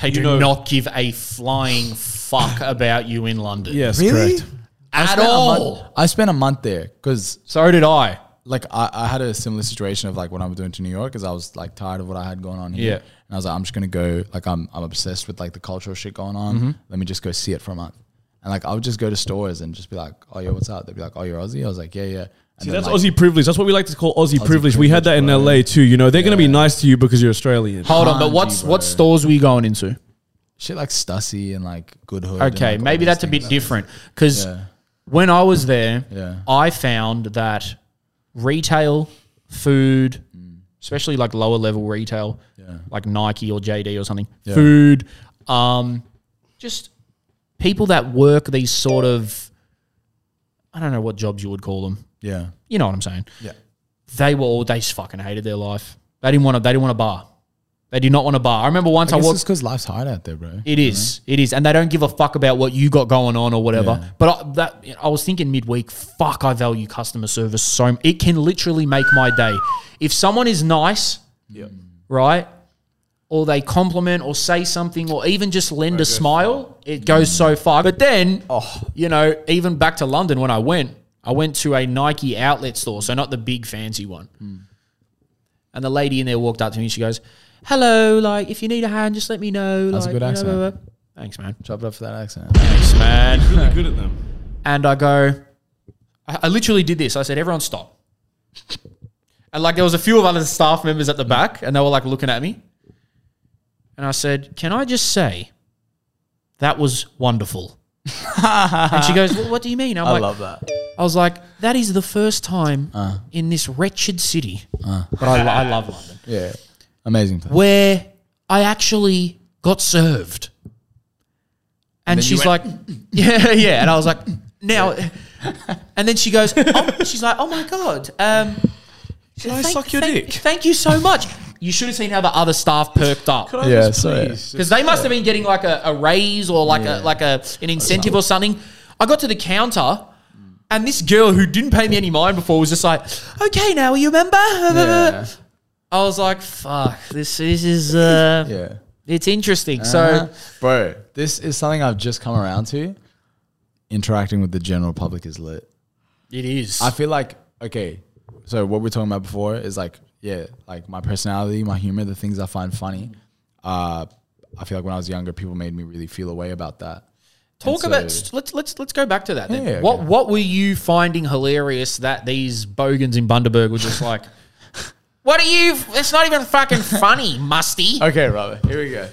they do
know-
not give a flying fuck about you in London.
Yes,
Really?
correct.
At
spent a month-
all.
I spent a month there because
So did I.
like I, I had a similar situation of like what I was doing to New York because I was like tired of what I had going on here.
Yeah.
And I was like, I'm just gonna go like I'm I'm obsessed with like the cultural shit going on. Let me just go see it for a month. And like I would just go to stores and just be like, Oh yeah, what's up? They'd be like, Oh, you're Aussie? I was like, Yeah, yeah. And
See,
then,
that's
like,
Aussie privilege. That's what we like to call Aussie, privilege. We had that in
privilege,
LA too. You know, they're going to be nice to you because you're Australian.
Hold on, but
Can't
what's
be, bro.
what stores were you going into?
shit like Stussy and like Good Hood. and,
Okay,
like, all
maybe
these
that's a
things.
bit different because
Yeah.
when I was there,
Yeah.
I found that retail, food,
Mm.
especially like lower level retail, like Nike or JD or something, food, um, just people that work these sort of, I don't know what jobs you would call them.
Yeah.
You know what I'm saying?
Yeah.
They were all they just fucking hated their life. They didn't want to. They didn't want a bar. They did not want a bar. I remember once
I
I,
guess
walked.
it's because life's hard out there, bro.
It is. It is. And they don't give a fuck about what you got going on or whatever.
Yeah.
But I, that I was thinking midweek, fuck, I value customer service so m- it can literally make my day. If someone is nice, right? Or they compliment or say something or even just lend a smile, it goes so far. But then,
Oh.
you know, even back to London when I went, I went to a Nike outlet store, so not the big fancy one.
Hmm.
And the lady in there walked up to me and she goes, Hello, like, if you need a hand, just let me know.
That's a
like,
good
you know,
accent.
blah, blah, blah." Thanks, man.
Chop it up for that accent.
Thanks, man.
Really good at them.
And I go, I, I literally did this. I said, Everyone stop. And like, there was a few of other staff members at the back and they were like looking at me. And I said, Can I just say, that was wonderful? and she goes, well, What do you mean? I'm
I
like,
love Uh. that.
I was like, That is the first time in this wretched city.
Uh.
But I, lo- I love London.
Yeah. Amazing place.
where I actually got served. And, she's like, yeah, yeah. And I was like, now. And then she goes, oh, she's like, oh my God. Um, Should
I suck your dick?
Thank you so much. You should have seen how the other staff perked up.
Yeah, so yeah.
Because they must have been getting like a, a raise or like a like a an incentive or something. I got to the counter, and this girl who didn't pay me any mind before was just like, "Okay, now you remember." I was like, "Fuck, this, this is uh,
Yeah.
it's interesting."
Uh-huh.
So
bro, this is something I've just come around to. Interacting with the general public is lit.
it is.
I feel like okay, so what we we're talking about before is like yeah, like my personality, my humor, the things I find funny. Uh, I feel like when I was younger, people made me really feel a way about that.
Talk
so-
about let's let's let's go back to that. Then.
Yeah, yeah,
what
okay.
what were you finding hilarious that these bogans in Bundaberg were just like? What are you? It's not even fucking funny, Musty.
Okay, Robert, here we go.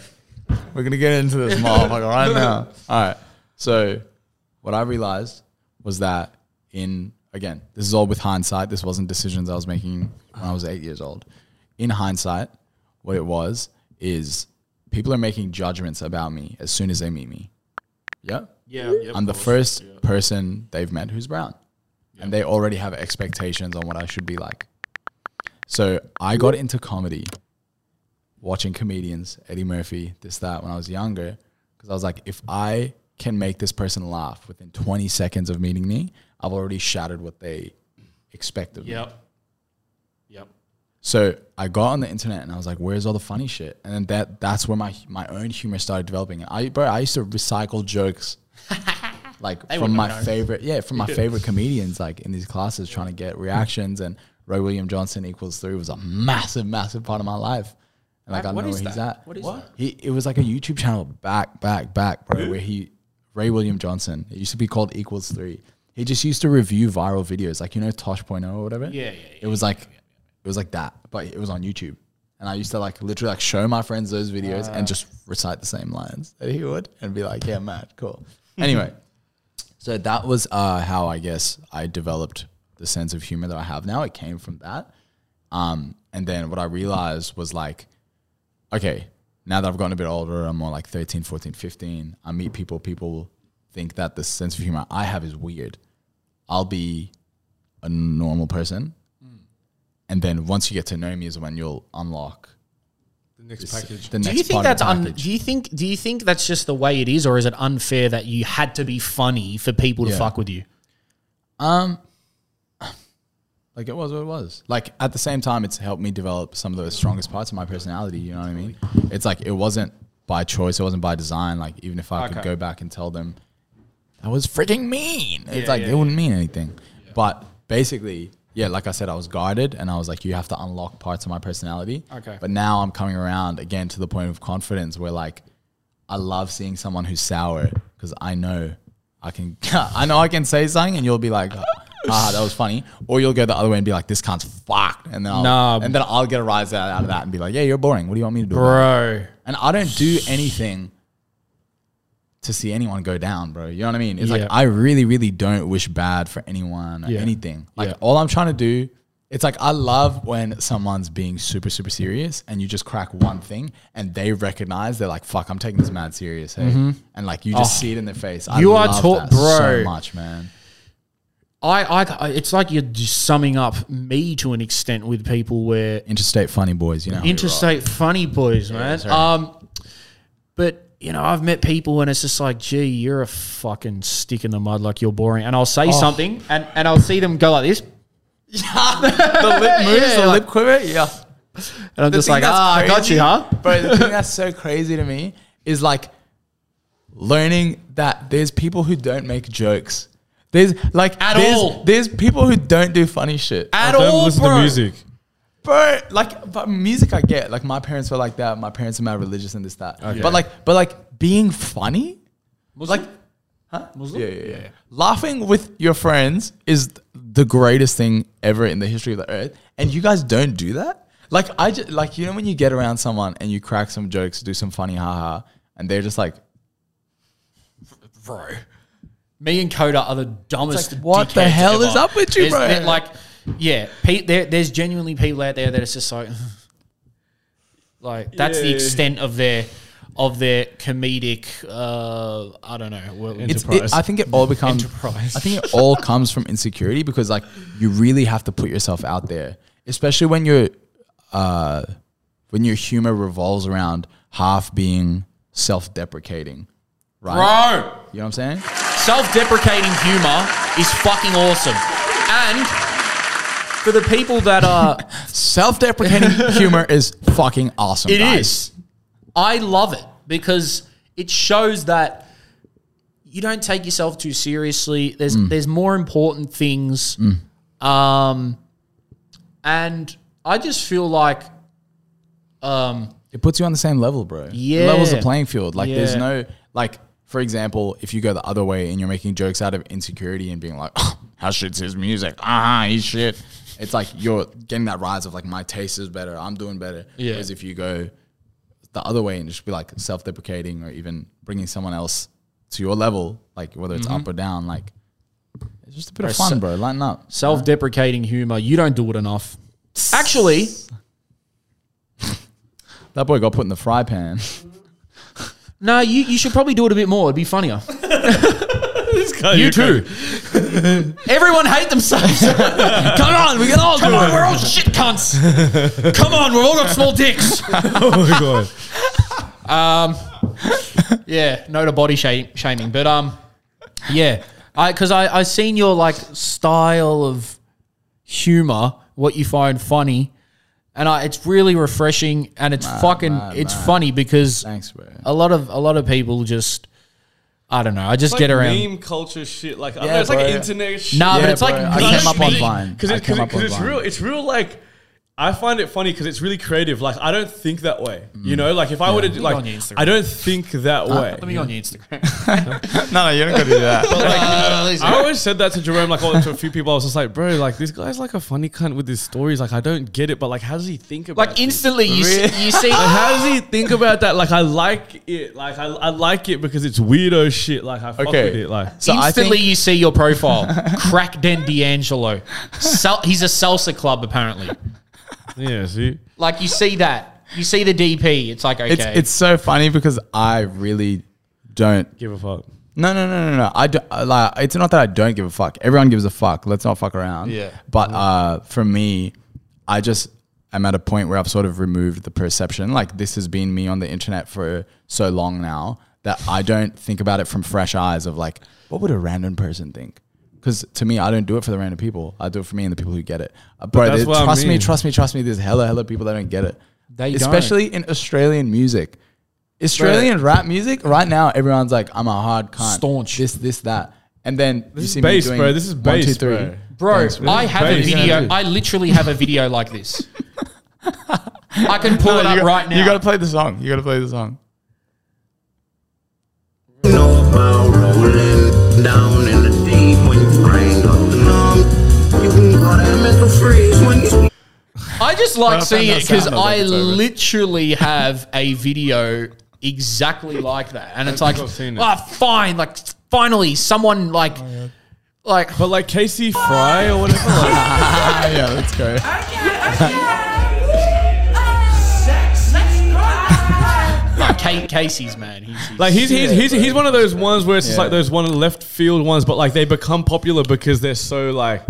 We're gonna get into this motherfucker right now. All right. So, what I realized was that in again, this is all with hindsight. This wasn't decisions I was making when I was eight years old. In hindsight, what it was is people are making judgments about me as soon as they meet me. Yeah.
Yeah.
I'm the first person they've met who's brown. And they already have expectations on what I should be like. So I got into comedy watching comedians, Eddie Murphy, this, that, when I was younger, because I was like, if I can make this person laugh within 20 seconds of meeting me, I've already shattered what they expect of me.
Yep. Yep.
So I got on the internet and I was like, "Where's all the funny shit?" And then that that's where my my own humor started developing. And I bro, I used to recycle jokes like from
wouldn't
my
know.
favorite yeah from my favorite comedians like in these classes trying to get reactions. And Roy William Johnson equals three was a massive massive part of my life. And like I
What
know
is
where he's
that?
at.
What is What? that?
He it was like a YouTube channel back back back bro where he Ray William Johnson. It used to be called Equals Three. He just used to review viral videos like you know Tosh.0 or whatever.
Yeah, yeah,
It was like it was like that, but it was on YouTube. And I used to like literally like show my friends those videos
Ah.
and just recite the same lines that he would and be like, yeah, mad, cool. Anyway, so that was uh, how I guess I developed the sense of humor that I have now. It came from that. Um, and then what I realized was like, okay, now that I've gotten a bit older, I'm more like 13, 14, 15. I meet people, people think that the sense of humor I have is weird. I'll be a normal person.
Hmm.
And then once you get to know me is when you'll unlock
The next package.
the
Do
next
you think
part of
that's
the
un-
package.
do you think do you think that's just the way it is, or is it unfair that you had to be funny for people to
Yeah.
fuck with you?
Um, like it was what it was. Like at the same time, it's helped me develop some of the strongest parts of my personality. You know what I mean? It's like it wasn't by choice. It wasn't by design. Like even if I could go back and tell them that was freaking mean, it's like it wouldn't mean anything. But basically, yeah, like I said, I was guarded, and I was like, you have to unlock parts of my personality.
Okay.
But now I'm coming around again to the point of confidence where like I love seeing someone who's sour because I know I can I know I can say something and you'll be like, ah, that was funny, or you'll go the other way and be like, this cunt's fucked, and then I'll,
Nah.
and then I'll get a rise out, out of that and be like, yeah, you're boring. What do you want me to do? about it?"
Bro.
And I don't do anything to see anyone go down, bro. You know what I mean? It's
Yeah.
like I really, really don't wish bad for anyone or
Yeah.
anything. Like
Yeah.
all I'm trying to do, it's like I love when someone's being super, super serious and you just crack one thing and they recognize they're like, fuck, I'm taking this mad serious. Hey. And like you just see it in their face. I
You are
love
taught-
that
bro.
so much, man.
I, I, I- it's like you're just summing up me to an extent with people where
Interstate funny boys, you know.
interstate funny boys, man. um, but you know, I've met people and it's just like, gee, you're a fucking stick in the mud, like you're boring. And I'll
Oh.
say something, and and I'll see them go like this,
the lip moves,
Yeah,
the
like-
lip quiver, yeah.
and I'm
The
just
thing
like,
that's
ah, I got
crazy-
you, huh?
Bro, the thing that's so crazy to me is like learning that there's people who don't make jokes. There's like
At
there's,
all.
there's people who don't do funny shit.
At
Don't
all,
listen
bro.
to music.
bro, like but music I get. Like my parents were like that. My parents are mad religious and this that. But like but like being funny? Like huh? Yeah, yeah, yeah. Laughing with your friends is the greatest thing ever in the history of the earth, and you guys don't do that. Like I just like you know when you get around someone and you crack some jokes, do some funny haha, and they're just like,
bro. Me and Coda are the dumbest.
It's like, what the
dickheads
hell
ever.
is up with you,
There's-
bro?
there- Like, yeah, pe- there, there's genuinely people out there that it's just like, like that's the
Yeah.
extent of their of their comedic. Uh, I don't know. What,
It's,
Enterprise.
it, I think it all becomes. I think it all comes from insecurity because like you really have to put yourself out there, especially when your uh, when your humor revolves around half being self-deprecating, right?
bro,
You know what I'm saying?
self-deprecating humor is fucking awesome, and for the people that are
Self-deprecating humor is fucking awesome.
It is.
guys.
I love it because it shows that you don't take yourself too seriously. There's there's more important things. Um and I just feel like um
It puts you on the same level, bro.
Yeah.
It levels the playing field. Like there's
Yeah.
no like for example, if you go the other way and you're making jokes out of insecurity and being like, oh, how shit's his music? Ah, he's shit. It's like you're getting that rise of like my taste is better, I'm doing better.
Yeah.
Whereas if you go the other way and just be like
Mm-hmm.
self-deprecating or even bringing someone else to your level, like whether it's up or down, like It's just a bit of fun, bro. Lighten up.
Self-deprecating humor. You don't do it enough. Actually,
That boy got put in the fry pan.
no. You you should probably do it a bit more. It'd be funnier. You too. Everyone hate themselves. Come on, we can all Come on, we're all shit cunts. Come on, we've all got small dicks.
Oh my god.
Um, Yeah, no to body shame, shaming, but um, yeah, I because I I seen your like style of humor, what you find funny, and I it's really refreshing and it's fucking
mad,
it's funny because
Thanks, bro.
a lot of a lot of people just I don't know I just
It's
get
like
around.
Meme culture shit. Like I
Yeah,
know, it's
bro.
like internet shit.
Nah, but
Yeah,
it's like
bro, I
niche
came up on
media.
Vine.
because
I
it's,
came
cause
up
it-
on
'cause it's
Vine.
real. It's real. Like I find it funny because it's really creative. Like I don't think that way.
Mm.
You know, like if I were to do,
go
like
on your Instagram.
I don't think that way.
Let me go on your Instagram.
No, no, you don't got to do that.
Uh,
I always said that to Jerome, like or to a few people. I was just like, bro, like this guy's like a funny cunt with his stories. Like I don't get it, but like how does he think about
like
this?
instantly you see, you see
Like, how does he think about that? Like I like it. Like I, I like it because it's weirdo shit. Like I fuck
Okay.
with it. Like
So I
instantly
think
you see your profile. Crack Den D'Angelo. Sal- he's a salsa club apparently.
yeah, see.
Like you see that. You see the DP. It's like okay.
it's it's so funny because I really don't.
Give a fuck.
No, no, no, no, no. I do, like. It's not that I don't give a fuck. Everyone gives a fuck. Let's not fuck around.
Yeah.
But uh, for me, I just am at a point where I've sort of removed the perception. Like this has been me on the internet for so long now that I don't think about it from fresh eyes of like, what would a random person think? Because to me, I don't do it for the random people. I do it for me and the people who get it. Uh, Bro,
that's
there-
what I
trust me,
mean.
trust me, trust me. There's hella, hella people that don't get it.
They don't.
Especially in Australian music. Australian rap music right now, everyone's like, I'm a hard cunt.
Staunch.
This, this, that. And then you
is
see
bass,
me doing
bro. This is
one, two,
bass,
three.
bro.
Bro,
Thanks,
I have a
Crazy.
video.
Yeah.
I literally have a video like this. I can pull it
No,
up
you got-
right now.
You gotta play the song. You gotta play the song.
northbound rolling down in the deep when you brain going numb. You can call that mental freeze when you
I just like
I found
seeing
that
it because
sound, I
I
was like, it's over.
literally have a video exactly like that, and it's like,
I've seen it.
ah, fine, like finally someone like,
Oh,
like
But like Casey Fry or whatever. Like,
Ah, yeah, let's go.
no, Kate Casey's man. He's, he's
Like he's he's, he's he's one of those ones where it's just like those one left field ones, but like they become popular because they're so like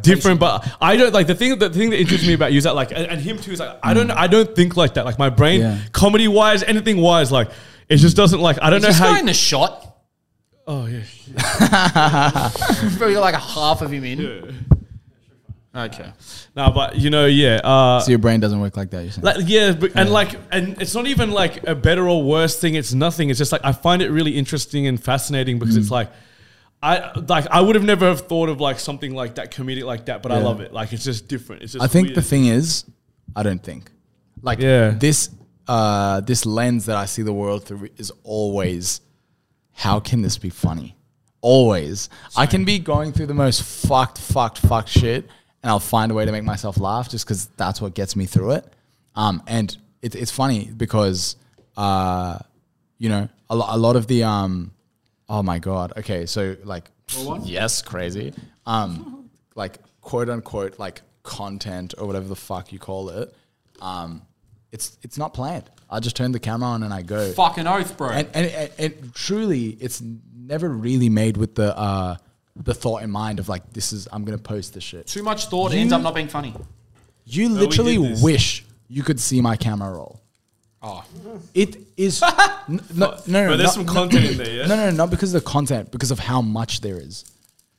different. But I don't like the thing. The thing that interests me about you is that like, and, and him too is like I don't I don't think like that. Like my brain,
Yeah.
comedy wise, anything wise, like it just doesn't like I don't
is this
know
guy
how.
in the shot.
oh yeah,
Probably got like a half of him in. Okay.
no, but you know, yeah. Uh,
So your brain doesn't work like that. You're saying.
Like, yeah, but, and like, and it's not even like a better or worse thing. It's nothing. It's just like I find it really interesting and fascinating because it's
Mm.
like, I like I would have never have thought of like something like that comedic like that, but I
Yeah.
love it. Like it's just different. It's just.
I think the
weird.
thing is, I don't think. Like
Yeah.
this uh this lens that I see the world through is always how can this be funny? Always. I can be going through the most fucked, fucked, fucked shit and I'll find a way to make myself laugh just because that's what gets me through it. Um and it, it's funny because uh you know, a, lo- a lot of the um oh my god. Okay, so like yes, crazy. Um like quote unquote like content or whatever the fuck you call it. Um it's it's not planned. I just turn the camera on and I go.
Fucking oath, bro.
And, and, and, and truly, it's never really made with the uh, the thought in mind of like, this is I'm gonna post this shit.
Too much thought ends up not being funny.
You literally
Oh, did this.
wish you could see my camera roll.
Oh.
It is n- no, no, no,
But there's
not-
some
no-
content in there, yeah?
No, no, no, not because of the content, because of how much there is.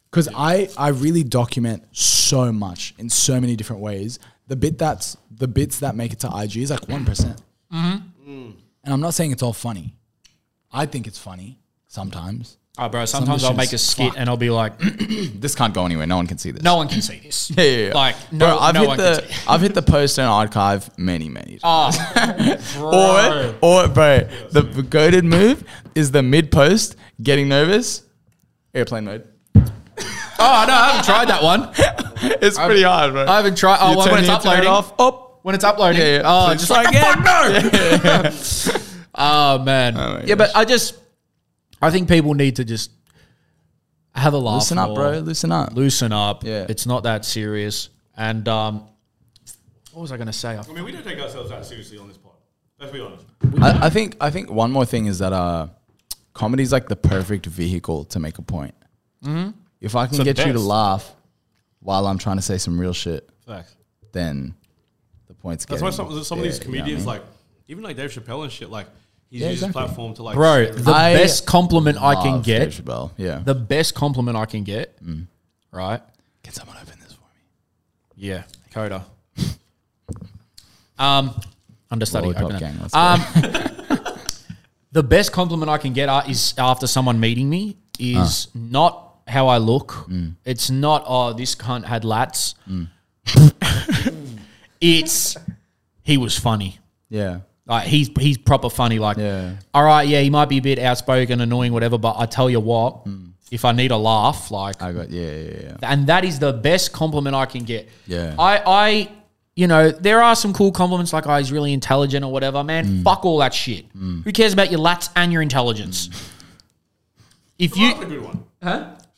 Because I, I really document so much in so many different ways. The bit that's the bits that make it to IG is like one
Mm-hmm.
Mm. and I'm not saying it's all funny. I think it's funny sometimes.
Oh, bro,
Some
sometimes I'll
missions
make a skit
fuck.
and I'll be like,
This can't go anywhere. No one can see this.
no one can see this.
Yeah, yeah, yeah.
Like, no,
Bro, I've
no
hit
one
the
can see
I've hit the post and archive many many times.
Ah. Oh, bro.
Or or bro, the goaded move is the mid post getting nervous, airplane mode.
Oh, no, I haven't tried that one.
It's pretty hard, bro.
I haven't tried. Oh,
You
when
turn
it's
the internet
uploading.
off, oh,
When it's uploading.
yeah, yeah.
Oh,
Click
just like,
again.
fuck no. oh, man.
my Oh,
yeah, but I just, I think people need to just have a laugh.
Loosen up,
more.
bro. Loosen up.
Loosen up.
Yeah.
It's not that serious. And um, what was I going to say? I
I mean, we don't take ourselves that seriously on this pod. Let's be honest.
I, I think I think one more thing is that uh, comedy is like the perfect vehicle to make a point. If I can
the
get you to
best.
laugh while I'm trying to say some real shit,
Facts.
then the point's
That's
getting.
why some, some of these
there, you know what I
comedians,
mean?
like even like Dave Chappelle and shit, like he's
Yeah,
used his
exactly.
platform to like,
Bro,
say-
the
I
best compliment I can
Love Mm.
get,
Dave Chappelle. Ah, Yeah.
the best compliment I can get, right?
can someone open this for me?
Yeah, Coda. um, understudy.
Lollipop
open it.
gang, let's go.
Um, the best compliment I can get uh, is after someone meeting me is
Ah.
not how I look.
Mm.
It's not oh this cunt had lats. it's he was funny.
Yeah.
Like he's he's proper funny. Like,
Yeah.
all right, yeah, he might be a bit outspoken, annoying, whatever. But I tell you what, if I need a laugh, like
Mm. I got yeah yeah yeah.
and that is the best compliment I can get.
Yeah.
I, I, you know, there are some cool compliments like, "Oh, he's really intelligent" or whatever. Man,
Mm.
fuck all that shit. Who cares about your lats and your intelligence? If you
That's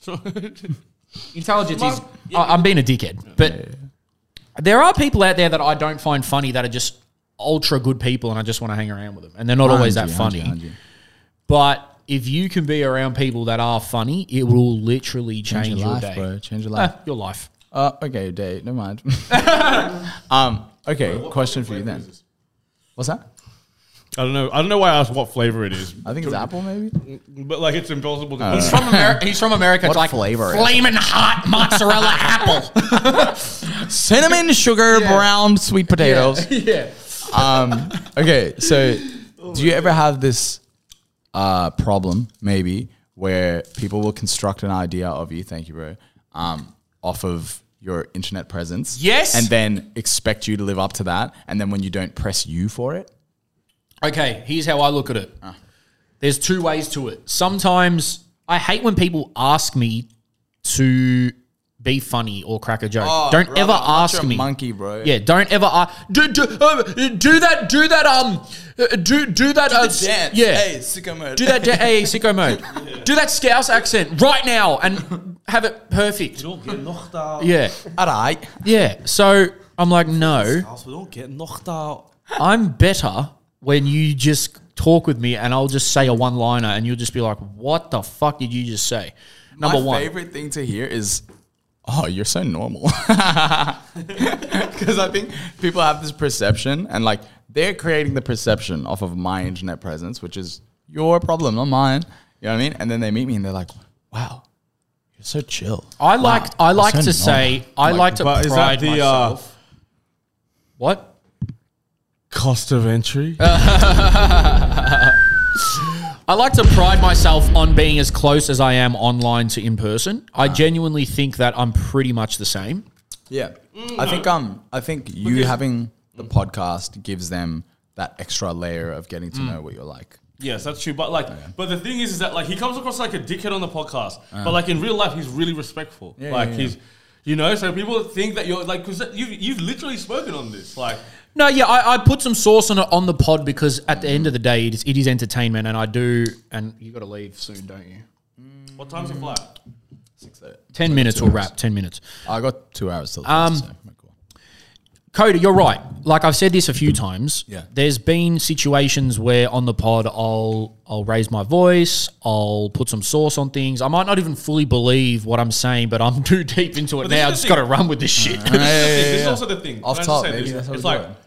a good one.
intelligence is, I, I'm being a dickhead, but there are people out there that I don't find funny that are just ultra good people, and I just want to hang around with them, and they're not always that
Hanji, Hanji,
funny.
Hanji.
But if you can be around people that are funny, it will literally change,
Change your
your,
life,
day,
bro. Change your life.
Ah, your life.
Uh, okay, date. Never mind. um, okay, question for you then. What's that?
I don't know. I don't know why I asked what flavor it is,
I think it's apple, maybe.
but like it's impossible to.
He's from America. He's from America. It's
What
like
flavor is it?
flaming hot mozzarella apple.
Cinnamon, sugar, brown, sweet potatoes.
yeah.
Um, okay, so do you ever have this uh, problem, maybe, where people will construct an idea of you? Thank you, bro. Um, off of your internet presence,
Yes.
and then expect you to live up to that, and then when you don't press you for it,
Okay. Here's how I look at it. There's two ways to it. Sometimes I hate when people ask me to be funny or crack a joke. don't
Oh, brother,
ever
I'm not
ask
your
me,
monkey, bro.
Yeah. Don't ever ask. Do, do, uh, do that. Do that. Um. uh, Do do that. uh, s- Yeah.
sicko mode.
Do that. Hey, sicko mode. Do that Scouse accent right now and have it perfect.
Don't get knocked out.
Yeah.
All right.
Yeah. So I'm like, no.
Als we don't get knocked out.
I'm better when you just talk with me and I'll just say a one liner and you'll just be like, what the fuck did you just say? Number
My
one.
favorite thing to hear is, "Oh, you're so normal," because I think people have this perception, and like they're creating the perception off of my internet presence, which is your problem, not mine. You know what I mean? And then they meet me and they're like, "Wow, you're so chill."
I like I like
so
to say I like, to
but is
pride
that the uh,
myself. what?
cost of entry?
Uh,
I like to pride myself on being as close as I am online to in person. I genuinely think that I'm pretty much the same.
Yeah, I think um, I think you having the podcast gives them that extra layer of getting to know what you're like.
Yes, that's true. But like,
But the thing is, is that like he comes across like a dickhead on the podcast, but like in real life, he's really respectful. like
Uh-huh. yeah, yeah.
he's, you know, so people think that you're like because you've you've literally spoken on this. Like
No, yeah, I, I put some sauce on it on the pod because at the end of the day, it is, it is entertainment, and I do. And you got to leave soon, don't you?
what time's the flight?
Ten minutes will wrap. Ten minutes.
I got two hours till. Um,
Coda, you're right. Like I've said this a few times.
Yeah.
There's been situations where on the pod I'll I'll raise my voice, I'll put some sauce on things. I might not even fully believe what I'm saying, but I'm too deep into it
this
now. I
is the
just got to
thing. Uh,
run with this shit.
this is also the thing. Can
Off
I just
top,
say
maybe
this?
that's how
It's
we do
like
it.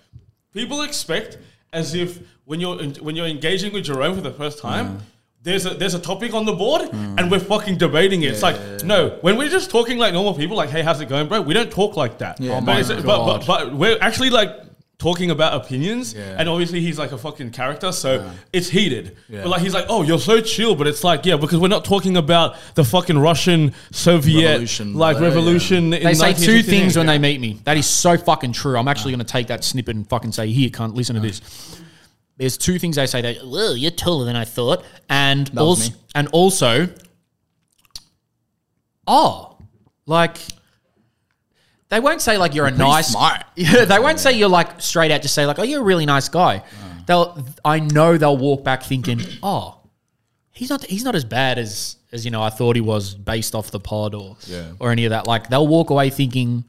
people expect as if when you're en- when you're engaging with Jerome for the first time.
Mm.
There's a, there's a topic on the board and we're fucking debating it. it's like, no, when we're just talking like normal people, like, hey, how's it going, bro? We don't talk like that.
Yeah, Oh
but,
my
it's- but,
God.
but, but we're actually like talking about opinions.
Yeah.
And obviously, he's like a fucking character, so it's heated.
Yeah.
But like, he's like, oh, you're so chill. But it's like, yeah, because we're not talking about the fucking Russian Soviet
Revolution,
like
uh, yeah.
revolution. In
They say two
1969.
things when they meet me. That is so fucking true. I'm actually going to take that snippet and fucking say, here, cunt, listen to this. There's two things they say. They, well, you're taller than I thought. And,
was
also,
me.
and also, oh, like, they won't say, like, you're a nice.
smart.
Yeah, they won't say you're, like, straight out, just say, like, oh, you're a really nice guy. They'll, I know they'll walk back thinking, oh, he's not, he's not as bad as, as you know, I thought he was based off the pod or
Yeah.
or any of that. Like they'll walk away thinking,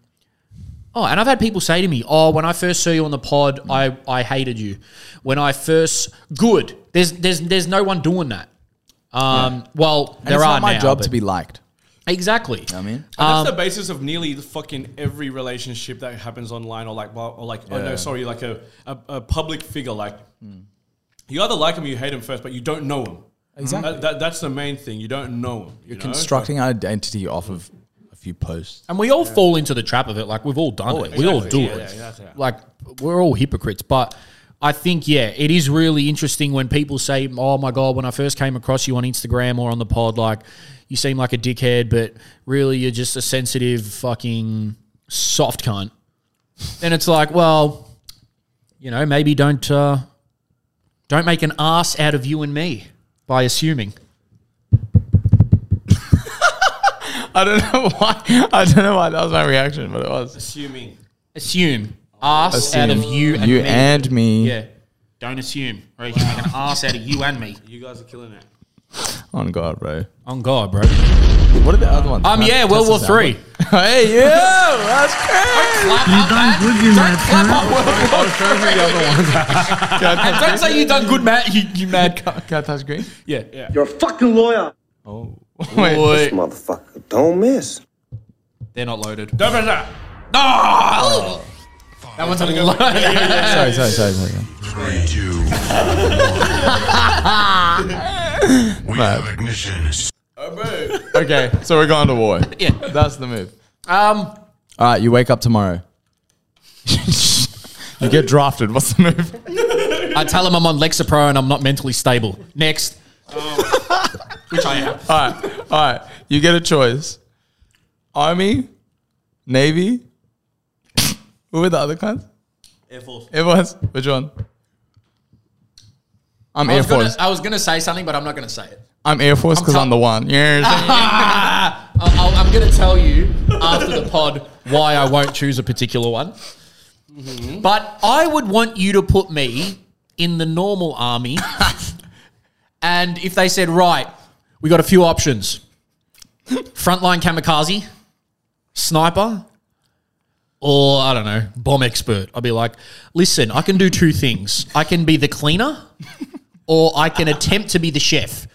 oh, and I've had people say to me, oh, when I first saw you on the pod, I I hated you. When I first good, there's there's there's no one doing that. Um, well,
And
there
it's
are
not my
now,
job
but-
to be liked.
exactly.
I mean,
Um,
that's the basis of nearly the fucking every relationship that happens online, or like, well, or like, oh no, sorry, like a, a, a public figure. Like, you either like him or you hate him first, but you don't know him.
Exactly.
That, that, that's the main thing. You don't know him. You
you're
know?
constructing an identity off of a few posts.
And we all fall into the trap of it. Like we've all done it. We all do
Yeah,
it.
yeah, yeah, that's it.
Like we're all hypocrites. But I think yeah, it is really interesting when people say, "Oh my god, when I first came across you on Instagram or on the pod, like you seem like a dickhead, but really you're just a sensitive fucking soft cunt." Then it's like, well, you know, maybe don't uh, don't make an ass out of you and me by assuming.
I don't know why. I don't know why that was my reaction, but it was
Assuming.
Assume ass out of you and
you
me.
and me.
Yeah. Don't assume, or you can make an ass out of you and me.
You guys are killing it.
On God, bro.
On God, bro.
What are the other ones?
Um,
Can I
yeah,
test
World War
this out?
Three.
Hey, yo, that's crazy.
You done good, you man.
And don't say you done good, Matt. You, you mad. cunt.
Can I touch green?
Yeah. yeah.
You're a fucking lawyer.
Oh. Wait.
Motherfucker, don't miss.
They're not loaded.
Don't press that.
Oh! That one's a load.
Sorry, sorry, sorry. sorry.
We have ignition.
Okay, so we're going to war.
Yeah.
That's the move.
Um,
All right, you wake up tomorrow. you get drafted. What's the move?
I tell him I'm on Lexapro and I'm not mentally stable. Next. Which I am.
All right, all right. You get a choice: army, navy. Who were the other kinds?
Air Force.
Air Force. Which one? I'm
I
Air
was, gonna,
Force.
I was gonna say something, but I'm not gonna say it.
I'm Air Force because
I'm
I'm,
t-
the one. Yeah.
I'll, I'll, I'm gonna tell you after the pod why I won't choose a particular one. But I would want you to put me in the normal army. and if they said, right, we got a few options frontline kamikaze, sniper, or I don't know, bomb expert, I'd be like, listen, I can do two things. I can be the cleaner, or I can attempt to be the chef.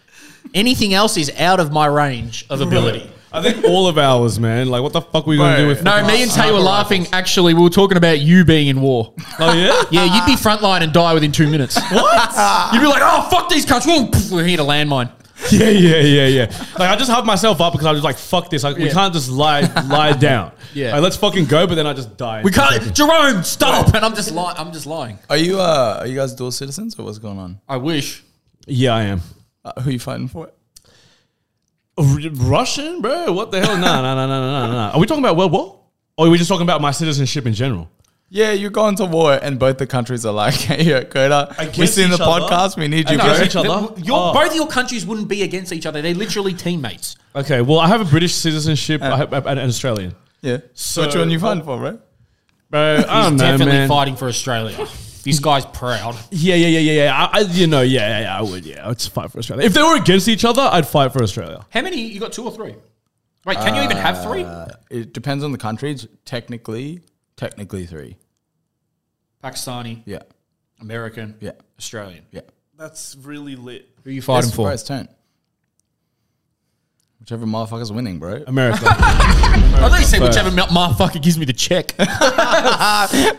Anything else is out of my range of ability.
I think all of ours, man. Like, what the fuck are we gonna
Bro.
do with?
No, me and Tay were laughing. Actually, we were talking about you being in war.
Oh yeah.
Yeah, you'd be frontline and die within two minutes. what? You'd be like, oh, fuck these cunts. Woo, pff, We hit a landmine.
Yeah, yeah, yeah, yeah. Like I just hyped myself up because I was like, "Fuck this! Like, We
Yeah.
can't just lie lie down.
Yeah.
like, let's fucking go." But then I just died.
We can't, Jerome, stop. And I'm just lying. I'm just lying.
Are you uh? Are you guys dual citizens or what's going on?
I wish.
Yeah, I am
Uh, who you fighting for?
Russian, bro. What the hell? No, no, no, no, no, no, no. Are we talking about World War? Or are we just talking about my citizenship in general?
Yeah, you're going to war, and both the countries are like, "Hey, yeah, Koda, we
Against
seen the
each other?
podcast. We need you,
Against
bro."
each other?
Your,
Oh.
Both of your countries wouldn't be against each other. They're literally teammates.
Okay, well, I have a British citizenship. I have, and an Australian.
Yeah.
So-
Which one you fighting for, bro?
Bro, I
He's
don't know,
definitely
man.
fighting for Australia. This guy's proud.
Yeah, yeah, yeah, yeah, yeah. I, I, you know, yeah, yeah, yeah, I would. Yeah, I would fight for Australia. If they were against each other, I'd fight for Australia.
How many? You got two or three? Wait, can you even have three?
It depends on the country. Technically, technically three.
Pakistani,
Yeah,
American,
yeah,
Australian.
yeah.
That's really lit.
Who are you
It's
fighting for?
Bryce turn. Whichever motherfucker's winning, bro.
Um, America.
I thought you said whichever mil- motherfucker gives me the check.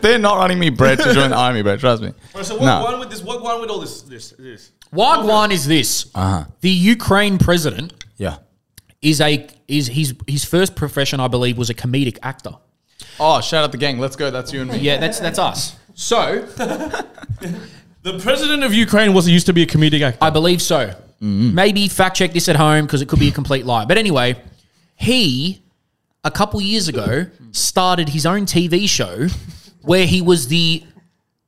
They're not running me bread to join the army, bro. Trust me.
Bro, so what
No.
one with this? What one with all this? This? This?
Wagwan is this.
Uh-huh.
The Ukraine president
Yeah.
is a is his his first profession, I believe, was a comedic actor.
Oh, shout out the gang. Let's go. That's you and me.
Yeah, that's that's us. So
the president of Ukraine was used to be a comedic actor.
I believe so. Maybe fact check this at home because it could be a complete lie. But anyway, he a couple years ago started his own TV show where he was the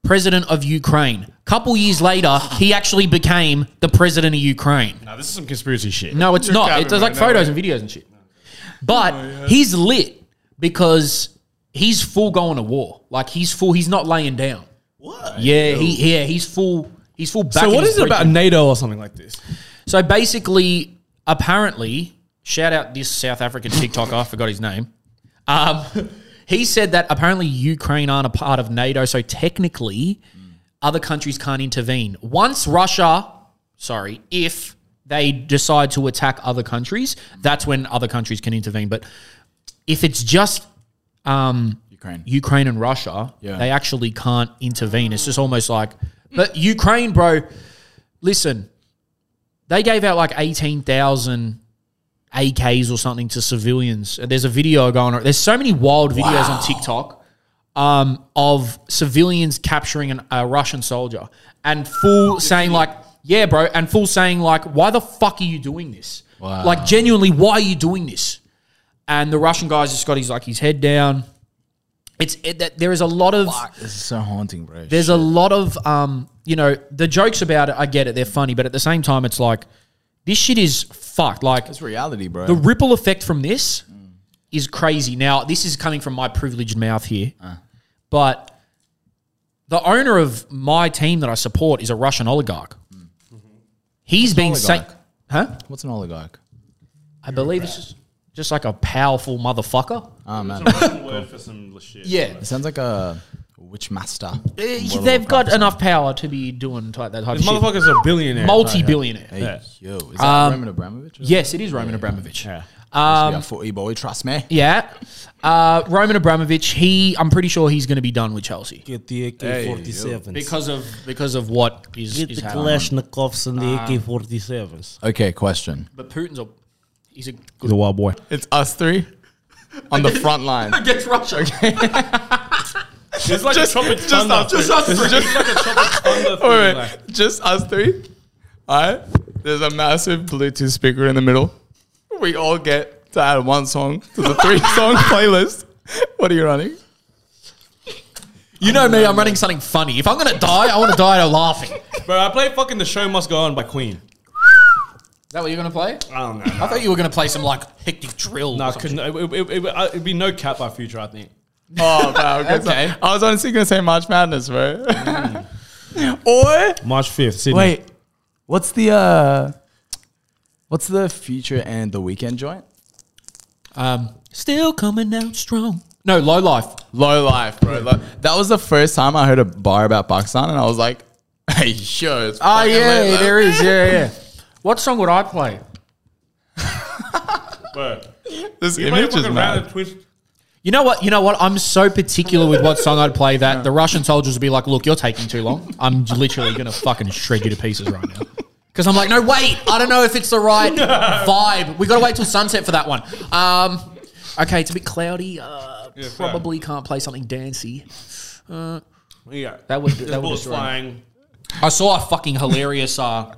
president of Ukraine. Couple years later, he actually became the president of Ukraine.
Nah, this is some conspiracy shit.
No, Oh, it's not. It, there's like photos and videos and shit. But he's lit because he's full going to war. Like he's full. He's not laying down. What? Yeah, he yeah he's full. He's full. Back
So
in
what
his
is it about
briefing.
NATO or something like this?
So basically, apparently, shout out this South African TikToker, I forgot his name. Um, he said that apparently Ukraine aren't a part of NATO, so technically other countries can't intervene. Once Russia, sorry, if they decide to attack other countries, that's when other countries can intervene. But if it's just um,
Ukraine.
Ukraine and Russia,
Yeah.
they actually can't intervene. It's just almost like, but Ukraine, bro, listen, they gave out like 18,000 AKs or something to civilians. And There's a video going on. There's so many wild videos on TikTok um, of civilians capturing an, a Russian soldier and full saying, like, yeah, bro, and full saying, like, why the fuck are you doing this? Like, genuinely, why are you doing this? And the Russian guy's just got his like his head down. It's it, that there is a lot of
This is so haunting, bro.
there's a lot of um, you know, the jokes about it. I get it; they're funny, but at the same time, it's like this shit is fucked. Like
it's reality, bro.
the ripple effect from this is crazy. Now, this is coming from my privileged mouth here, but the owner of my team that I support is a Russian oligarch. Mm-hmm. He's been saying,
oligarch?
huh?
What's an oligarch?
I believe it's just, just like a powerful motherfucker.
Oh man,
Word for some shit.
Yeah,
it sounds like a witch master.
Uh, they've got enough power to be doing type, that type of
This
shit.
motherfucker's a billionaire.
Multi-billionaire.
Hey, yo, is that Roman Abramovich? or
Yes, it is Roman Abramovich.
Um,
Yeah.
something? yeah, footy boy, trust me.
Uh, Roman Abramovich. He, I'm pretty sure he's going to be done with Chelsea
Get the AK-47s.
because of because of what is,
Get
is
the
happening.
Kalashnikovs and the
Ah.
AK-47s.
Okay, question.
But Putin's a he's a good
He's a wild boy.
It's us three on the front line.
against Russia.
It's like a trumpet thunder.
just us three.
like a trumpet thunder thing.
Wait,
like-
wait. Just us three. All right. There's a massive Bluetooth speaker in the middle. We all get to add one song to the three song playlist. What are you running?
You know me. I'm running something funny. If I'm going to die, I want to die laughing. Is
Bro, I play fucking The Show Must Go On by Queen.
that what you're going to play? I
don't know.
thought you were going to play some like hectic drill.
Nah, couldn't, it, it, it, it, it'd be no cap by future, I think.
Oh, wow. Okay. so
Okay.
I was honestly going to say March Madness, bro. Mm. or.
March 5th, Sydney.
Wait. What's the. uh What's the future and the weekend joint?
um, still coming out strong. No, low life.
Low life, bro. Lo- that was the first time I heard a bar about Pakistan, and I was like, "Hey, sure, it's fucking lit, man."
Ah, is. Yeah, yeah. What song would I play?
Bro,
This
play
image is
fucking
mad."
round of twist.
You know what? You know what? I'm so particular with what song I'd play that the Russian soldiers would be like, "Look, you're taking too long. I'm literally gonna fucking shred you to pieces right now." Because I'm like, no, wait. I don't know if it's the right vibe. We gotta wait till sunset for that one. Um, okay, it's a bit cloudy. Uh,
fair.
probably can't play something dancey. Uh,
Yeah.
That would that would
Bullets
destroy me.
flying.
I saw a fucking hilarious. Uh,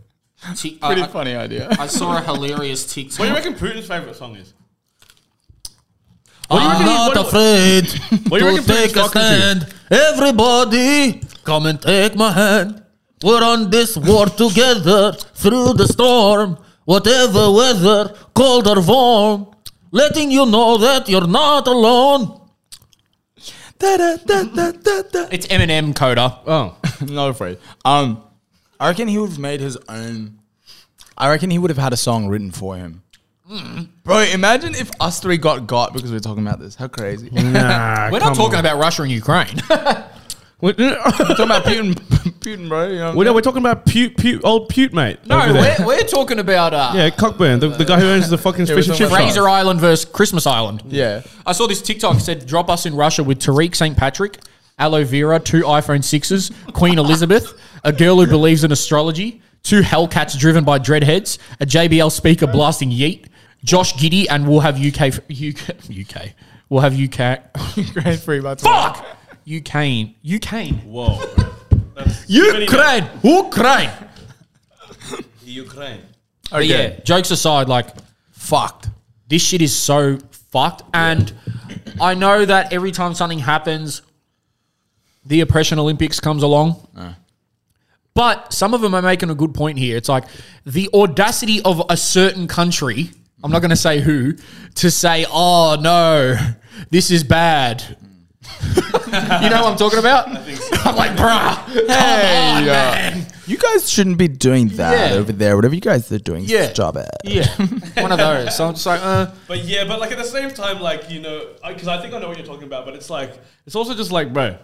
ti- I-
Pretty
I,
funny idea.
I saw a hilarious TikTok.
What do you reckon Putin's favorite song is?
I'm not afraid
do you
to
reckon Putin's
take a
talking to?
stand. Everybody, come and take my hand. We're on this war together through the storm. Whatever weather, cold or warm, letting you know that you're not alone. It's Eminem Coda.
Oh.
no afraid. Um, I reckon he would have made his own. I reckon he would have had a song written for him.
Hmm.
Bro, imagine if us three got got because we are talking about this. How crazy! We're talking
We're not talking about Russia and Ukraine.
We're,
about Putin, Putin, bro. You know what
we're,
I'm
we're talking about pute, pute, old pute, mate. over there.
we're, we're talking about uh,
Yeah, Cockburn, the, the guy who owns the fucking
we're
fish and
talking
chip
about
shop.
Fraser Island versus Christmas Island.
saying? yeah.
I saw this TikTok said drop us in Russia with Tariq St. Patrick, aloe vera, two iPhone 6s, Queen Elizabeth, a girl who believes in astrology, two Hellcats driven by dreadheads, a JBL speaker blasting Yeet, Josh Giddy, and we'll have UK. f- UK. UK. We'll have UK.
Grade three by
Fuck! Ukraine. Ukraine.
Whoa.
Ukraine. Ukraine.
The Ukraine.
But yeah, jokes aside, like, fucked. This shit is so fucked. And I know that every time something happens, the oppression Olympics comes along. But some of them are making a good point here. It's like the audacity of a certain country, I'm not going to say who, to say, oh no, this is bad. you know what I'm talking about? I'm like, bruh, come on,
yeah.
Oh, man.
You guys shouldn't be doing that
Yeah.
over there. Whatever you guys are doing,
Yeah.
stop it.
Yeah, one of those. So I'm just like, uh,
But yeah, but like at the same time, like you know, because I, think I know what you're talking about. But it's like it's also just like, bro,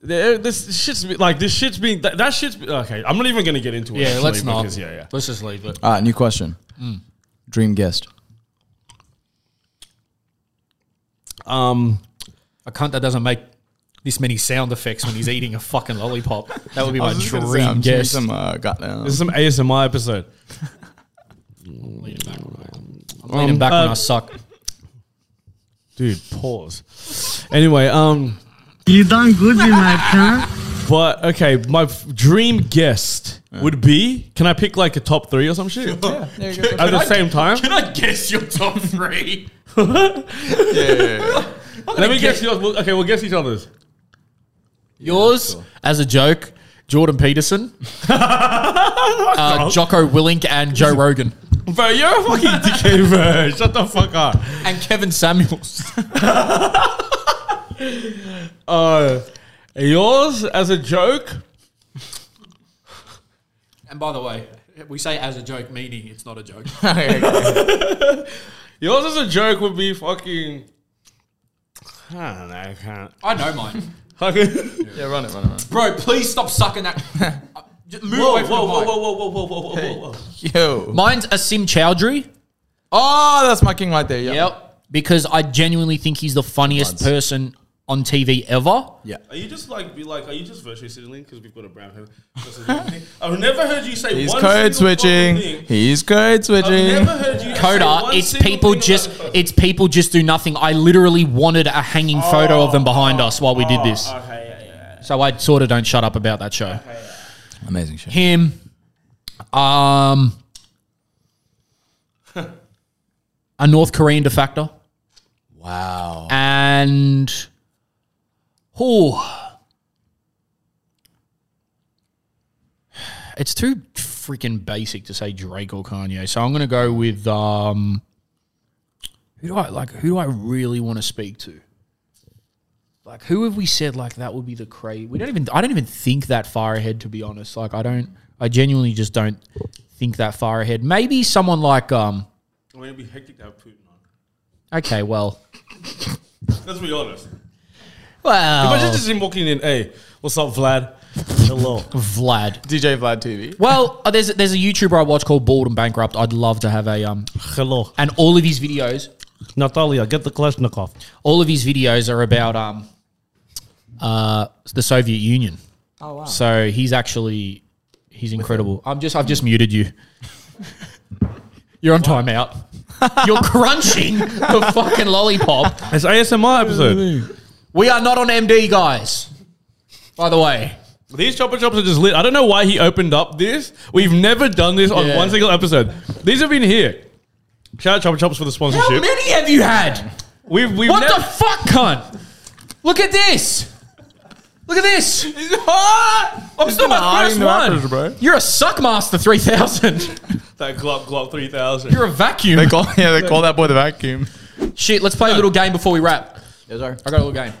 there- this shit's be- like this shit's being that, that shit's be- okay. I'm not even gonna get into it.
yeah,
actually,
let's not.
because- Yeah, yeah.
Let's just leave it.
Ah, new question.
Mm.
Dream guest.
Um,
A cunt that doesn't make this many sound effects when he's eating a fucking lollipop. That would be my dream guest.
Some, uh, goddamn.
this is some ASMR episode.
Lean him back when I
uh,
suck.
Dude, pause. Anyway, um,
You done good in my pants.
but okay, my f- dream guest would be. Can I pick like a top three or some shit at the same time?
Can I guess your top three?
Let me guess yours. We'll- Okay, we'll guess each other's.
Yours, as a joke, Jordan Peterson, uh, Jocko Willink, and Joe Rogan.
Bro, you're a fucking dickhead, bro. Shut the fuck up.
And Kevin Samuels.
Uh, yours as a joke?
And by the way, we say as a joke, meaning it's not a joke.
Yours as a joke would be fucking. I don't know. I can't.
I know mine.
Fucking-
Bro, please stop sucking that. Uh, Just move
Whoa,
away
whoa,
from
whoa, whoa,
the mic.
whoa, whoa, whoa, whoa, whoa, whoa, whoa.
Yo.
Mine's Asim Chowdhury.
Oh, that's my king right there. Yeah.
Yep. Because I genuinely think he's the funniest person on TV ever.
Are you just like be like? Are you just virtually sitting because we've got a brown hair? versus the thing? I've never heard you say
He's
one
code
single fucking
switching.
thing.
He's code
I've
switching.
never heard you. say
Coda,
one
it's
single
people
thing about
just
this person.
it's people just do nothing. I literally wanted a hanging photo of them behind
Oh,
us while we did this.
Okay, yeah, yeah.
So I sort of don't shut up about that show.
Amazing shit.
Him. Um a North Korean defector.
Wow.
And who it's too freaking basic to say Drake or Kanye. So I'm gonna go with um who do I like who do I really want to speak to? Like who have we said like that would be the crazy we don't even I don't even think that far ahead to be honest. Like I don't I genuinely just don't think that far ahead. Maybe someone like um
I mean, it'd be hectic to have Putin on.
okay, well
Let's be honest.
well
Imagine just him walking in. Hey, what's up, Vlad?
Hello.
Vlad.
DJ Vlad TV.
Well, uh, there's there's a YouTuber I watch called Bald and Bankrupt. I'd love to have a um,
Hello.
and all of his videos,
Natalia, get the Kalashnikov.
all of his videos are about um, uh, the Soviet Union. Oh wow! So he's actually he's incredible. I'm just I've just muted you. You're on timeout. You're crunching the fucking lollipop.
It's ASMR episode.
We are not on MD, guys. By the way,
These chopper chops are just lit. I don't know why he opened up this. We've never done this on
Yeah.
one single episode. These have been here. Shout out chopper chops for the
how
sponsorship.
many have you had?
We've we've
What
never-
the fuck, cunt? Look at this. Look at this. I'm still my first one.
bro.
You're a suckmaster 3000.
that glop glop three thousand.
You're a vacuum.
They call, yeah, they call that boy the vacuum.
Shit, let's play a little game before we wrap. Yes, sir. I got a little game.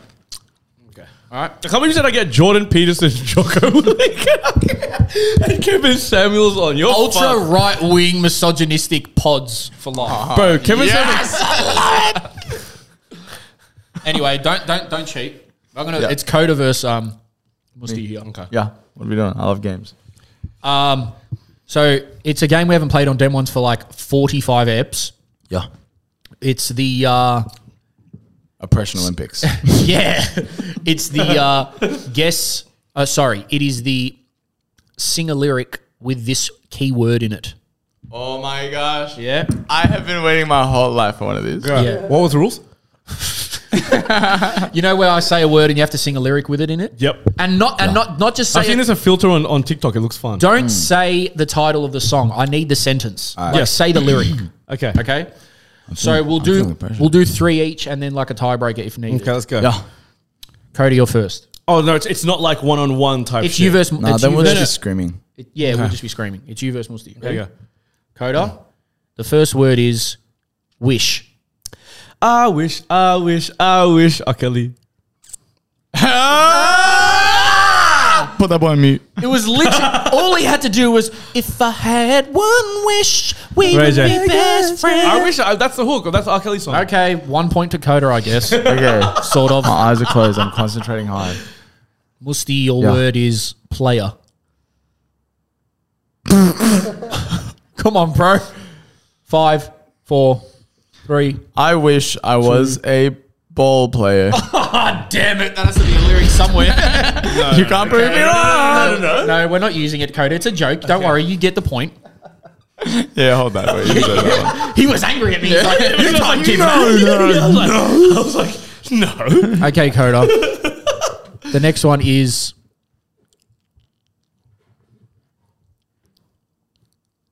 I can't believe you said I get Jordan Peterson, Jocko Willink, and Kevin Samuels on your
Ultra
Oh, fuck.
right wing misogynistic pods for life.
bro. Kevin Samuels.
Anyway, don't don't don't cheat. I'm gonna.
Yeah.
It's Coda versus um. Musty here. Okay.
Yeah. What are we doing? I love games.
Um, so it's a game we haven't played on Dem ones for like 45 eps.
Yeah.
It's the uh,
Oppression Olympics.
Yeah, it's the uh, guess. Uh, sorry, it is the sing a lyric with this keyword in it.
oh my gosh.
Yeah,
I have been waiting my whole life for one of these.
Yeah.
What was the rules?
you know where I say a word and you have to sing a lyric with it in it.
Yep.
and not and not not just
I've
say.
seen
It,
there's a filter on, on TikTok. It looks fun.
Hmm.
don't say the title of the song. I need the sentence. Like
Yes.
say the lyric.
Okay.
Okay. So we'll
feeling
do
pressure.
we'll do three each and then like a tiebreaker if needed.
Okay, let's go.
Yeah.
Cody, you're first.
Oh no, it's, it's not like one on one type.
It's
shit.
you versus.
Nah,
it's
then
you
we're
versus-
just screaming.
it- yeah, we'll just be screaming. It's you versus Musty.
There
Okay?
you go.
Coda. The first word is wish.
I wish, I wish, I wish. Okay, Lee.
Ah!
Put that boy on mute.
It was literally all he had to do was if I had one wish, we
Ray
would
J.
be best
I
friends.
wish I, that's the hook. That's the R. Kelly song.
Okay, one point to Coda, I guess.
Okay.
sort of.
My eyes are closed. I'm concentrating hard.
Musty, your
Yeah.
word is player. Come on, bro. Five, four, three.
I wish I was a ball player.
Ah, damn it. That has to be a lyric somewhere.
you can't prove me wrong.
no, we're not using it, Coda. It's a joke. Don't worry. You get the point.
Yeah, hold that. Wait, you say that one.
He was angry at me. He's like, you can't give Okay, Coda. the next one is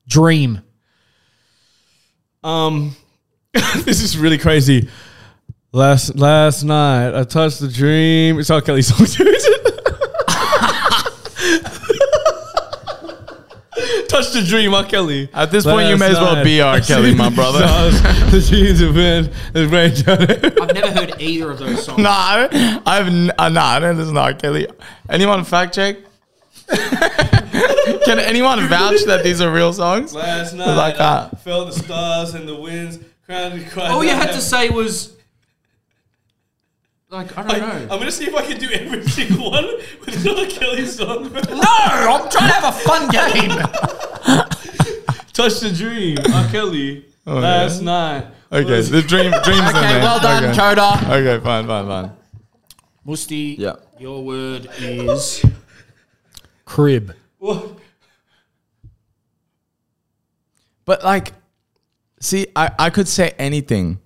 Dream.
Um, this is really crazy. Last last night, I touched the dream. It's R. Kelly song, dude. Touch the dream, R. Kelly.
At this point, you may as well be R. Kelly, my brother.
the jeans have been it's rained down.
I've never heard either of those songs.
Nah, I don't- I've n- uh, nah, I don't listen to R. Kelly. Anyone fact check? Can anyone vouch that these are real songs?
Last night,
Like that.
I felt the stars and the winds. Crowned, cried
All you
out
had
heaven.
to say was, like, I don't
I'm
know.
gonna see if I can do every single one with another Kelly song.
No, I'm trying to have a fun game.
Touch the dream, R. Kelly. last night.
Okay, the dream, dreams in
Okay,
there.
well done,
okay.
Coda.
Okay, fine, fine, fine.
Musty,
Yeah.
your word is crib.
But like, see, I, I could say anything.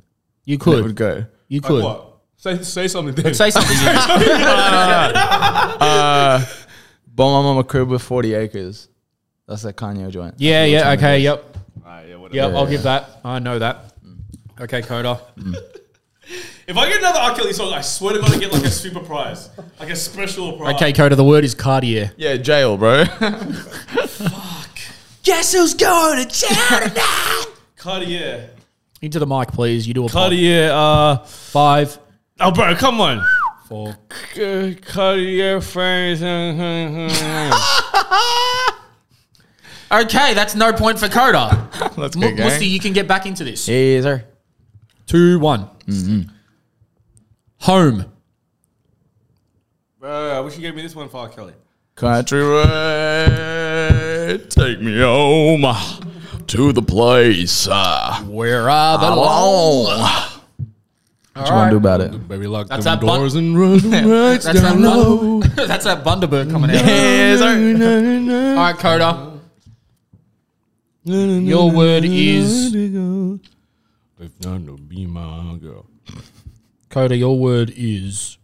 You
It would
could.
go.
You could.
Say, say something, dude.
Say something. yeah.
Bomb my mama crib with 40 acres. That's that Kanye joint.
yeah, yeah, okay, yep. Yep,
Yeah,
I'll
yeah,
give that. I know that. Okay, Coda.
If I get another R. Kelly song, I swear to God, I get like a super prize, like a special prize.
Okay, Coda, the word is Cartier.
Yeah, jail, bro.
Guess who's going to jail tonight?
Cartier.
Into the mic, please. You do a Cartier.
Cartier, uh,
Five,
oh, bro, come on.
four.
Cartier face. uh,
Okay, that's no point for Coda.
Let's go,
M-
gang.
Musty, you can get back into this.
Yeah, sir.
Two, one. Mm-hmm. Home.
Bro, I wish you gave me this one for R. Kelly.
Country road, take me home to the place uh,
Where are the
belong. What you want to do about it?
Baby, lock
That's
them
that bun-
doors and run right
That's that,
down low.
bun- that's that Bundaberg coming out.
Yeah, sir.
All right, Coda. Your word is
If not, to be my girl.
Coda. Your word is.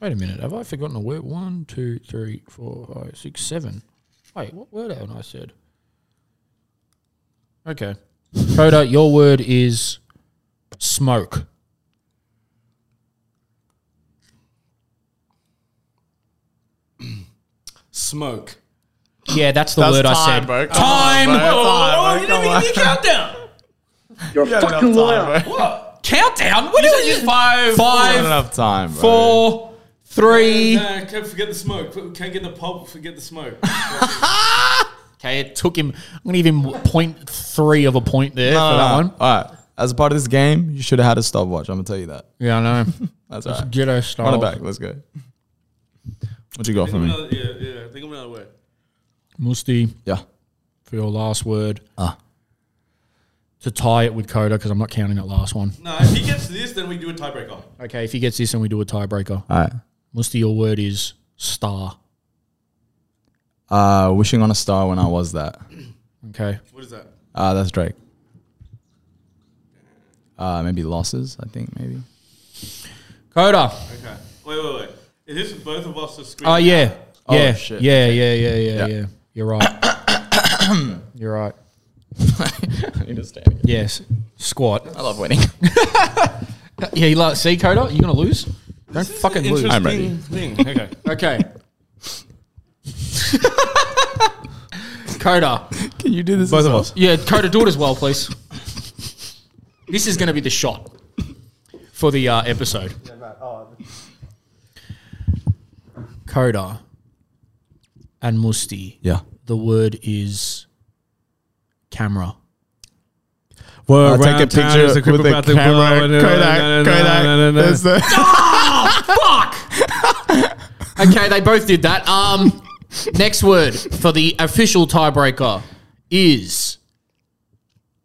Wait a minute. Have I forgotten a word? One, two, three, four, five, six, seven. Wait, what word haven't I said? Okay, Coda. Your word is smoke.
Smoke.
Yeah, that's the
That's
word I
time,
said.
bro. Come
Time.
on, bro.
Oh,
Time, bro.
you didn't
Come
even
on.
give me a countdown.
You got enough time, bro.
Countdown. What is it? Five,
You got
five,
enough time, bro.
four, three.
Nah, can't forget the smoke. Can't get the pulp. Forget the smoke.
Okay, it took him. I'm gonna give him point three of a point there
No,
for
no,
that
no.
one.
All right. As a part of this game, you should have had a stopwatch. I'm gonna tell you that.
Yeah, I know.
That's all right.
Ghetto
Run
style.
it back. Let's go. What you got for me?
Another- yeah, yeah. Think of another word.
Musty
Yeah.
for your last word.
Ah.
To tie it with Coda because I'm not counting that last one.
No, if he gets this, then we do a tiebreaker.
Okay, if he gets this, then we do a tiebreaker.
All right.
Musty, your word is star.
Uh, wishing on a star when I was that.
Okay.
What is that?
Uh, that's Drake. Uh, maybe losses. I think maybe.
Coda.
Okay. Wait, wait, wait. Is this both of us are screaming?
Oh yeah.
Oh,
yeah.
shit.
Yeah, yeah, yeah, yeah, yeah,
Yeah.
You're right. You're right.
I need to stand.
Yes. Squat.
I love winning.
Yeah, you like see Coda? You're gonna lose? Don't fucking lose.
I'm ready.
Thing. Okay.
Okay. Coda.
Can you do this? Both of us.
Yeah, Coda, do it as well, please. This is going to be the shot for the uh, episode. Coda and Musti,
Yeah.
the word is camera.
Well,
I'll take a picture with a camera. Kodak, Kodak. There's the-
Okay, they both did that. Um, next word for the official tiebreaker is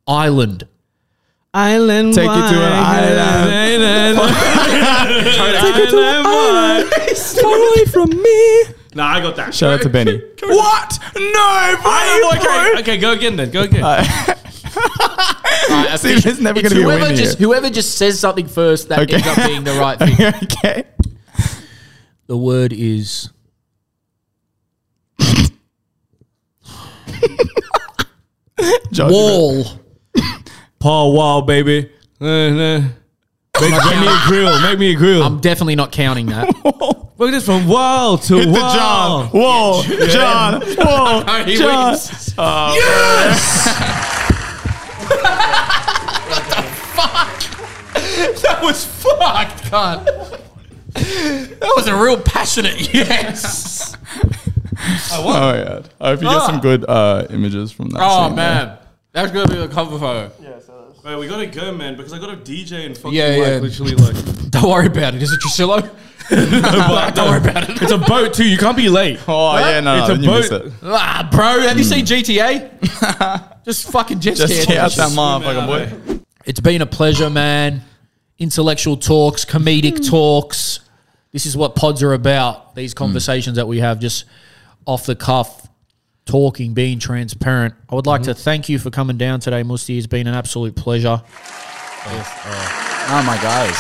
island.
Island
Take it to an island.
Nah, I got that.
Shout out to Benny. What? No,
Oh,
bro.
okay, okay, go again then. Go again.
Alright,
See, there's never
it's
gonna be a
whoever
win
just
here.
whoever just says something first that
Okay.
ends up being the right thing.
okay.
The word is.
Josh,
Wall.
Paul Wall, baby. Uh, uh. Make, make me a grill. Make me a grill.
I'm definitely not counting that.
Look at this from wall to
Hit the
wall.
John. Whoa, John. Whoa,
he
John.
wins.
Oh,
That was fucked, cunt. That was a real passionate yes.
oh, yeah. I hope you get
Ah.
some good uh, images from that.
Oh
scene,
man, that's gonna be the cover photo.
Wait, we gotta go, man, because I got a DJ and fucking
Yeah,
like
yeah.
literally like.
Don't worry about it. Is it Trujillo? Don't worry about it.
It's a boat too. You can't be late.
though. Oh, yeah, no,
It's
it's
a
then you missed
boat.
it.
Ah, bro, have you seen GTA? Just fucking jet
Just
ski.
get out that motherfucking boy.
It's been a pleasure, man. Intellectual talks, comedic talks. This is what pods are about.
Hmm.
These conversations that we have just off the cuff, talking, being transparent. I would like
Hmm.
to thank you for coming down today, Musti. It's been an absolute pleasure.
Oh, my guys.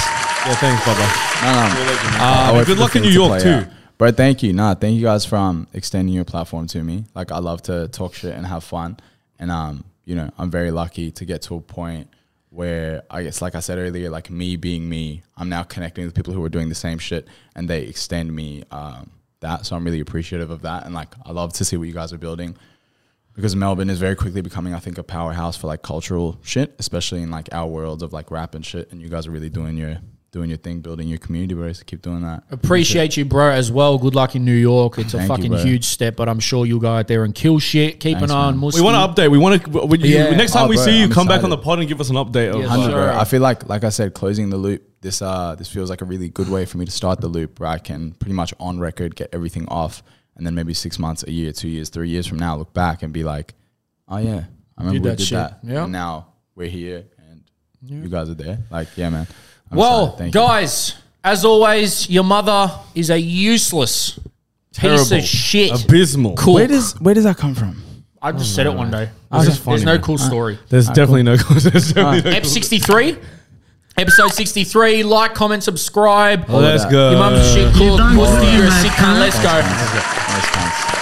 Yeah, thanks, Bubba.
I wait
Uh, good
for
luck
the
in New
thing to
York,
play out.
too.
Bro, thank you. Nah, thank you guys for um, extending your platform to me. Like, I love to talk shit and have fun. And, um, you know, I'm very lucky to get to a point where I guess, like I said earlier, like me being me, I'm now connecting with people who are doing the same shit and they extend me um, that. So I'm really appreciative of that. And, like, I love to see what you guys are building because Melbourne is very quickly becoming, I think, a powerhouse for like cultural shit, especially in like our world of like rap and shit. And you guys are really doing your doing your thing, building your community, bro. So keep doing that.
Uh, Appreciate you, bro, as well. Good luck in New York. It's a
Thank you,
fucking
bro.
huge step, but I'm sure you'll go out there and kill shit. Keep
Thanks,
an eye on
man.
Musti.
We want to update. We want to. We, you-
Yeah.
Next time
Oh,
we
bro,
see you,
I'm
come back
excited.
on the pod and give us an update. of, uh, like,
Yeah, sure.
Hundred, bro.
Sure.
I feel like, like I said, closing the loop. This uh, this feels like a really good way for me to start the loop, where I can pretty much on record get everything off, and then maybe six months, a year, two years, three years from now, look back and be like, oh yeah, I remember
Did
we
that
did
shit.
that.
Yeah.
And now we're here, and you guys are there. Like, yeah, man. I'm
Well,
excited. Thank you.
guys, as always, your mother is a useless piece
Terrible.
of shit.
abysmal.
cool.
Where does where does that come from?
I just said it one day.
This is
There's
funny,
Oh, no Uh,
man.
cool story.
There's definitely no. There's definitely no.
Ep 63, episode 63. Like, comment, subscribe.
Let's
that.
go.
Your mum's a shit cook.
done
Pussy,
good,
you're a
mate,
sick cunt.
huh?
Let's go.
Nice, thanks.